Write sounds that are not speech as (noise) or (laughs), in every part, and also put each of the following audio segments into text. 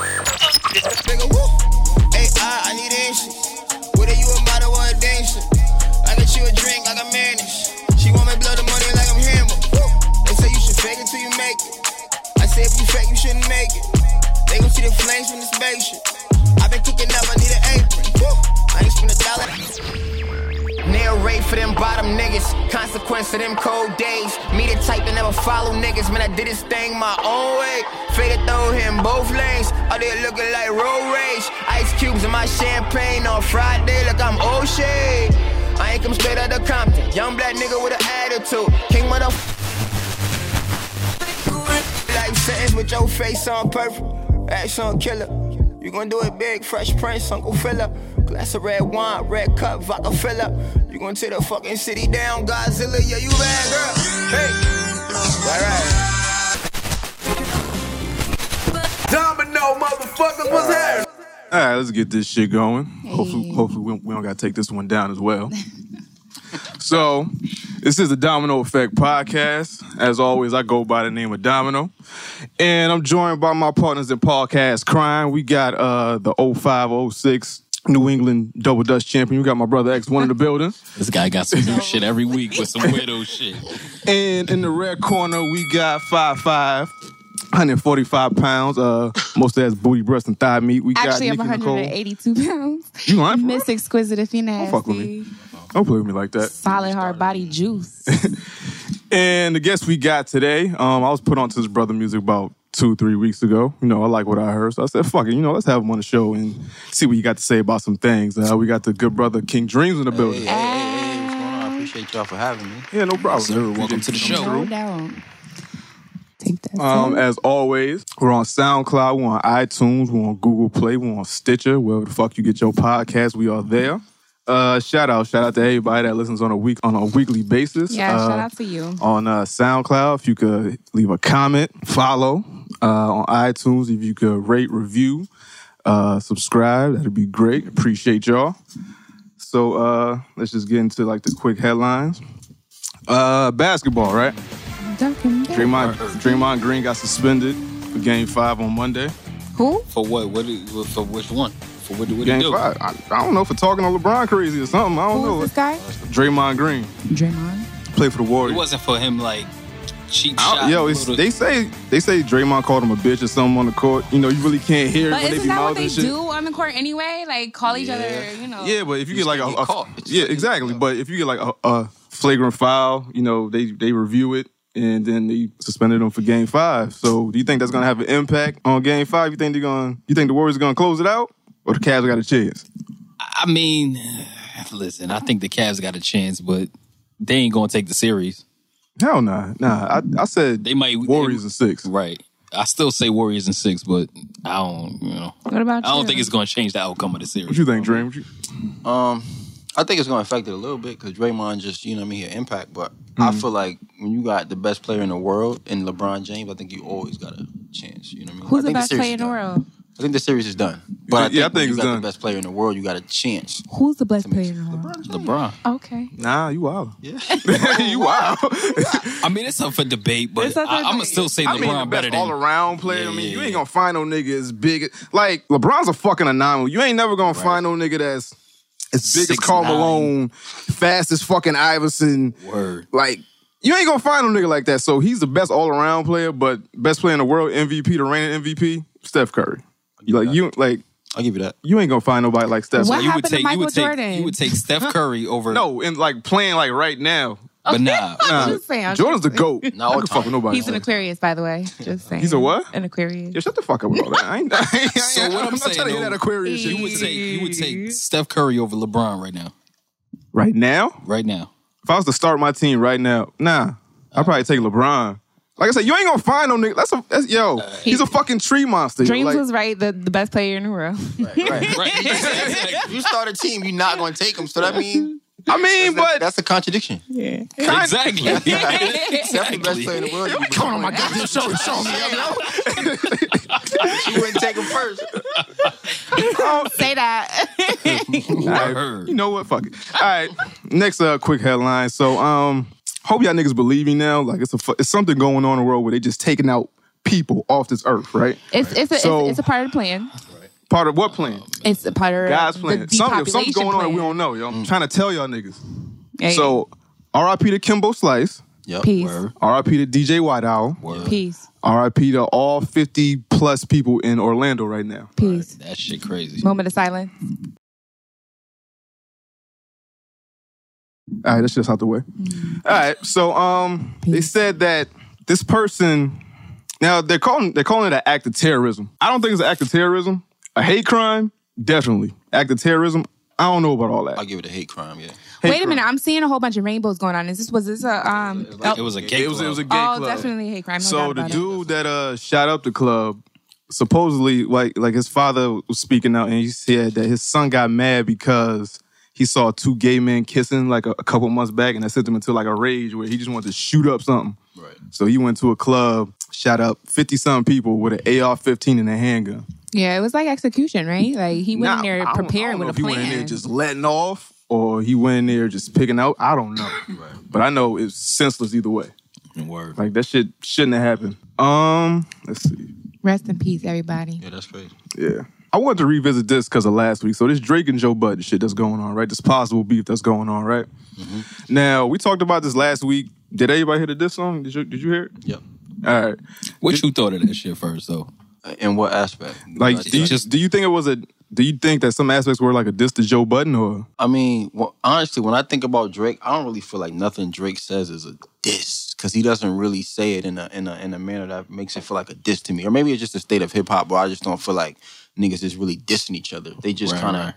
Nigga, woo. AI, I need answers. What are you a model or a dancer? I get you a drink like a manish. She want me blow the money like I'm Hammer. Woo. They say you should fake it till you make it. I say if you fake, you shouldn't make it. They gon' see the flames from the spaceship. i been cooking up, I need an apron. Woo. I ain't spend a dollar. Narrate for them bottom niggas. Consequence of them cold days. Me the type that never follow niggas. Man, I did this thing my own way. Figure throw him both lanes. Out there looking like road rage. Ice cubes in my champagne on Friday. Look, I'm O'Shea. I ain't come straight out of Compton. Young black nigga with an attitude. King mother life sentence with your face on purple. Action killer. You gon' do it big, fresh prince, Uncle Philip. Glass of red wine, red cup, vodka fill up. You gon' tear the fucking city down, Godzilla. Yeah, you bad girl. Hey, right, right. Domino motherfuckers was there. All right, let's get this shit going. Hopefully, hopefully we, we don't got to take this one down as (laughs) well. so, this is the Domino Effect podcast. As always, I go by the name of Domino, and I'm joined by my partners in podcast crime. We got uh the 0506 New England Double Dutch champion. We got my brother X1 in the building. This guy got some new shit every week with some weirdo shit. And in the red corner, we got 5'5", 145 pounds. Uh, most of that's booty, breast, and thigh meat. We Actually, I'm got Nikki Nicole. 182 pounds. You all right, bro? Miss Exquisite if you nasty. fuck with me. Don't play with me like that. Solid hard body juice. And the guest we got today, um, I was put onto this brother music about two, three weeks ago. You know, I like what I heard. So I said, fuck it, you know, let's have him on the show and see what he got to say about some things. Uh, we got the good brother King Dreams in the building. Hey, Ah, what's going on? I appreciate y'all for having me. Yeah, no problem. Sir, welcome to the Appreciate you show. coming no through. doubt. Take that. Um, too. as always, we're on SoundCloud, we're on iTunes, we're on Google Play, we're on Stitcher, wherever the fuck you get your podcast, we are there. Uh, shout out, shout out to everybody that listens on a week on a weekly basis. yeah, Uh, shout out to you. on uh, SoundCloud. If you could leave a comment, follow uh, on iTunes. If you could rate, review, uh, subscribe, that'd be great. Appreciate y'all. So uh, let's just get into like the quick headlines. Uh, basketball, right? Duncan. Bear. Draymond, Draymond Green got suspended for Game Five on Monday. Who? For what? What? do- For which one? For what? What he Game do? Five. I, I don't know for talking on LeBron crazy or something. I don't Who know. is this guy? Draymond Green Draymond. played for the It Warriors. wasn't for him like cheap I shot. don't- Yo, it's, little- they say they say Draymond called him a bitch or something on the court. You know, you really can't hear it But when they isn't be that what mouthing they shit. do on the court anyway? Like call each other, you know. Yeah, but if you, You get like a, still get a- caught. It's yeah, just- exactly. But if you get like a, a flagrant foul, you know, they they review it and then they suspended him for Game Five. So do you think that's gonna have an impact on Game Five? You think they're gonna you think the Warriors are gonna close it out or the Cavs got a chance? I mean, listen. I think the Cavs got a chance, but they ain't gonna take the series. Hell nah, nah. I, I said They might- Warriors they- and six. Right. I still say Warriors in six, but I don't. You know, What about I don't you? think it's gonna change the outcome of the What series. you think, Dream? What you- Um, I think it's going to affect it a little bit because Draymond just, you know, what I mean, he impact. But I Mm-hmm. feel like when you got the best player in the world in LeBron James, I think you always got a chance. You know what I mean? Who's I the think best series player is in the done. world? I think the series is done. Yeah, But I I think, when think you it's got done. the best player in the world, you got a chance. Who's the best player in the world? LeBron. Okay. Nah, you wild. Yeah. (laughs) you wild. (laughs) I mean, it's up for debate, but It's up for I, I'm gonna debate. still say LeBron I mean, the better best than all around (laughs) player. Yeah, I mean, yeah, you yeah. ain't gonna find no nigga as big. as- Like LeBron's a fucking anomaly. You ain't never gonna find no nigga that's as big as Six, Karl nine. Malone, fast as fucking Iverson. Word. Like you ain't gonna find no nigga like that. So he's the best all around player, but best player in the world, MVP, the reigning MVP, Steph Curry. Like you, like I'll give you that. you ain't gonna find nobody like Steph. What? you So- happened would to take you Michael would take Jordan? you would take (laughs) Steph Curry over No, and like playing like right now. but nah. Oh, I'm Nah, just saying, I'm Jordan's the goat. Not I all could fuck time. with nobody. He's an Aquarius, by the way. Just saying. He's a what? An Aquarius. yeah, shut the fuck up with all that. I ain't, I ain't, I ain't, So what I'm not saying, trying to hear though, that Aquarius shit. You would take you would Mm-hmm. take Steph Curry over LeBron right now. Right now, Right now. if I was to start my team right now, nah, I'd probably take LeBron. Like I said, you ain't gonna find no nigga. That's a that's, yo. Uh, he's a fucking tree monster. yo. Dreams (laughs) like, was right. The, the best player in the world. (laughs) Right. If you start a team, you're not going to take them. So that means I mean, but that's a contradiction. Yeah. (laughs) (laughs) exactly. That's the best player in exactly. the (laughs) world. You coming on my goddamn show and showing me You wouldn't take him first. Say that. (laughs) All right. Word. You know what? Fuck it. All right. Next uh, quick headline. So um hope y'all niggas believe me now. Like it's a fu- it's something going on in the world where they just taking out people off this earth, right? It's it's a, So- it's, it's a part of the plan. Part of what plan? It's a part of God's the plan. Something, if depopulation something's going on, plan. and we don't know. Yo, I'm Mm. trying to tell y'all niggas. Hey, So, R.I.P. to Kimbo Slice. Yep. Peace. Word. R.I.P. to DJ White Owl. Word. peace, R.I.P. to all 50 plus people in Orlando right now. peace. That shit crazy. Moment of silence. All right, that's just out the way. Mm. All right, so um, they said that this person now they're calling they're calling it an act of terrorism. I don't think it's an act of terrorism. A hate crime, definitely. Act of terrorism. I don't know about all that. I give it a hate crime. Yeah. Hate Wait a crime. minute, I'm seeing a whole bunch of rainbows going on. Is this was this a um? It was a gay. It was it was a gay oh, club. definitely a hate crime. No doubt So the about it. dude that uh shot up the club, supposedly like like his father was speaking out and he said that his son got mad because he saw two gay men kissing like a, a couple months back and that sent him into like a rage where he just wanted to shoot up something. Right. So he went to a club, shot up 50 some people with an AR 15 and a handgun. Yeah, it was like execution, right? Like he went Now, in I there don't- I prepared don't with a know if He went in there plan. just letting off or he went in there just picking out. I don't know. But I know it's senseless either way. Word. Like that shit shouldn't have happened. Um, let's see. Rest in peace, everybody. Yeah, that's crazy. Yeah. I wanted to revisit this because of last week. So this Drake and Joe Budden shit that's going on, right? This possible beef that's going on, right? Mm-hmm. Now we talked about this last week. Did everybody hear the diss song? Did you Did you hear it? Yep. All right. What you thought of that shit first though? Uh, In what aspect? Like, Gotcha. do you, just- do you think it was a? Do you think that some aspects were like a diss to Joe Budden or? I mean, well, honestly, when I think about Drake, I don't really feel like nothing Drake says is a diss because he doesn't really say it in a in a in a manner that makes it feel like a diss to me. Or maybe it's just a state of hip hop where I just don't feel like niggas is really dissing each other. They just Right, kind of right.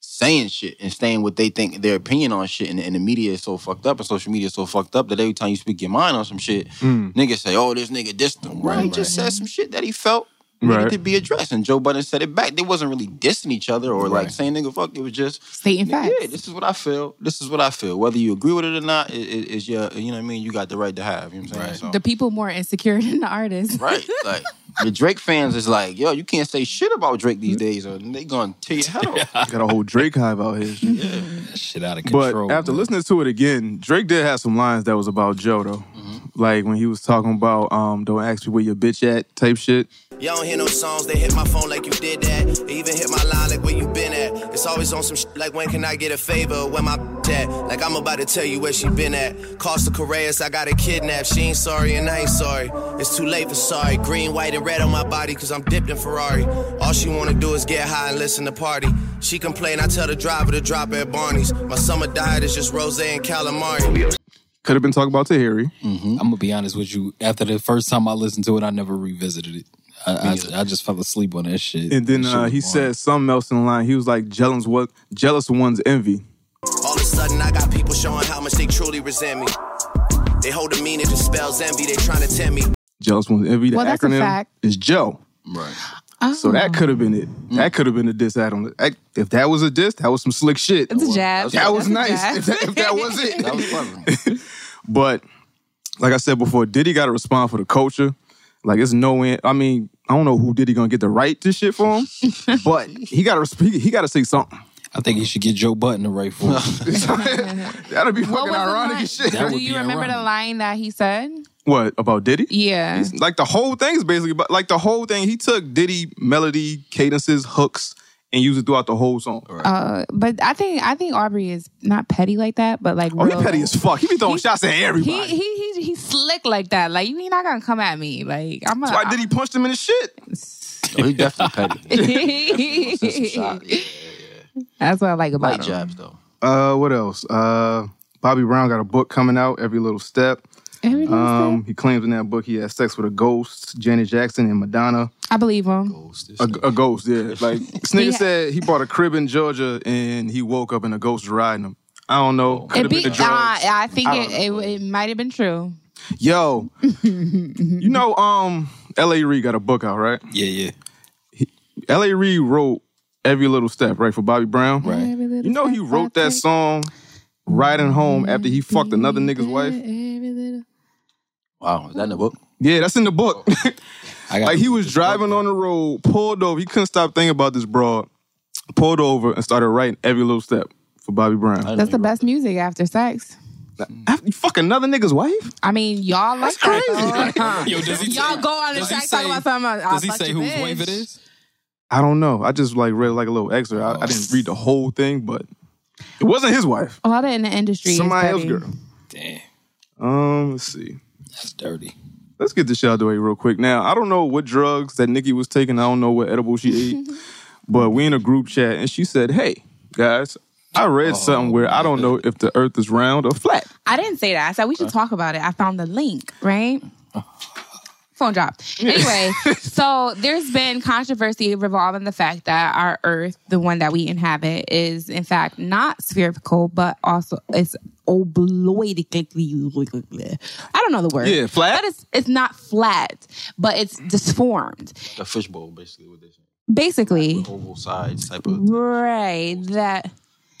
saying shit and saying what they think their opinion on shit. And, and the media is so fucked up and social media is so fucked up that every time you speak your mind on some shit, niggas say, "Oh, this nigga dissed him." Right? He just said some shit that he felt. needed Right. to be addressed, and Joe Budden said it back. They wasn't really dissing each other or like saying nigga fuck. It was just Stating Nigga, facts. Yeah, this is what I feel. This is what I feel. Whether you agree with it or not, it, it, it's your, you know what I mean? You got the right to have. You know what I'm saying? The people more insecure (laughs) than the artists. (laughs) So, right. Like, the Drake fans is like, yo, you can't say shit about Drake these days or they going to tear your head off. Mm. Got a whole Drake hive out here. That shit out of But control. after man. listening to it again, Drake did have some lines that was about Joe though. Mm-hmm. Like when he was talking about um, don't ask me where your bitch at type shit. Y'all don't hear no songs, they hit my phone like you did that. They even hit my line like where you been at. It's always on some sh- like when can I get a favor? Where my b- at? Like I'm about to tell you where she been at. Costa Correas, I got a kidnap. She ain't sorry and I ain't sorry. It's too late for sorry. Green, white, and red on my body, cause I'm dipped in Ferrari. All she wanna do is get high and listen to party. She complain, I tell the driver to drop her at Barney's. My summer diet is just rose and calamari. Could have been talking about Tahiri. I'm gonna Mm-hmm. be honest with you. After the first time I listened to it, I never revisited it. I, I, I just fell asleep on that shit. And then That shit uh, was he boring. said something else in line. He was like, jealous, what, jealous one's envy. All of a sudden, I got people showing how much they truly resent me. They hold a meaning that spells envy, they tryna tempt me. Jealous one's envy. The Well, that's a acronym fact. is Joe. right. So that Oh. could have been it. Mm. That could have been a diss at him. That- If that was a diss, that was some slick shit. It's a jab. That That's was a nice. jab. If that, if that was it. That (laughs) was fun. But like I said before, Diddy got to respond for the culture. Like it's no end. I mean, I don't know who Diddy gonna get to write this shit (laughs) for him, but he got to he, he got to say something. I think he should get Joe Button to write for him. (laughs) That'd (laughs) be What fucking was ironic as the shit. line? would Do you be remember the ironic. line that he said? What about Diddy? Yeah. It's- Like the whole thing is basically, but like the whole thing, he took Diddy melody, cadences, hooks, and used it throughout the whole song. Uh, but I think I think Aubrey is not petty like that, but like Oh, he real- petty as fuck. He be throwing He- shots at everybody. He he he he's slick like that. Like you ain't not gonna come at me. Like I'm a. (laughs) That's why Diddy punched him in the shit. Oh, he definitely petty. That's some I'm- shot. Yeah, That's what I like about Light him. jabs, though. Uh, what else? Uh, Bobby Brown got a book coming out, Every Little Step. Everything's Um, good. he claims in that book he had sex with a ghost, Janet Jackson and Madonna. I believe him. A, a ghost, (laughs) yeah. Like this nigga He ha- said he bought a crib in Georgia and he woke up and a ghost was riding him. I don't know. Could It have been be, the uh, drugs. I think I it, it, it might have been true. (laughs) Yo, you know, um, L.A. Reid got a book out, right? yeah, yeah. L.A. Reid wrote every little step, right, for Bobby Brown. Right. Every little You know, he step wrote I that take, song riding home after he fucked another nigga's wife. every little- Wow, is that in the book? Oh. Yeah, that's in the book. (laughs) I got Like he was driving on the road, pulled over. He couldn't stop thinking about this broad. Pulled over and started writing every little step for Bobby Brown. That's the best music after sex. After you fuck another nigga's wife? I mean, y'all like That's that, though. Huh. (laughs) Yo, does he say- y'all go on the does he track talking say- about something. else. Does I he fucked say your whose bitch. wife it is? I don't know. I just like read like a little excerpt. I, I Oh. didn't read the whole thing, but it wasn't his wife. A lot of in the industry. is Somebody else petty. girl. Damn, Um, let's see. that's dirty. Let's get this shit out of the way real quick. Now, I don't know what drugs that Nikki was taking. I don't know what edible (laughs) she ate. but we in a group chat and she said, Hey, guys, I read Oh, something where I don't know if the earth is round or flat. I didn't say that. I said we Uh. should talk about it. I found the link, (laughs) right? Phone drop. Anyway, so there's been controversy revolving the fact that our Earth, the one that we inhabit, is in fact not spherical, but also it's obloidically. I don't know the word. Yeah, flat? But it's it's not flat, but it's disformed. A fishbowl, basically, with this Basically, oval sides type of. right? That.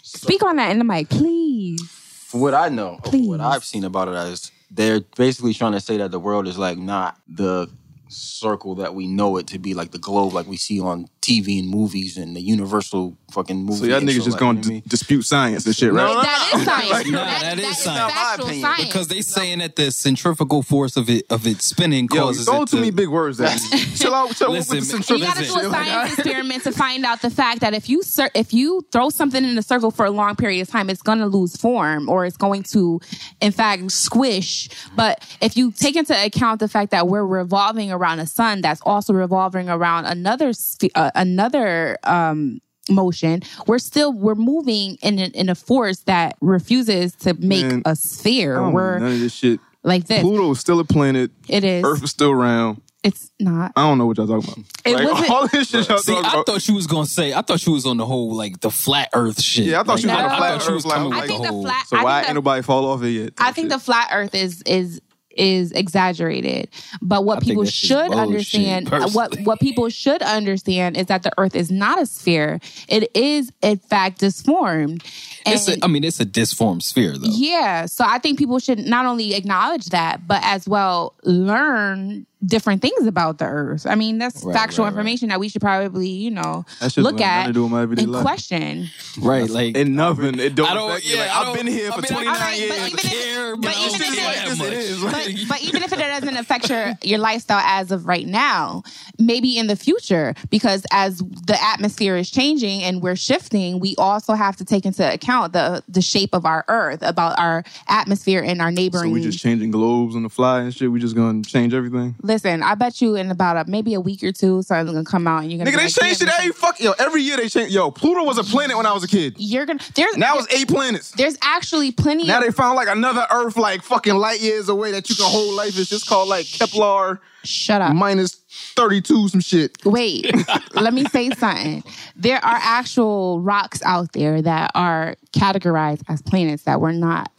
Speak on that in the mic, please. From what I know, or from what Please. I've seen about it is they're basically trying to say that the world is like not the circle that we know it to be, like the globe, like we see on TV and movies and the universal fucking movie. So y'all intro, niggas just like, gonna you know what I d- mean? dispute science and shit, right? no, That is science. Nah, that, that that is is science. factual My opinion, science. Because they saying that the centrifugal force of it of it spinning Yo, causes don't it to me big (laughs) words that (laughs) chill out, chill out with Listen, And man. the you got centrifugal to do a Listen. shit. (laughs) Like, science experiment to find out the fact that if you cir- if you throw something in a circle for a long period of time, it's going to lose form or it's going to, in fact, squish. But if you take into account the fact that we're revolving around a sun that's also revolving around another sphe- uh, another um, motion, we're still we're moving in a, in a force that refuses to make Man, Oh, a I sphere. don't know none We're of this shit. like this. Pluto is still a planet. It is. Earth is still round. It's not. I don't know what y'all talking about. It like, wasn't- all this shit y'all See, talking I about. thought you was gonna say. I thought you was on the whole like the flat Earth shit. Yeah, I Like, thought you was on the I flat thought you was Earth, like, coming I with think the the whole. flat- so I why think ain't the- nobody fall off it yet? I think the flat Earth is is is exaggerated, but what think people that's just should bullshit, understand, uh, what personally. what people should understand is that the Earth is not a sphere. It is in fact disformed. It's a, I mean, it's a disformed sphere though. Yeah. So I think people should not only acknowledge that, but as well learn different things about the earth. I mean, that's Right, factual right, right. information that we should probably, you know, That shit don't look have nothing at to do with my everyday and life. question. Right, like and nothing. It don't. I don't. affect me. Yeah, Like, I I've don't- been here I for mean, I- 29 alright, years. but even if- care, but I don't even if care it that is, it much. is, but, like- but even if it doesn't affect your, your lifestyle as of right now, maybe in the future, because as the atmosphere is changing and we're shifting, we also have to take into account the the shape of our earth, about our atmosphere and our So neighboring. we just changing globes on the fly and shit. We just gonna change everything. Listen, I bet you in about a, maybe a week or two, something's gonna come out and you're gonna. Nigga, be they like, changed it "Damn, every fuck. Yo, every year they change. Yo, Pluto was a planet when I was a kid. You're gonna there's Now it's eight planets. there's actually plenty. Now of, they found like another Earth, like fucking light years away that you can hold life. It's just called like Kepler shut up. minus thirty two, some shit. Wait, (laughs) let me say something. There are actual rocks out there that are categorized as planets that we're not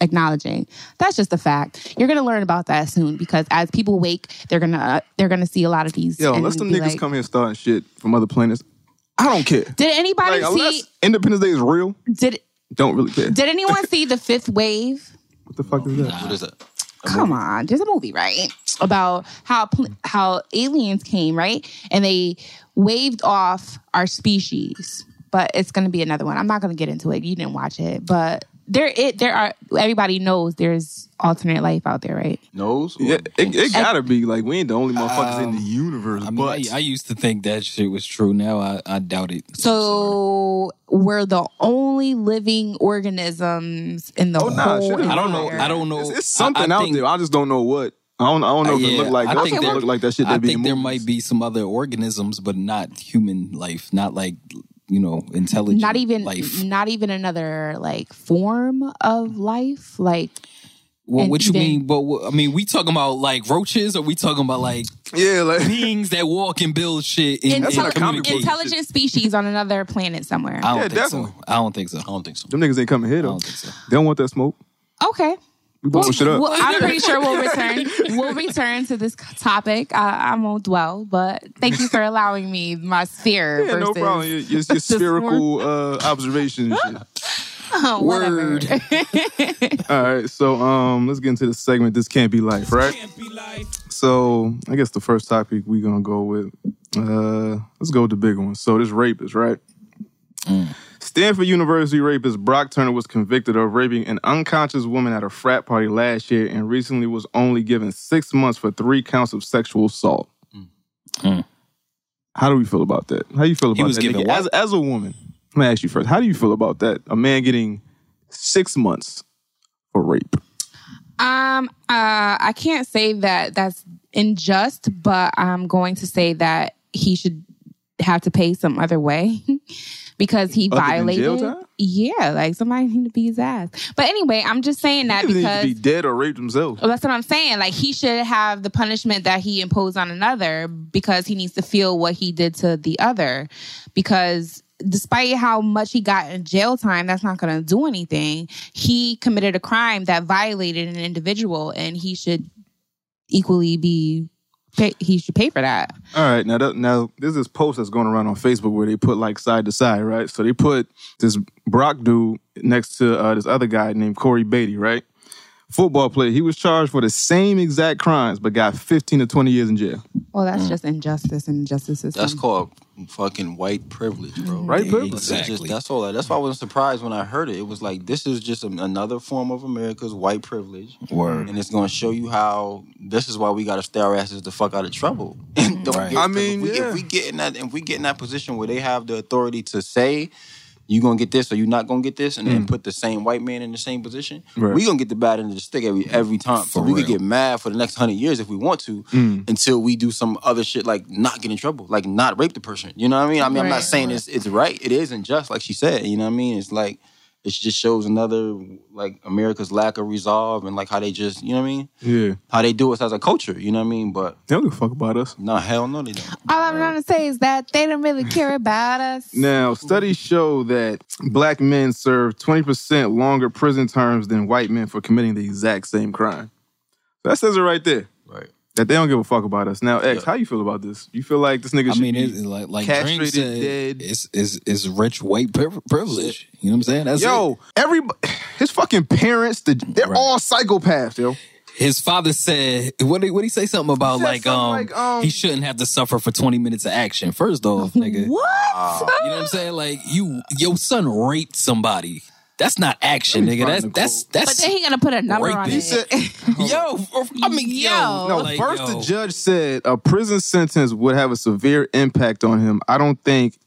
acknowledging. That's just a fact. You're gonna learn about that soon because as people wake, they're gonna they're gonna see a lot of these. Yo, and unless them be niggas like, come here starting shit from other planets, I don't care. Did anybody Like unless see? Independence Day is real, Did don't really care. did anyone see the fifth wave? What the fuck is that? What is that? come on there's a movie right about how pl- how aliens came right and they waved off our species but it's going to be another one i'm not going to get into it you didn't watch it but there it there are everybody knows there's alternate life out there right Nose? or- Yeah, it, it gotta be like we ain't the only motherfuckers in the universe, Um, I mean, but I, I used to think that shit was true. Now I, I doubt it. so we're the only living organisms in the Oh, nah, whole shit is I don't know. universe. I don't know. It's, it's I- I something out think- there. I just don't know what. I don't. I don't know if it Yeah, look like. I I think think it there- look like that shit. I That be think in there movies. might be some other organisms, but not human life. Not like you know intelligent. not even life. not even another like form of life like Well, what you even- mean? But what- I mean, we talking about like roaches, or we talking about like Yeah, like beings that walk and build shit and, intelli- and That's not a comic book communicate? intelligent species on another planet somewhere I don't Yeah, think so. definitely. I don't think so. I don't think so. them niggas ain't coming here though. don't think so. They don't want that smoke. Okay. We blowing shit up. Well, (laughs) I'm pretty sure we'll return. We'll return to this topic. I, I won't dwell, but thank you for allowing me my sphere (laughs) yeah, no versus problem. (laughs) Your, your, your spherical uh, observation. and shit. Oh, whatever. Word. All right, so um, let's get into the segment. This can't be life, right? So I guess the first topic we Mm. gonna go with. Uh, let's go with the big one. So this rapist, right? Stanford University rapist Brock Turner was convicted of raping an unconscious woman at a frat party last year and recently was only given six months for three counts of sexual assault. Mm. How do we feel about that? How do you feel about was that? given nigga? what? As, as a woman, let me ask you first. How do you feel about that? A man getting six months for rape. Um, uh, I can't say that that's unjust, but I'm going to say that he should have to pay some other way (laughs) because he Other than violated. jail time? Yeah, like somebody need to beat his ass. But anyway, I'm just saying that Niggas need because to be dead or raped themselves. well, that's what I'm saying. Like he should have the punishment that he imposed on another because he needs to feel what he did to the other. Because despite how much he got in jail time, that's not going to do anything. He committed a crime that violated an individual, and he should equally be. Pay, he should pay for that. All right, now that, now there's this post that's going around on Facebook where they put like side to side, right? So they put this Brock dude next to uh, this other guy named Corey Beatty, right? Football player. He was charged for the same exact crimes, but got 15 to 20 years in jail. Well, that's Mm. just injustice and injustice system. That's called fucking white privilege, bro. Right, privilege. Mm-hmm. That's just- Exactly. that's all. That's why I wasn't surprised when I heard it. It was like this is just an- another form of America's white privilege, Word. and it's going to show you how this is why we got to stay our asses the fuck out of trouble. (laughs) And Don't Right. get- I 'cause mean, if we, yeah. if we get in that, if we get in that position where they have the authority to say. You gonna get this or you not gonna get this, and Mm. then put the same white man in the same position. Right. We gonna get the bad end of the stick every every time. so For we could real. get mad for the next hundred years if we want to, Mm. until we do some other shit like not get in trouble, like not rape the person. You know what I mean? I mean, I'm Right. not saying it's it's right. It is unjust, like she said. You know what I mean? It's like it just shows another like America's lack of resolve and like how they just you know what I mean? Yeah. How they do us as a culture. You know what I mean? But They don't give a fuck about us. no, hell no, they don't. All I'm trying to say is that they don't really care about us. Now, studies show that black men serve 20% longer prison terms than white men for committing the exact same crime. That says it right there. Right. That they don't give a fuck about us. Now, X, how you feel about this? You feel like this nigga I should mean, be- it's like like castrated, Dream said, dead. it's it's it's rich white pri- privilege. You know what I'm saying? That's it. Yo, everybody, (sighs) his fucking parents, the, they're Right. all psychopaths, yo. His father said, "What did what he say? Something about said like, something um, like, um, he shouldn't have to suffer for twenty minutes of action." First (laughs) off, What? nigga, you know what I'm saying? Like you, your son raped somebody. That's not action, Let me nigga. find That's that's the quote. But that's then he gonna put a number on Rapist. it. (laughs) yo. or- I mean, yo, Yo. No, like, first yo. the judge said a prison sentence would have a severe impact on him. I don't think,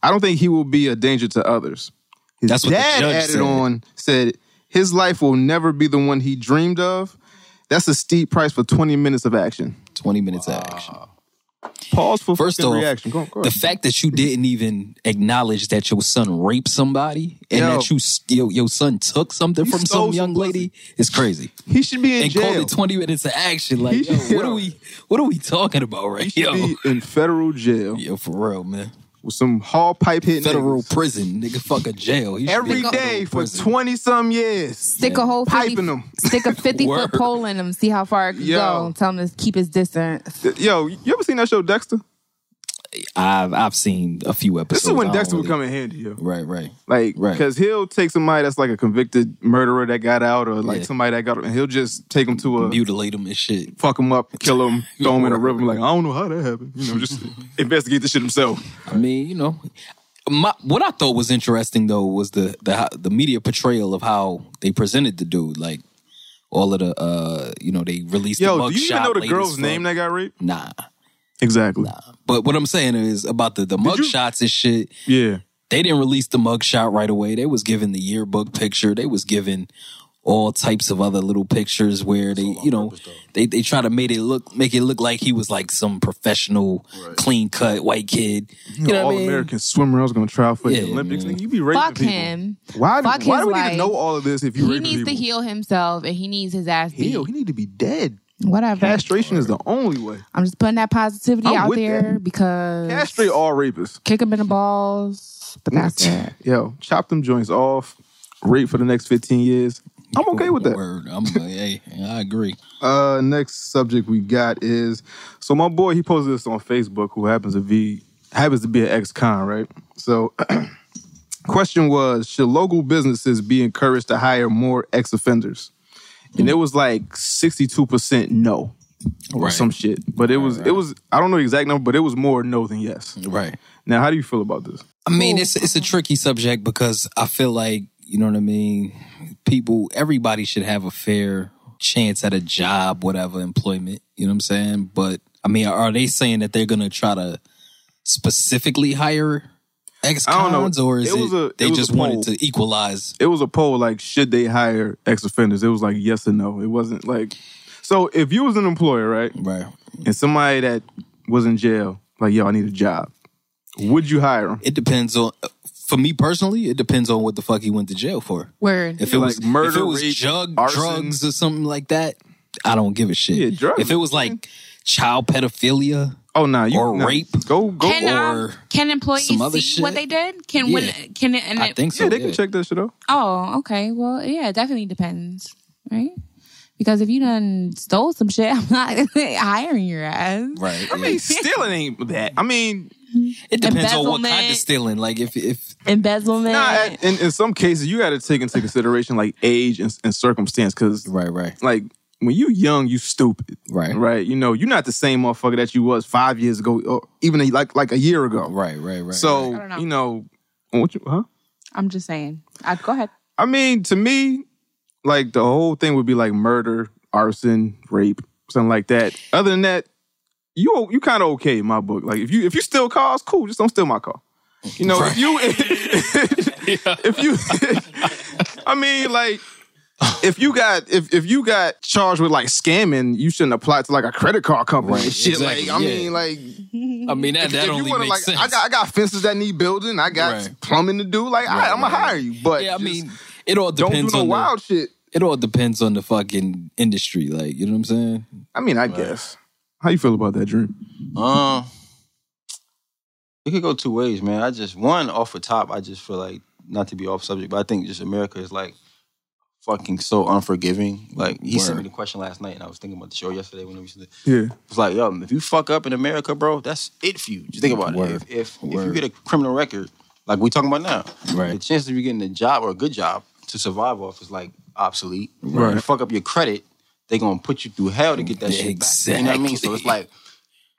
I don't think he will be a danger to others. His That's what the dad judge added said. on said his life will never be the one he dreamed of. That's a steep price for twenty minutes of action. twenty minutes of action. (laughs) Pause for First fucking off, reaction. Go on, go on. the fact that you didn't even acknowledge that your son raped somebody and Yo. that you s- your, your son took something You from stole some young some lady is crazy. he should be in and jail. called it twenty minutes of action. Like, He- yo, what (laughs) yo. are we what are we talking about right He should yo? be in federal jail Yo, for real, man. with some hall pipe hitting Federal niggas. prison, nigga, fuck a jail. He should be every in federal day for prison. twenty some years. Stick a whole 50, Piping 'em. (laughs) Stick a fifty foot Word. pole in him. See how far it can Yo. go. Tell him to keep his distance. Yo, you ever seen that show Dexter? I've I've seen a few episodes. This is when I don't Dexter would really- come in handy, yo. Right, right. Like, Right. because he'll take somebody that's like a convicted murderer that got out, or like Yeah. somebody that got, and he'll just take him to a Mutilate him and shit. fuck him up, kill (laughs) him, throw him in Whatever. a river. like, I don't know how that happened. You know, (laughs) just investigate this shit himself. I mean, you know, my, what I thought was interesting though was the the the media portrayal of how they presented the dude. Like all of the, uh, you know, they released. the Yo, mug do you even shot know the latest girl's from- name that got raped? Nah, Exactly. but what I'm saying is about the the mug you- shots and shit. Yeah. They didn't release the mug shot right away. They was given the yearbook picture. They was given all types of other little pictures where they, you know, they they try to make it look make it look like he was like some professional, clean cut white kid. You know all what I mean? American swimmer. I was gonna try for Yeah, the Olympics. man. Nigga, you be raping Fuck people. him. Why? Do, Fuck why his do we need to life. know all of this if you He raping needs to people? heal himself and he needs his ass beat. Heal. He need to be dead. Whatever. Castration is the only way. I'm just putting that positivity I'm out with there that. because Castrate all rapists. kick him in the balls. But that's it. Yo, chop them joints off, rape for the next 15 years. I'm okay with that. Word. I'm like, hey, I agree. Uh, next subject we got is so my boy he posted this on Facebook who happens to be happens to be an ex-con, right? So (clears throat) question was should local businesses be encouraged to hire more ex-offenders? And it was like 62% no. or some shit. But it was it was I don't know the exact number, but it was more no than yes. Right. Now, how do you feel about this? I mean, it's it's a tricky subject because I feel like you know what I mean. People, everybody should have a fair chance at a job, whatever employment. You know what I'm saying? But I mean, are they saying that they're gonna try to specifically hire ex I don't cons, know. or is It it, was a- they it was just a poll. wanted to equalize? It was a poll like should they hire ex offenders? It was like yes or no. It wasn't like so if you was an employer, right, Right. and somebody that was in jail, like yo, I need a job, would you hire him? It depends on. For me personally, it depends on what the fuck he went to jail for. Word. If it Like was if murder, it was rape, drug, arson. drugs or something like that, I don't give a shit. Yeah, drugs, if it was like Mm-hmm. child pedophilia, Oh nah, you Or nah. rape. Go go. Can, um, or can employees some other see what shit. they did? Can Yeah. when can it, and I it- think so. yeah, they can check that shit out. Oh, okay. Well, yeah, it definitely depends, right? Because if you done stole some shit, (laughs) I'm not hiring your ass. Right. I mean, stealing ain't that. I mean, it depends on what kind embezzlement. of stealing. Like if if Embezzlement. nah, at- in, in some cases, you got to take into consideration like age and, and circumstance because right, right, like when you young, you stupid, Right. Right? You know, you're not the same motherfucker that you was five years ago, or even a, like like a year ago, right, right, right. So I don't know. you know, what you, huh? I'm just saying. I, go ahead. I mean, to me, like the whole thing would be like murder, arson, rape, something like that. Other than that, you o- you kind of okay in my book. Like if you if you steal cars, cool. Just don't steal my car. You know, if you (laughs) if you, (laughs) I mean, like. If you got if if you got charged with like scamming, you shouldn't apply to like a credit card company and shit. exactly, like I yeah. mean, like (laughs) I mean that that if you only wanna makes like, sense. I got I got fences that need building. I got Right. plumbing to do. Like I, I'm gonna hire you, but yeah, I just- mean it all don't depends do no on wild shit. the, it all depends on the fucking industry. Like you know what I'm saying? I mean, I guess. How you feel about that dream? Um, it could go two ways, man. I just one off the top, I just feel like not to be off subject, but I think just America is like fucking so unforgiving. Like he sent me Word. the question last night, and I was thinking about the show yesterday when we used to. Yeah, It's like, yo, if you fuck up in America, bro, that's it for you. Just think about Word. it. If if, if you Word. get a criminal record, like we talking about now, Right. the chances of you getting a job or a good job to survive off is like obsolete. Right. You fuck up your credit, they gonna put you through hell to get that shit back. You know what I mean? So it's Exactly. like,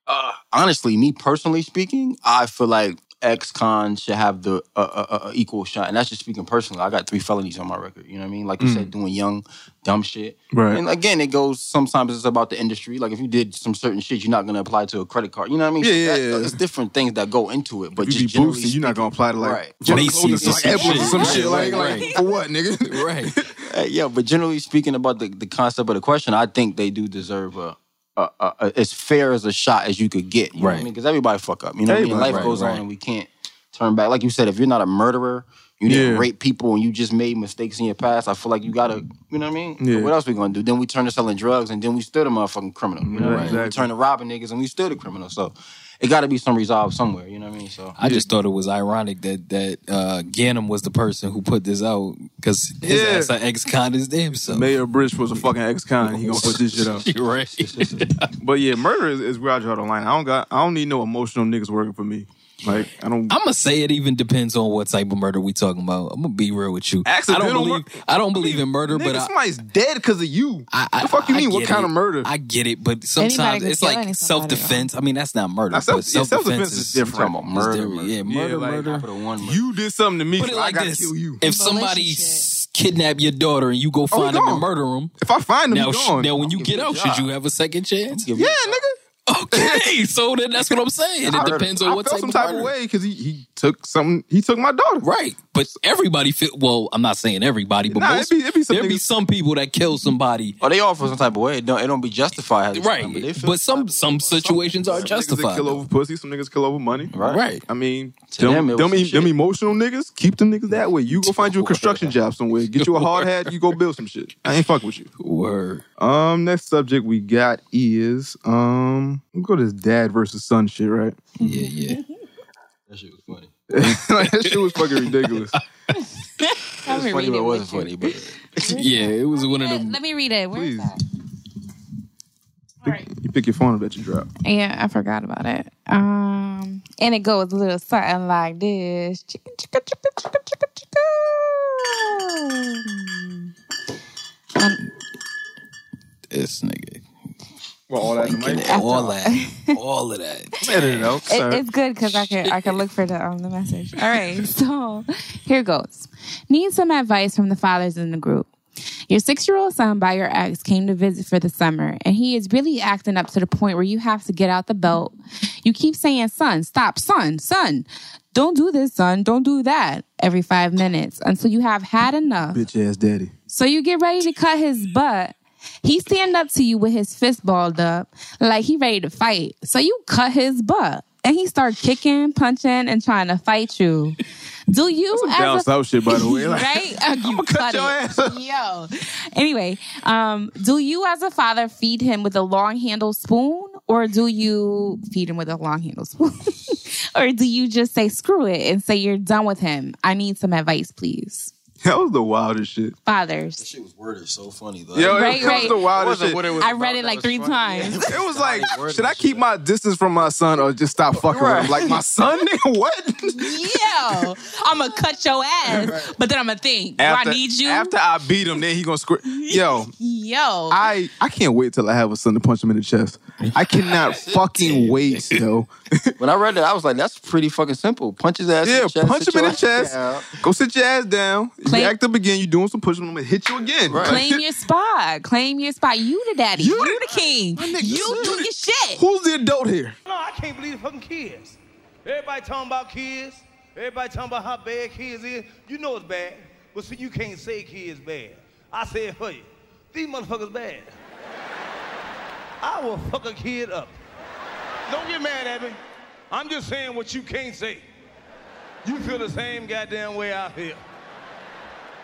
uh, honestly, me personally speaking, I feel like ex-cons should have the uh, uh, uh, equal shot, and that's just speaking personally. I got three felonies on my record. You know what I mean? Like you said, doing young, dumb shit. Mm. Right. And again, it goes sometimes it's about the industry. Like if you did some certain shit, you're not gonna apply to a credit card. You know what I mean? Yeah, yeah, That- yeah. It's different things that go into it, but you be just generally boosting. You're not gonna apply to like Right. Jordan Macy's Clothes, or like some Edwards or shit. some Right, shit. right, Like, (laughs) like, right. for what, nigga? (laughs) Right. Uh, yeah, but generally speaking about the, the concept of the question, I think they do deserve a, a, a, a as fair as a shot as you could get. You know what I Right. mean, because everybody fuck up. You know, what I mean? Everybody. life Right, goes right. on and we can't turn back. Like you said, if you're not a murderer, you didn't Yeah. rape people, and you just made mistakes in your past. I feel like you gotta, you know what I mean? Yeah. What else we gonna do? Then we turn to selling drugs, and then we still the motherfucking criminal. You know what I mean? Right, exactly. We turn to robbing niggas, and we still the criminal. So it got to be some resolve somewhere. You know what I mean? So I just thought it was ironic that that uh, Ganem was the person who put this out because his Yeah. ass an ex con is damn so. Mayor Bridge was a fucking ex-con. He gonna put this (laughs) shit up. right. (laughs) But yeah, murder is, is where I draw the line. I don't got. I don't need no emotional niggas working for me. Like I don't. I'm gonna say it even depends on what type of murder we talking about. I'm gonna be real with you. I Accidental don't mur- believe I don't believe in murder, nigga, but I, somebody's dead because of you. I, I the fuck you I mean? What get kind it. of murder? I get it, but Anybody sometimes could it's kill like any self somebody, defense. I mean, that's not murder. Now, self- but yeah, self defense self-defense is is different. talking about murder, different. Yeah, Yeah, murder, like, murder. capital one. murder. you did something to me, Put it so like I gotta this: kill you. if somebody (laughs) s- kidnap your daughter and you go Oh, find he him and gone. murder him, If I find him, now he sh- gone. now when you I'll get give you a out, should job. you have a second chance? Give me- yeah, nigga. Okay, so then that's what I'm saying. It heard depends him. on I what felt type some of type of murder. way because he, he took some. He took my daughter. Right, but everybody feel well. I'm not saying everybody, but Nah, most, it be- it be some there be niggas- some people that kill somebody Oh, they all feel some type of way. It don't, it don't be justified. Right, They feel but some some some type of way about situations are Some Niggas that justified. kill over pussy. Some niggas kill over money. Right. Right. I mean, To them, them, it them, was some em- shit. them emotional niggas, keep them niggas that way. You go find you a construction job somewhere. Get you a hard hat. You go build some shit. I ain't fuck with you. (laughs) Word. Um, next subject we got is um, we go to this dad versus son shit, right? Yeah, yeah. That shit was funny. (laughs) like, that shit was fucking ridiculous. Let me It's funny, read but it it wasn't with you. funny. (laughs) But Yeah, it was one of Let them. let me read it. Where's Please. that? You pick your phone up that you drop. Yeah, I forgot about it. Um, and it goes a little something like this. Chicka, chicka, chicka, chicka, chicka, chicka. Um, This nigga. Well, all that in the mic. After all all. that, all of that. Edit it out, It, sir. it's good because I could I could look for the um, the message. All right, (laughs) so here goes. Need some advice from the fathers in the group. Your six year old son by your ex came to visit for the summer, and he is really acting up to the point where you have to get out the belt. You keep saying, "Son, stop, son, son, don't do this, son, don't do that." Every five minutes until you have had enough. Bitch ass daddy. So you get ready to cut his butt. He stand up to you with his fist balled up, like he ready to fight. So you cut his butt, and he start kicking, punching, and trying to fight you. Do you Some as down a- south shit, by the (laughs) way. Like, (laughs) right? Uh, you I'ma cut your it. ass up. Yo. Anyway, um, do you as a father feed him with a long handled spoon, or do you feed him with a long handled spoon, (laughs) or do you just say screw it and say you're done with him? I need some advice, please, That was the wildest shit. fathers. Shit was worded so funny though. Yo, Right, it was right. the wildest wasn't shit. what it was I about read it that like was three funny. times. (laughs) It was (laughs) like, worded should I and keep my distance from my son or just stop fucking with him? Like my son, (laughs) nigga, what? Yo, I'm gonna cut your ass, but then I'm gonna think, do I need you? After I beat him, then he gonna squirt. Yo, Yo, I I can't wait till I have a son to punch him in the chest. I (laughs) cannot fucking wait, yo. When I read that, I was like, that's pretty fucking simple. Punch his ass. Yeah, in the chest, punch sit him in your the ass chest. down. Go sit your ass down. Claim- you act up again. You doing some push-ups. I'm gonna hit you again. Right. (laughs) claim your spot. Claim your spot. You the daddy. You, You the- the king. My nigga, You you do the- your shit. Who's the adult here? No, I can't believe the fucking kids. Everybody talking about kids. Everybody talking about how bad kids is. You know it's bad, but see, you can't say kids bad. I say it for you. These motherfuckers bad. I will fuck a kid up. Don't get mad at me. I'm just saying what you can't say. You feel the same goddamn way I feel.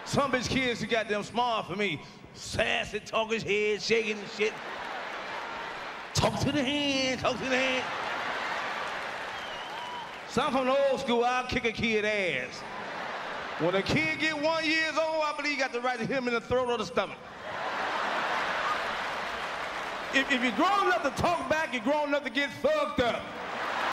Some bitch kids who goddamn smart for me. Sassy, talking head, shaking and shit. Talk to the hand, talk to the hand. Some from the old school, I'll kick a kid ass. When a kid get one years old, I believe you got the right to hit him in the throat or the stomach. If, if you're grown enough to talk back, you're grown enough to get fucked up.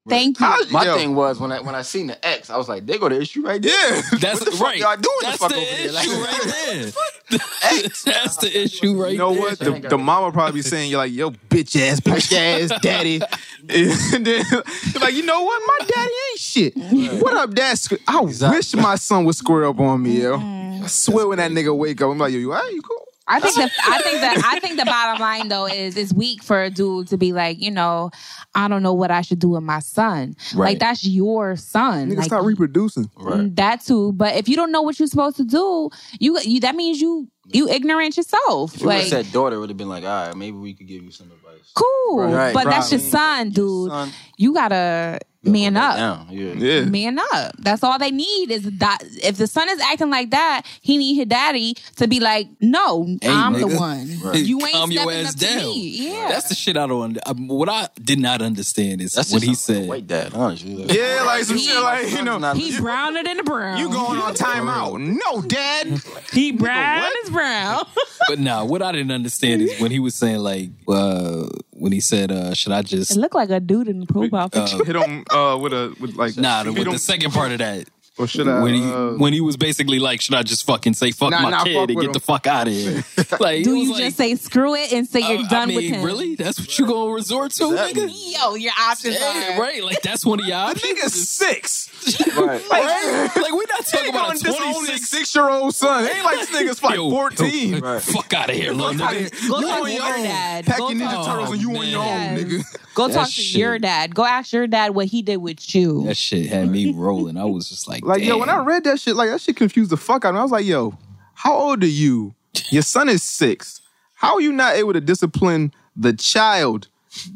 Thank you. How- My Yo. thing was when I when I seen the X, I was like, they go the issue right there. Yeah. (laughs) That's What the fuck right. y'all doing the That's fuck the over there? (laughs) Like- issue (laughs) right there. (laughs) That's the issue right You know there. what? The, the mama probably be saying, "You're like, yo, bitch ass, (laughs) bitch ass, daddy," (laughs) and then you're like, you know what? My daddy ain't shit. What up, dad? Squ- I wish my son would square up on me, yo. I swear, when that nigga wake up, I'm like, yo, you all right? You cool? I think the I think that I think the bottom line though is it's weak for a dude to be like, you know, I don't know what I should do with my son. Like Right. that's your son. Nigga, Like, stop reproducing. mm, that too. But if you don't know what you're supposed to do, you, you that means you you ignorant yourself. If you Like would've said daughter, would have been like, all right, maybe we could give you some advice. cool. Right, but that's right. your son, dude. Son, You gotta man up. Down. Yeah. Yeah. Man up. That's all they need is that. If the son is acting like that, he need his daddy to be like, "No, I'm the nigga. one. Right. You ain't Calm your stepping ass up to down. me." Yeah, That's the shit I don't. Under, um, what I did not understand is That's what just he something said. like White dad, honestly. Like, Yeah, like some He- shit, like you know, Not- he browner than the brown. you going on timeout? No, dad. He brown what? is brown. But nah, what I didn't understand is when he was saying like uh, when he said, uh, "Should I it just?" looked like a dude in the profile (laughs) picture. Hit him uh, with a with like Nah, the, hit with him- the second part of that, or should I? when he uh, when he was basically like, "Should I just fucking say fuck Nah, my nah, kid fuck and with get him. the fuck out of here"? (laughs) like, it do was you like, just say screw it and say I- you're done I mean, with him? Really? That's what you gonna resort to, Exactly. nigga? Yo, your options Yeah, are right. Like that's one of y'all. (laughs) the nigga's six. (laughs) Right. Right? Like we're not talking Nigga about don't a disown his 26 six-year-old son. Ain't like this nigga's like Yo, fourteen. yo, Fuck out of here, little nigga. Go You talk on to your your own. dad. Pack Go your Ninja talk- Turtles and you on your own, Yes. nigga. Go That talk to shit. your dad. Go ask your dad what he did with you. That shit had me rolling. I was just like, Like, yo, when I damn. read that shit, like that shit confused the fuck out of me. I was like, yo, how old are you? Your son is six. How are you not able to discipline the child?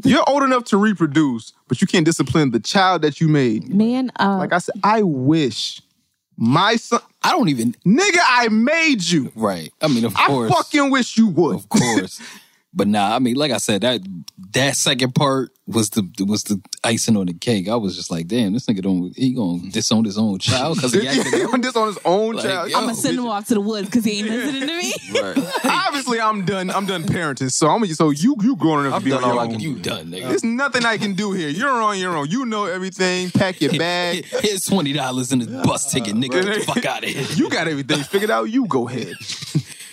You're old enough to reproduce, but you can't discipline the child that you made. Man, uh, Like I said, I wish my son, I don't even nigga, I made you. right. I mean, of course, I fucking wish you would. of (laughs) course. But nah, I mean, like I said, that that second part was the was the icing on the cake. I was just like, damn, this nigga don't he gonna disown his own child because (laughs) he acted up. on this on his own Like, child. yo. I'm gonna Oh, send him off to the woods because (laughs) he ain't listening to me. Obviously, I'm done. I'm done parenting. So I'm so you you grown enough I've to be done on your all I own. can You done, nigga. There's nothing I can do here. You're on your own. You know everything. (laughs) Pack your bag. Here's twenty dollars in this bus ticket, nigga. Get the fuck out of here. (laughs) You got everything figured out. You go ahead.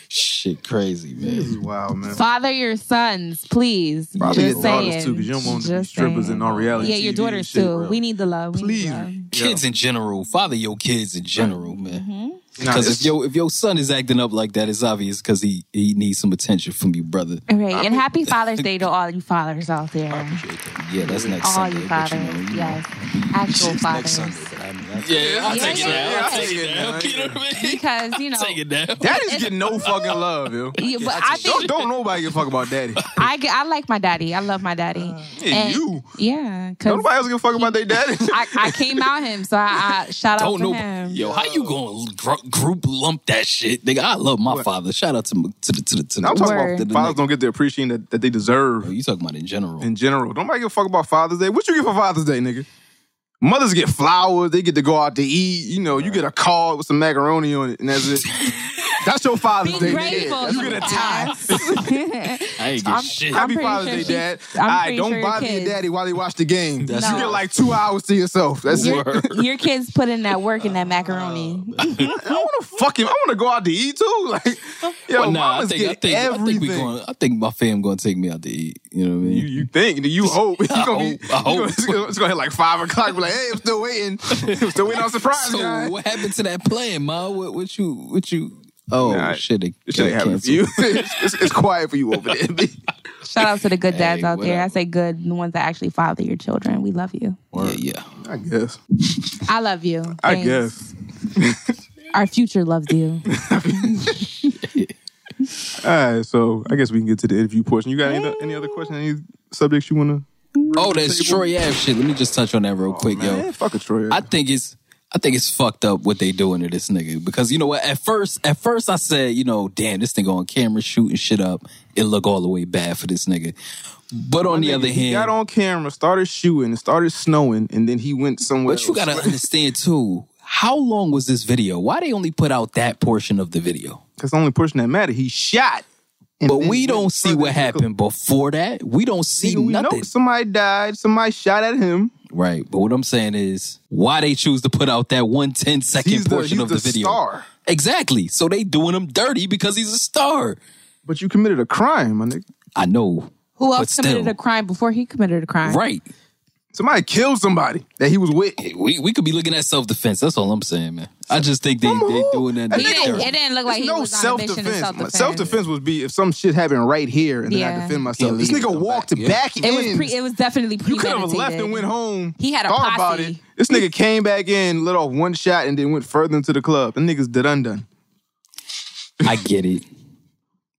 Shit, crazy man. Wow, man. Father your sons, please. Probably Just your daughters saying. too, because you don't want them to be Just strippers saying. and on reality. Yeah, your TV and daughters shit, too. bro. We need the love. We Please, Need the love. Kids in general, father your kids in general, Mm-hmm. man. Nah, Because it's- if your if your son is acting up like that, it's obvious because he he needs some attention from you, brother. All right, and happy Father's Day to all you fathers out there. Yeah, that's next All Sunday. you but fathers, you know, you know. yes, actual Next fathers, Sunday, but I'm not. Yeah, I'll Yeah, take yeah, it down. yeah, I'll I'll take it (laughs) down. You know what I mean? because you know. Take it down. Daddy's getting no fucking love, yo. Yeah, but I Don't, think don't nobody give a fuck (laughs) about daddy. I, get- I like my daddy. I love my daddy. Uh, Yeah, you. Yeah, because Nobody else give a fuck about their daddy. I, I came out him, so I, I shout out Don't to know. him. Yo, how you gonna gr- group lump that shit? Nigga, I love my father. Shout out to m- to the to the to the. Oh, I'm talking Word. (laughs) about fathers don't get the appreciation that, that they deserve You talking about in general? in general. Don't nobody give a fuck about Father's Day. What you get for Father's Day, nigga? Mothers get flowers. They get to go out to eat. You know, you get a card with some macaroni on it, and (laughs) that's it. that's your Father's Be Day. grateful. Nigga. You (laughs) get a tie. (laughs) tie. I ain't get I'm shit. Happy pretty Father's sure Day, she- Dad. I'm All right, pretty don't sure your bother your kids- daddy while they watch the game. That's You No. get like two hours to yourself. That's it. your, (laughs) your kids put in that work in that macaroni. I want to fuck him. I want to go out to eat too. (laughs) Like, yo, Well, nah, I mama's think I get think I think we everything. going. I think my fam gonna take me out to eat. You know what I mean? you, you think? Do you hope? (laughs) It's gonna, be, hope- (laughs) I you gonna- (laughs) hope. it's, gonna, it's gonna hit like five o'clock. Be like, hey, I'm still (laughs) waiting. I'm still waiting on surprise so guy. what happened to that plan, ma? What what you what you? Oh Nah, shit! It, It shouldn't got happen for canceled. you. (laughs) it's, it's- it's quiet for you over there. B. (laughs) Shout out to the good dads Hey, out there. I whatever. say good, the ones that actually father your children. We love you. Yeah, yeah. I guess. I love you. I Thanks. guess. Our future loves (laughs) you. All right. So I guess we can get to the interview portion. You got any, any other questions? Any subjects you wanna? Oh, that's Troy Ave shit. Let me just touch on that real quick, yo. Man, fuck a Troy. I think it's I think it's fucked up what they doing to this nigga because you know what? At first, at first I said, you know, damn, this nigga on camera shooting shit up. It look all the way bad for this nigga. But on the other he hand, got on camera, started shooting, it started snowing, and then he went somewhere. but you (laughs) else. gotta understand too. How long was this video? Why they only put out that portion of the video? That's the only person that mattered. He shot. And But then we went don't see further what to happened before that. We don't go- see We know nothing. somebody died. Somebody shot at him. Right. But what I'm saying is why they choose to put out that one 10 second He's the, portion he's of the the, video. star. Exactly. So they doing him dirty because he's a star. But you committed a crime, my nigga. I know. Who But else committed still. a crime before he committed a crime? Right. Somebody killed somebody that he was with. We we could be looking at self defense. That's all I'm saying, man. I just think they From they who? doing that. He dirty. didn't, it didn't look like he no was on a self mission to defense. self-defense. Self defense would be if some shit happened right here and then I Yeah. defend myself. This leave nigga and come walked back. Yeah. back It in. was pre, it was definitely you premeditated. could have left and went home. He had a thought about posse. it. This nigga came back in, let off one shot, and then went further into the club. The niggas did undone. I get it.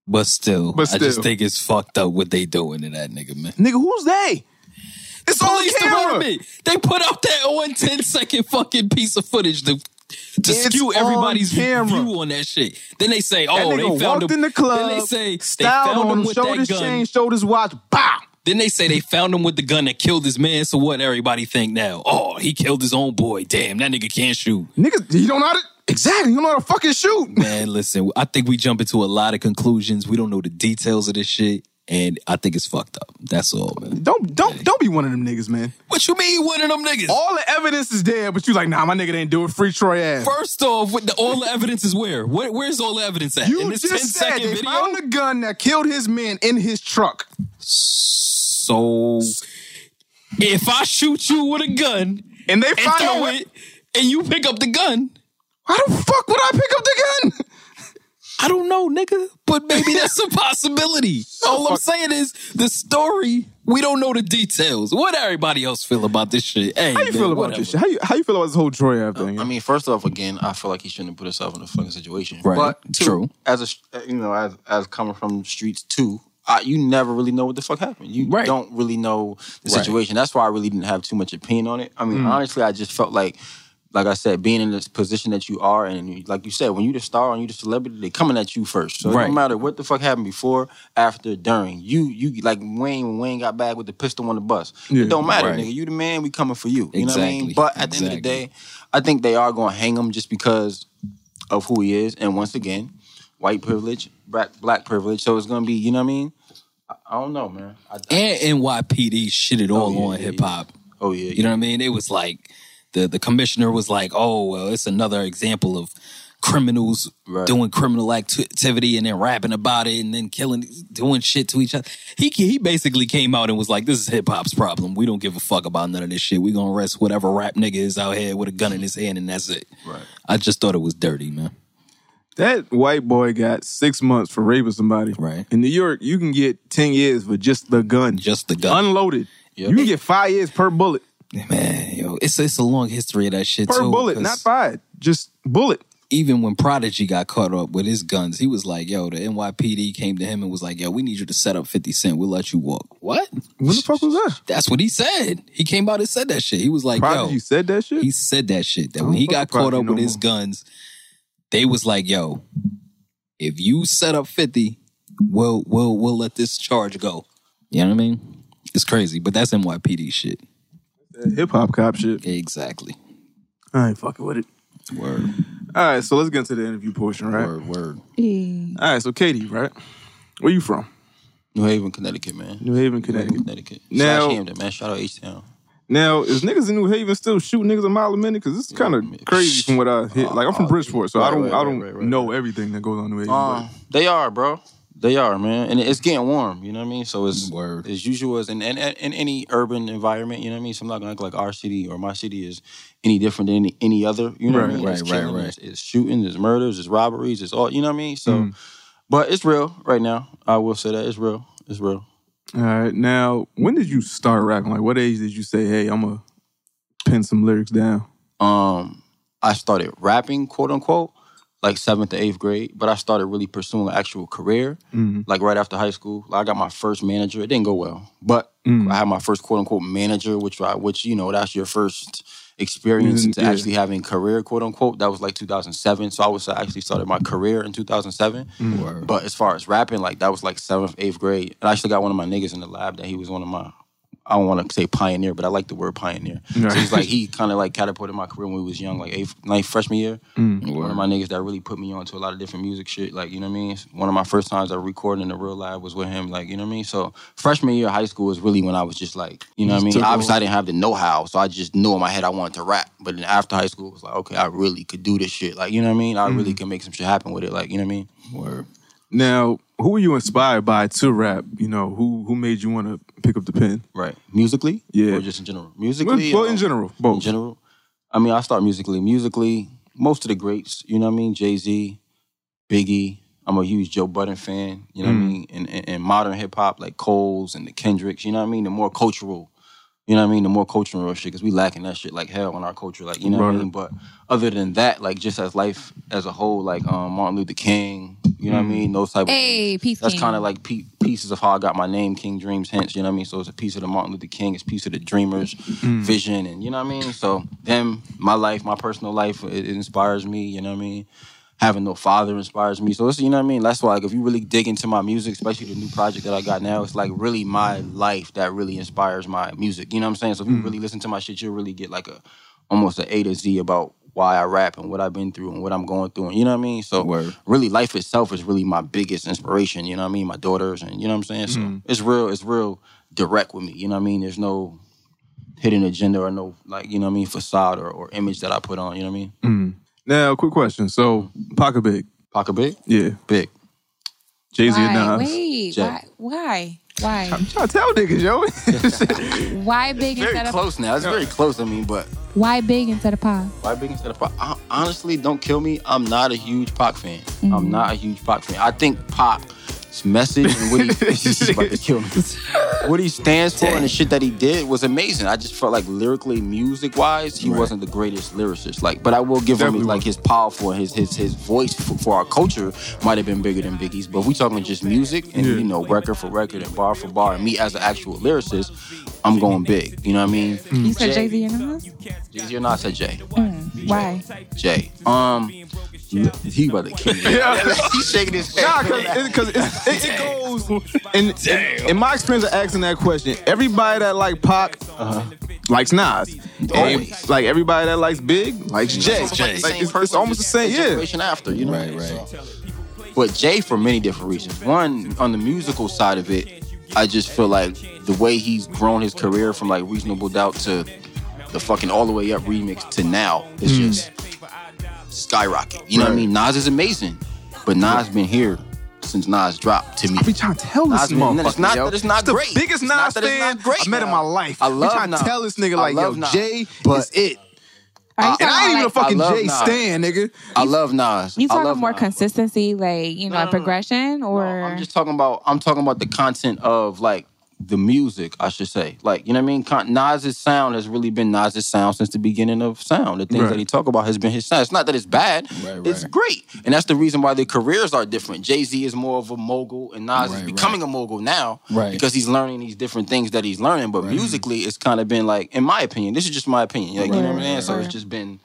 But still, But I just still. think it's fucked up what they doing to that nigga, man. Nigga, who's they? It's on police camera. department. They put out that one 10 second fucking piece of footage to, to It's skew on everybody's camera. view on that shit. Then they say, That oh, nigga they found walked him. in the club. Then they say they styled found on him him, with shoulders that gun. chain, shoulders watch, bow. Then they say they found him with the gun that killed his man. So what everybody think now? Oh, he killed his own boy. Damn, that nigga can't shoot. Niggas, you don't know how to exactly. You don't know how to fucking shoot. Man, listen, I think we jump into a lot of conclusions. We don't know the details of this shit. And I think it's fucked up. That's all, man. Don't don't don't be one of them niggas, man. What you mean one of them niggas? All the evidence is there, but you like, nah, my nigga didn't do it. Free Troy ass. First off, what the, all the evidence is where? where? Where's all the evidence at? you In this just 10 said second they video? found the gun that killed his men in his truck. So if I shoot you with a gun And they and find a throw way- it, and you pick up the gun, Why the fuck would I pick up the gun? I don't know, nigga. But (laughs) maybe that's a possibility. All I'm saying is the story. We don't know the details. What everybody else feel about this shit? Hey, How you feel about this shit? How you how you feel about this whole Troy ass thing? I mean, first off, again, I feel like he shouldn't have put himself in a fucking situation. Right. But two, True. As a uh, you know, as as coming from streets too, I, you never really know what the fuck happened. You Right. don't really know the Right. situation. That's why I really didn't have too much opinion on it. I mean, Mm. honestly, I just felt like. Like I said, being in this position that you are, and you- like you said, when you're the star and you're the celebrity, they coming at you first. So Right. no matter what the fuck happened before, after, during, you you like Wayne when Wayne got back with the pistol on the bus. Yeah. It don't matter, Right. nigga. You the man, we coming for you. You know what I mean? Exactly. But at the end of the Exactly. day, I think they are going to hang him just because of who he is. And once again, white privilege, black black privilege. So it's going to be, you know what I mean? I, I don't know, man. I, I- And NYPD shitted all yeah, on yeah, hip hop. oh yeah, You know what I mean? It was like the the commissioner was like, "Oh, well, it's another example of criminals Right. doing criminal acti- activity and then rapping about it and then killing, doing shit to each other. He he basically came out and was like, "This is hip hop's problem. We don't give a fuck about none of this shit. We gonna arrest whatever rap nigga is out here with a gun in his hand, and that's it." Right. I just thought it was dirty, man. That white boy got six months for raping somebody. Right. In New York, you can get 10 years for just the gun. Just the gun. Unloaded. Yep. You can get five years per bullet. Man, yo, it's it's a long history of that shit Per too. bullet, 'cause not five. Just bullet. Even when Prodigy got caught up with his guns, he was like, "Yo, the NYPD came to him and was like, yo, we need you to set up 50 Cent. We'll let you walk.' What? When the fuck was that? That's what he said. He came out and said that shit. He was like, Prodigy yo, said that shit? he said that shit. That when he fuck got with caught Prodigy up no with his more. guns, they was like, yo, if you set up 50, we'll we'll we'll let this charge go. You know what I mean? It's crazy, but that's NYPD shit. Hip hop cop shit. Exactly. I ain't fucking with it. Word. All right, so let's get into the interview portion, right? Word, word. All right, so Katie, right? Where you from? New Haven, Connecticut, man. New New Haven, Haven, Connecticut. Connecticut. Now- Slash Hamden, man. Shout out H Town. Now, is niggas in New Haven still shooting niggas a mile a minute? Because it's kind of crazy from (laughs) what I hear. Like I'm from Bridgeport, so I Oh, Right, don't right, I don't right, right, right, know everything that goes on in New Haven. Um, they are, bro. They are, man, and it's getting warm. You know what I mean. So it's Word. as usual as in, in, in any urban environment. You know what I mean. So I'm not gonna act like our city or my city is any different than any, any other. You know what I Right, Mm. mean? right, it's right, killing, right. It's, it's shooting. It's murders. It's robberies. It's all. You know what I mean. So, but it's real right now. I will say that it's real. It's real. but- All right, now when did you start rapping? Like what age did you say, hey, I'm gonna pin some lyrics down? um I started rapping, quote unquote, like seventh to eighth grade, but I started really pursuing an actual career, Mm-hmm. Mm-hmm. like right after high school. Like, I got my first manager. It didn't go well, but Mm-hmm. Mm. I had my first quote unquote manager, which I, which you know, that's your first experience Mhm, into yeah. actually having career, quote unquote. That was like 2007, so I was I actually started my career in 2007. Mm. But as far as rapping, like that was like seventh, eighth grade. And I actually got one of my niggas in the lab that he was one of my I don't want to say pioneer, but I like the word pioneer. So he's like he kind of like catapulted my career when we was young, like eighth, ninth freshman year. Mm. One of my niggas that really put me onto a lot of different music shit. Like you know what I mean. One of my first times I recorded in the real lab was with him. Like you know what I mean. So freshman year of high school was really when I was just like you know what I mean. Obviously I didn't have the know how, so I just knew in my head I wanted to rap. But then after high school, it was like okay, I really could do this shit. Like you know what I mean. I Mm-hmm. really can make some shit happen with it. Like you know what I mean. Now, who were you inspired by to rap? You know, who who made you want to pick up the pen? Right. Musically? Yeah. Or just in general? Well, Musically? well, um, in general, both. In general? I mean, I start musically. Musically, most of the greats, you know what I mean? Jay Z, Biggie. I'm a huge Joe Budden fan, you know what I mean? And, and, and modern hip hop, like Coles and the Kendricks, you know what I mean? The more cultural, you know what I mean? The more cultural shit, because we lacking that shit like hell in our culture, like, you know what I Right. mean? But other than that, like, just as life as a whole, like um, Martin Luther King, you Mm-hmm. know what I mean? Those type of Hey, things. Peace That's King. kind of like pe- pieces of how I got my name, King Dreams, hence, you know what I mean? So it's a piece of the Martin Luther King, it's a piece of the Dreamers vision, and you know what I mean? So them, my life, my personal life, it, it inspires me, you know what I mean? Having no father inspires me. So it's, you know what I mean? That's why, like, if you really dig into my music, especially the new project that I got now, it's like really my life that really inspires my music, you know what I'm saying? So if you really listen to my shit, you'll really get like a almost a A to Z about why I rap and what I've been through and what I'm going through. And you know what I mean? So really life itself is really my biggest inspiration. You know what I mean? My daughters and you know what I'm saying? So Mm. it's real, it's real direct with me. You know what I mean? There's no hidden agenda or no like, you know what I mean, facade or, or image that I put on, you know what I mean? Mm. Now, quick question. So, Pocket Big, Pocket big? yeah, Big. Jay Z Why? and Nas. Wait, why? Jack. Why? (laughs) Why? Y'all tell niggas, (laughs) yo. Why (laughs) big Very instead of close now. It's very close, I mean, but why big instead of pop? Why Big instead of Pac? I, honestly, don't kill me. I'm not a huge Pac fan. I'm not a huge Pac fan. I think Pac's Mm-hmm. message and what he (laughs) (laughs) (laughs) he's about to kill me. What he stands for and the shit that he did was amazing. I just felt like lyrically, music wise, he wasn't the greatest lyricist. Like, but I will give Definitely him like his powerful, his his his voice for, for our culture might have been bigger than Biggie's. But we talking just music and you know record for record and bar for bar. And me as an actual lyricist, I'm going big. You know what I mean? You said Jay Z and Nas? You're not said Jay. Why? Jay. Um, he about to kill me. (laughs) He's shaking (laughs) his head. Nah, because it, it goes. In, in, in my experience of asking that question, everybody that like Pac Uh-huh. likes Nas. And, Always. like everybody that likes Big likes (laughs) Jay. It's Jay. Like it's, it's almost the same. Yeah. Generation after, you know. Right, right. But Jay for many different reasons. One, on the musical side of it, I just feel like the way he's grown his career from like Mm. Reasonable Doubt to the fucking all the way up remix to now is just skyrocket. You know what I Right. mean? Nas is amazing, but Nas been here since Nas dropped to me. I be trying to tell this Nas been- motherfucker. it's not yo. that it's not the great. biggest It's Nas not that it's fan not great. I met in my life. I be love trying to Nas. tell this I nigga like, yo, love Nas. Jay But- is it. Are you And talking I ain't even about, a fucking I love Jay Nas. stan, nigga. I love Nas. you I talking love more Nas. consistency, like you know, progression, or No, I'm just talking about I'm talking about the content of like the music, I should say. Like, you know what I mean? Con- Nas's sound has really been Nas's sound since the beginning of sound. The things Right. that he talk about has been his sound. It's not that it's bad. Right, It's right. great. And that's the reason why their careers are different. Jay-Z is more of a mogul and Nas is Right, becoming a mogul now Right. because he's learning these different things that he's learning. But musically it's kind of been like, in my opinion, this is just my opinion. Like, you know what I'm Right, saying? So right. it's just been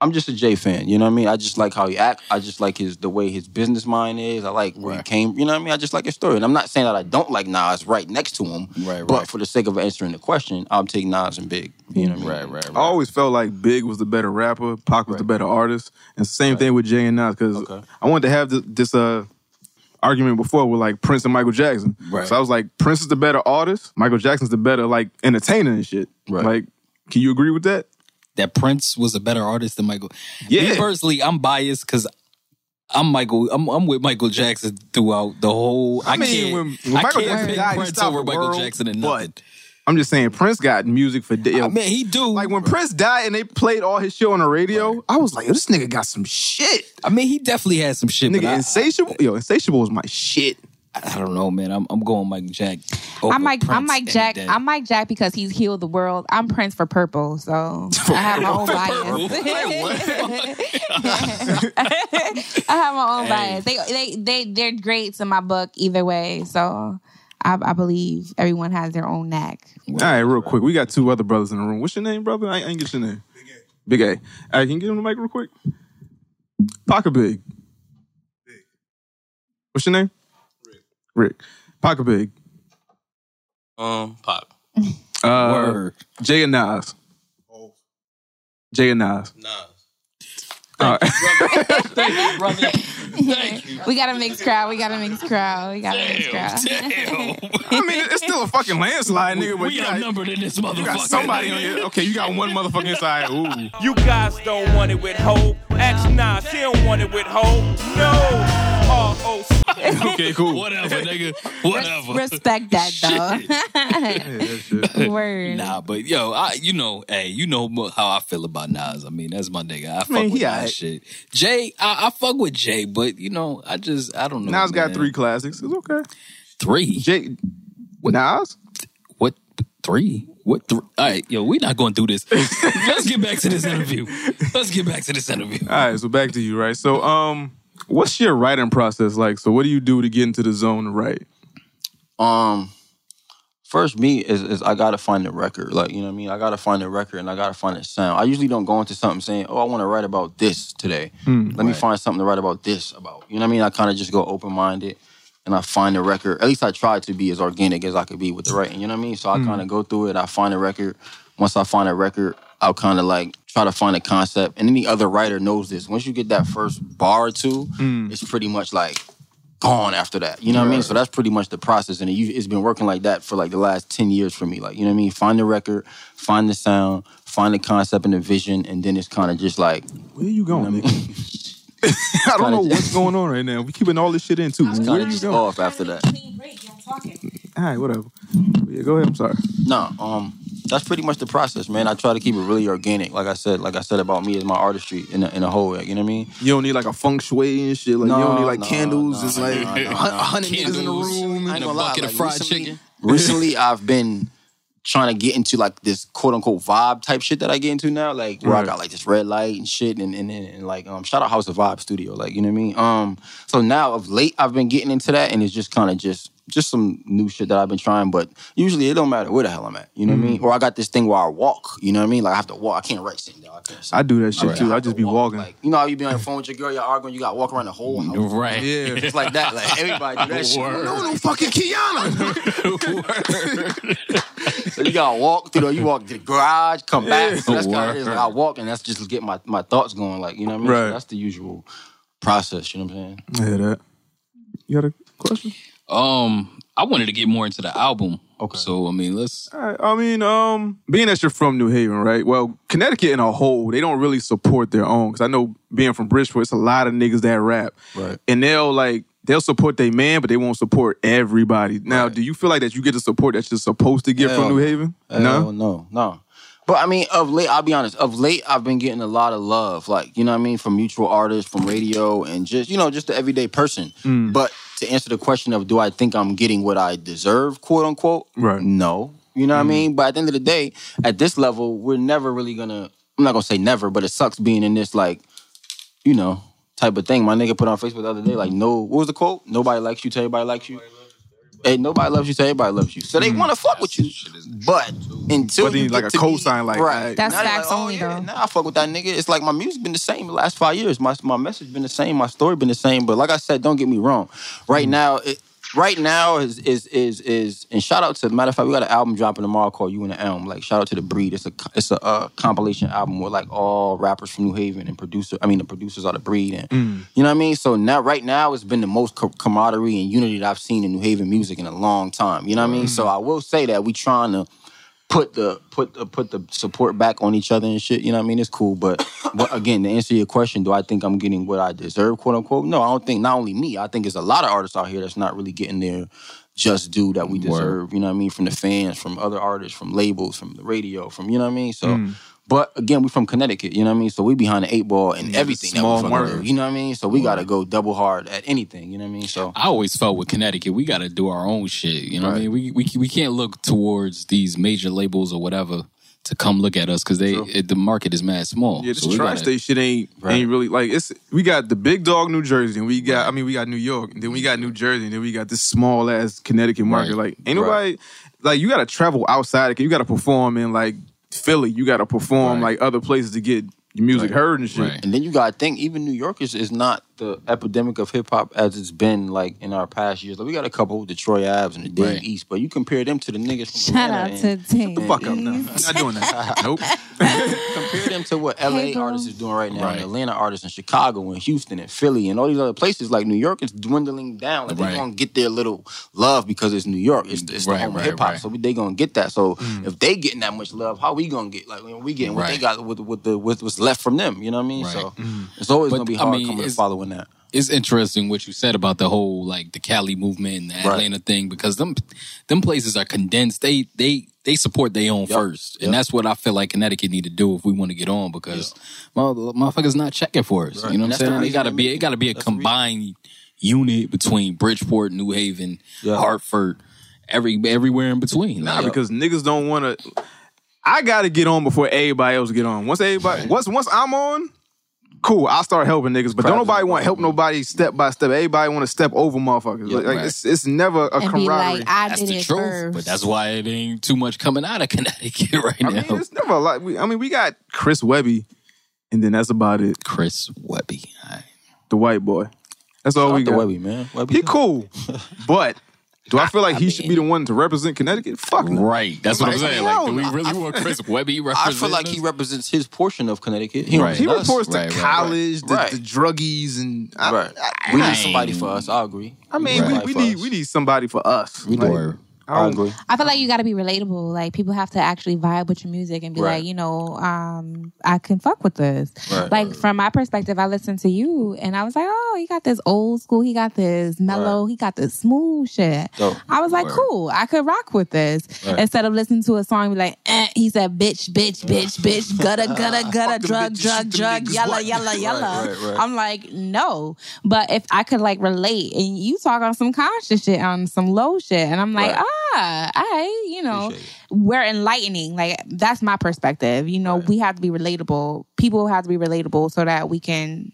I'm just a Jay fan. You know what I mean? I just like how he act. I just like his the way his business mind is. I like where he Right. came. You know what I mean? I just like his story. And I'm not saying that I don't like Nas right next to him. Right, But right. for the sake of answering the question, I'll take Nas and Big. You know what I mean? Right, right, I right. always felt like Big was the better rapper, Pac was the better artist, and same thing with Jay and Nas. Because I wanted to have this, this uh, argument before with like Prince and Michael Jackson. Right. So I was like, Prince is the better artist, Michael Jackson's the better like entertainer and shit. Right. Like, can you agree with that? that Prince was a better artist than Michael. Yeah. Me personally, I'm biased because I'm Michael. I'm, I'm with Michael Jackson throughout the whole. I, I mean, can't. when- when I Michael can't Jackson pick died, he Prince stopped over the Michael world, Jackson and but- nothing. I'm just saying, Prince got music for days. I mean, he do. like when Prince died and they played all his shit on the radio, I was like, yo, this nigga got some shit. I mean, he definitely had some shit. Nigga, but I- insatiable. yo, insatiable was my shit. I, I don't know, man. I'm, I'm going Mike Jack. over I'm Mike. I'm Prince Mike any Jack. day. I'm Mike Jack because he's healed the world. I'm Prince for purple, (laughs) so I have my own (laughs) bias. I have my own bias. They they they they're greats in my book either way. So I, I believe everyone has their own knack. All right, real quick. We got two other brothers in the room. What's your name, brother? I, I ain't get your name. Big A. All right, can you get him the mic real quick? Pocket Big. What's your name? Rick. Rick. Pocket Big. Um, Pop. Uh, Word. Jay and Nas. Jay and Nas. Nas. All right. (laughs) (laughs) We got a mixed crowd. We got a mixed crowd. We got a mixed crowd. I mean, it's still a fucking landslide, nigga. But you got, you in this motherfucker. got somebody on here. Okay, you got one motherfucker inside. Ooh. You guys don't want it with hope. Ask Nas, he don't want it with hope. No. R O C. (laughs) Okay, cool. Whatever, nigga. (laughs) Respect that Yeah, that shit. though. (laughs) Word. Nah, but yo, I you know, hey, you know mo- how I feel about Nas. I mean, that's my nigga. I fuck Man, with he Nas aight. shit. Jay, I, I fuck with Jay, but you know, I just I don't know. Nas got man. three classics. It's okay. Three. Jay, Nas? what three? What three? All right, yo, we not going through this. (laughs) Let's get back to this interview. Let's get back to this interview. All right, so back to you, right? So, um, what's your writing process like? So, what do you do to get into the zone to write? Um, first, me is, is I gotta find the record. Like, you know what I mean? I gotta find the record and I gotta find the sound. I usually don't go into something saying, "Oh, I want to write about this today." Mm, Let me find something to write about this about. You know what I mean? I kind of just go open minded. And I find the record. At least I try to be as organic as I could be with the writing. You know what I mean? So Mm. I kind of go through it. I find a record. Once I find a record, I'll kind of like try to find a concept. And any other writer knows this. Once you get that first bar or two, Mm. it's pretty much like gone after that. You know what I mean? So that's pretty much the process, and it, u- it's been working like that for like the last ten years for me. Like you know what I mean? Find the record, find the sound, find the concept and the vision, and then it's kind of just like Where you going? nigga? (laughs) I don't know what's going on right now. We keeping all this shit in too. Where kind you of just going? All off after that. right, whatever. Yeah, go ahead. I'm sorry. No, um, that's pretty much the process, man. I try to keep it really organic. Like I said, like I said about me is my artistry in a, in a whole. You know what I mean? You don't need like a feng shui and shit. Like you don't No, need like no, candles. no, It's like no, no, a no. hundred niggas in the room. I and ain't a gonna lie, bucket of like, fried recently- chicken. recently I've been trying to get into like this quote unquote vibe type shit that I get into now, like where Right. I got like this red light and shit, and and, and, and, like um shout out House of Vibe Studio, like you know what I mean. Um, so now of late I've been getting into that, and it's just kind of just just some new shit that I've been trying, but usually it don't matter where the hell I'm at, you know what I mean. Or I got this thing where I walk, you know what I mean. Like I have to walk, I can't write sitting down. I can't. sit I do that shit down. too. I have just to be walk. walking. Like, you know how you be on the phone with your girl, you're arguing, you got to walk around the (laughs) whole house. Right. yeah. (laughs) It's like that. Like everybody do (laughs) that shit. No, no fucking Kiana. (laughs) so you gotta walk through. The, you walk to the garage, come back. So that's kind of is. Like, I walk and that's just get my, my thoughts going. Like you know what I mean. So Right. that's the usual process. You know what I'm saying? I hear that. You got a question? Um, I wanted to get more into the album. Okay. So I mean, let's I I mean, uh, um, being that you're from New Haven, right? Well, Connecticut in a whole, they don't really support their own. Because I know being from Bridgeport, it's a lot of niggas that rap. Right. And they'll like they'll support their man, but they won't support everybody. Now, do you feel like that you get the support that you're supposed to get Hell from New Haven? Hell no, no. But I mean, of late, I'll be honest. Of late, I've been getting a lot of love, like you know what I mean, from mutual artists, from radio, and just you know, just the everyday person. Mm. Mm. But to answer the question of, do I think I'm getting what I deserve, quote unquote? Right. Mm-hmm. No, you know what I mean. But at the end of the day, at this level, we're never really gonna. I'm not gonna say never, but it sucks being in this like, you know, type of thing. My nigga put on Facebook the other day, like, no, what was the quote? Nobody likes you till everybody likes you. Hey, nobody loves you till everybody loves you. So they want to fuck with you, but until But then, you Mm. like, get to a cosign, be- like, right. That's Now they're facts like, "Oh, only, yeah, though. Nah, I fuck with that nigga. It's like my music been the same the last five years. My my message been the same. My story been the same. But like I said, don't get me wrong. Right now, it, right now is is is is and shout out to matter of fact, we got an album dropping tomorrow called You and the Elm. Like shout out to the Breed. It's a co- it's a uh, compilation album with like all rappers from New Haven and producer. I mean, the producers are the Breed and you know what I mean. So now right now it's been the most co- camaraderie and unity that I've seen in New Haven music in a long time. You know what I mean. So I will say that we trying to put the put the, put the support back on each other and shit. You know what I mean? It's cool, but but again, to answer your question, do I think I'm getting what I deserve? Quote unquote. No, I don't think. Not only me, I think there's a lot of artists out here that's not really getting their just due that we deserve. You know what I mean? From the fans, from other artists, from labels, from the radio, from you know what I mean? So. But again, we from Connecticut, you know what I mean? So we behind the eight ball and everything small that we fucking market. do, you know what I mean? So we gotta go double hard at anything, you know what I mean? So I always felt with Connecticut, we got to do our own shit. You know what I mean? We, we we can't look towards these major labels or whatever to come look at us because they it, the market is mad small. Yeah, this So we tri gotta- state shit ain't ain't really like it's. We got the big dog New Jersey, and we got I mean we got New York, and then we got New Jersey, and then we got this small ass Connecticut market. Right. Like ain't nobody like you got to travel outside. You got to perform in like Philly. You got to perform Right. like other places to get your music heard and shit. Right. And then you gotta think, even New York is, is not the epidemic of hip hop as it's been like in our past years. Like we got a couple with the Troy Abs and the Dave Right. East, but you compare them to the niggas from Shout Atlanta out to and T. Fuck up, no, I'm not (laughs) doing that. nope. (laughs) compare them to what LA girl. artists is doing right now, Right. and Atlanta artists in Chicago and Houston and Philly and all these other places. Like New York is dwindling down. Like Right. they gonna get their little love because it's New York. It's, it's Right, the home right, of hip hop. right. Mm. So we, they gonna get that. So if they getting that much love, how we gonna get like when we getting what they Right. got with with the with what's left from them? You know what I mean? Right. So Mm. it's always But, gonna be I hard mean, coming it's- to following that. it's interesting what you said about the whole like the Cali movement and the Right. Atlanta thing because them them places are condensed. They they they support their own first, and that's what I feel like Connecticut need to do if we want to get on because mother- motherfuckers not checking for us. You know And what I'm that's the saying? It reason gotta they be make it gotta be a That's the reason. combined unit between Bridgeport, New Haven, Yeah. Hartford, every everywhere in between. Nah, Like, because niggas don't want to. I gotta get on before everybody else get on. Once everybody, once once I'm on, cool. I'll start helping niggas. But Crabs don't nobody in the want help nobody step by step. Everybody want to step over motherfuckers. like right. it's it's never a And be camaraderie. like, I that's did the it truth, first. but that's why it ain't too much coming out of (laughs) Connecticut right I mean, now. it's never like we, I mean, we got Chris Webby, and then that's about it. Chris Webby, All right. The white boy. That's all we Fuck the got. Webby, man. Webby He good. (laughs) cool, but do I feel like he should be the one to represent Connecticut? Fuck no. right? That's what I'm Like, saying. Like, do we hell, really want Chris Webby? (laughs) I feel like representing he us? represents his portion of Connecticut. He, Right. He represents us. reports to right, right, right. college, the- Right. The, druggies, and I, Right. I- we I- need somebody for us. I agree. I mean, Right. we, we need we need somebody for us. Like, Or- I I don't- agree. I feel like you got to be relatable. Like people have to actually vibe with your music and be Right. like, you know, um, I can fuck with this. Right. Like from my perspective, I listened to you and I was like, oh, he got this old school, he got this mellow, he got this smooth shit. Dope. I was like, cool, I could rock with this Right. instead of listening to a song and be like, eh, he said, bitch, bitch, bitch, bitch, gutta, (laughs) gutta, gutta, drug, drug, drug, yalla, yalla, yalla. right, right. I'm like, no. But if I could like relate and you talk on some conscious shit, on some low shit, and I'm like, Right. ah, I, you know, Appreciate it. we're enlightening. Like that's my perspective. You know, we have to be relatable. People have to be relatable so that we can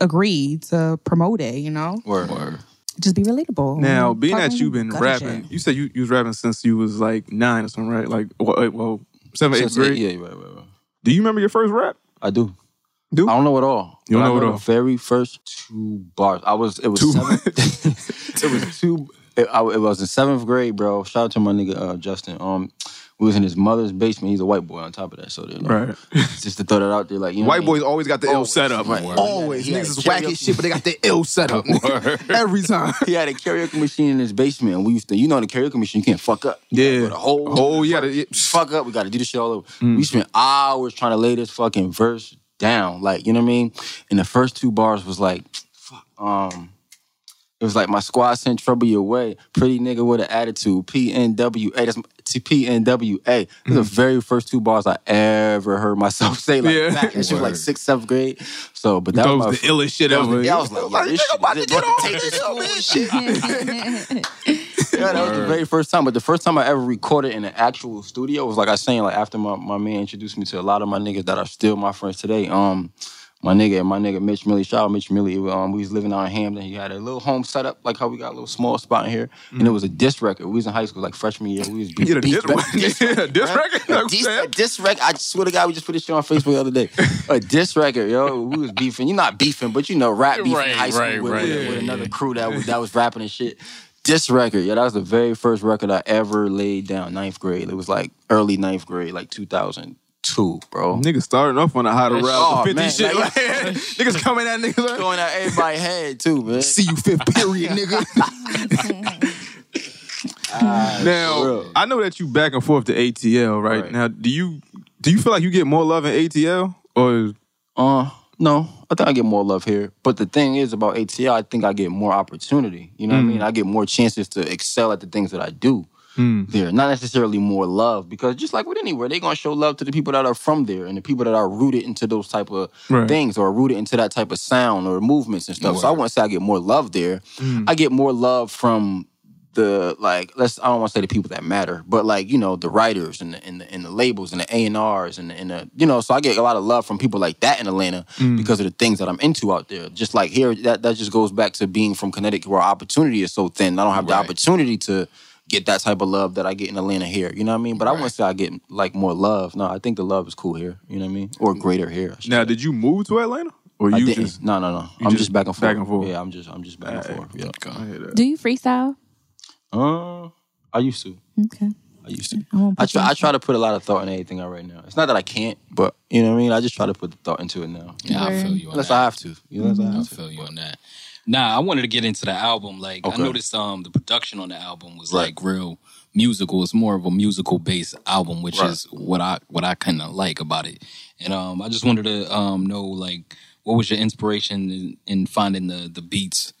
agree to promote it, you know? Word. Just be relatable. Now, being Talking that you've been gutter rapping, shit. you said you, you was rapping since you was like nine or something, right? Like, well, eight, well seven, eighth Since eight- grade. yeah, right, right, right. Do you remember your first rap? I do. Do? I don't know it all. You don't But I know it all. The very first two bars. I was. It was Two seven. (laughs) it was two. It, I, it was in seventh grade, bro. Shout out to my nigga uh, Justin. Um, we was in his mother's basement. He's a white boy. On top of that, so you know, just to throw that out there, like you know, what I White mean? boys always got the ill Always, setup. right. Always. He had a- Niggas he is had a wacky karaoke- as shit, but they got the (laughs) ill setup. Every time. he had a karaoke machine in his basement, and we used to, you know, in the karaoke machine, you can't fuck up. You gotta Yeah. go the whole, Oh, yeah. Mm. the- fuck up. We got to do this shit all over. We spent hours trying to lay this fucking verse down. Like, you know what I mean? And the first two bars was like, fuck, um, it was like my squad sent trouble your way. Pretty nigga with an attitude. PNWA. That's my- T- PNWA. Those are the very first two bars I ever heard myself (laughs) say. Like, Mm. Yeah. back. And she was like Word. sixth, seventh grade. So, but that was, Thought it my was the illest shit that was ever. the- yeah, I was like, yeah, this shit about to get on this (laughs) shit. Yeah, that was the very first time. But the first time I ever recorded in an actual studio was like I saying, like after my, my man introduced me to a lot of my niggas that are still my friends today. Um, my nigga and my nigga Mitch Millie, shout out Mitch Millie. Um, we was living out in Hamden. He had a little home set up, like how we got a little small spot in here, and it was a disc record. We was in high school, like freshman year. We was beat, Mm. Get a beat diss record. (laughs) Yeah, diss right? record. (laughs) A diss, a diss record. I swear to God, we just put this shit on Facebook the other day. A diss record, yo. We was beefing. You're not beefing, but you know, rap beef Right, in high school right, with, right. with- Yeah, with yeah, another yeah. crew that was, that was rapping and shit. This record, yeah, that was the very first record I ever laid down. Ninth grade. It was like early ninth grade, like 2002, bro. Niggas starting off on a how to rap Oh, 50 man, shit. like- (laughs) niggas coming at niggas like, Going at everybody's head too, man. (laughs) see you fifth (laughs) period, nigga. (laughs) now real. I know that you back and forth to ATL, right? Right. Now, do you do you feel like you get more love in ATL or Uh, no, I think I get more love here. But the thing is about ATL, I think I get more opportunity. You know Hmm. what I mean? I get more chances to excel at the things that I do Mm-hmm. there. Not necessarily more love, because just like with anywhere, they're gonna show love to the people that are from there and the people that are rooted into those type of Right. things or rooted into that type of sound or movements and stuff. So I wouldn't say I get more love there. I get more love from the like let's I don't want to say the people that matter, but like you know the writers and the and the, and the labels and the A and R's and the, and the you know so I get a lot of love from people like that in Atlanta because of the things that I'm into out there. Just like here, that that just goes back to being from Connecticut where opportunity is so thin. I don't have the opportunity to get that type of love that I get in Atlanta here. You know what I mean? But I wouldn't say I get like more love. No, I think the love is cool here. You know what I mean? Or greater here. I should now? say. Did you move to Atlanta or I you didn't. just? no no no. you I'm just, just back and forth. back and forth. Yeah, I'm just I'm just back and forth. Yeah. Do you freestyle? Uh, I used to. Okay. I used to. won't I put you try. on I try to put a lot of thought in anything I write now. It's not that I can't, but you know what I mean. I just try to put the thought into it now, Yeah, I feel you. On unless that. I have to. You know, unless I I have to. feel you on that. Nah, I wanted to get into the album. Like Okay. I noticed um the production on the album was Right. like real musical. It's more of a musical based album, which Right. is what I what I kinda like about it. And um I just wanted to um know like what was your inspiration in, in finding the the beats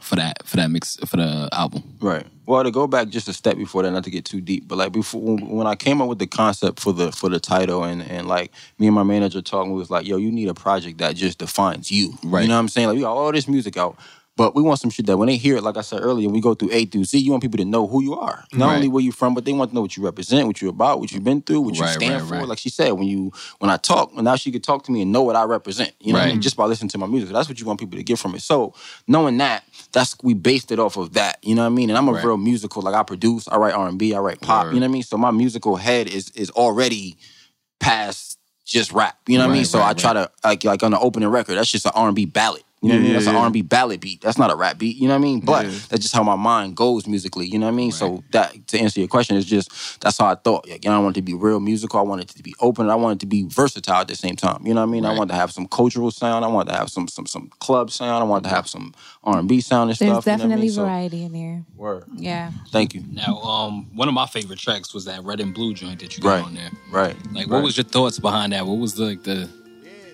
for that for that mix for the album? Uh-huh. Right. Well, to go back just a step before that, not to get too deep, but like before when, when I came up with the concept for the for the title, and and like me and my manager talking, we was like, "Yo, you need a project that just defines you." Right. You know what I'm saying? Like we got all this music out. But we want some shit that when they hear it, like I said earlier, we go through A through Z. You want people to know who you are, not Right. only where you from, but they want to know what you represent, what you're about, what you've been through, what you Right, stand right, for. right. Like she said, when you when I talk, now she could talk to me and know what I represent. You know, what I Right. mean? just by listening to my music. That's what you want people to get from it. So knowing that, that's we based it off of that. You know what I mean? And I'm a Right. real musical. Like I produce, I write R and B, I write pop. You know what I mean? So my musical head is is already past just rap. You know what I mean? Right, So right, I try to like like on the opening record, that's just an R and B ballad. You know what I mean? Yeah, That's yeah, an yeah. R and B ballad beat. That's not a rap beat. You know what I mean? But that's just how my mind goes musically. You know what I mean? So that to answer your question, it's just that's how I thought. Like, you know, I want it to be real musical. I want it to be open. I want it to be versatile at the same time. You know what I mean? I Right. want to have some cultural sound. I want to have some some some club sound. I want Mm-hmm. to have some R and B sound and There's stuff. definitely you know what I mean? variety in there. So, word. Yeah. Thank you. Now, um one of my favorite tracks was that red and blue joint that you got Right. on there. Right. Like right. what was your thoughts behind that? What was like the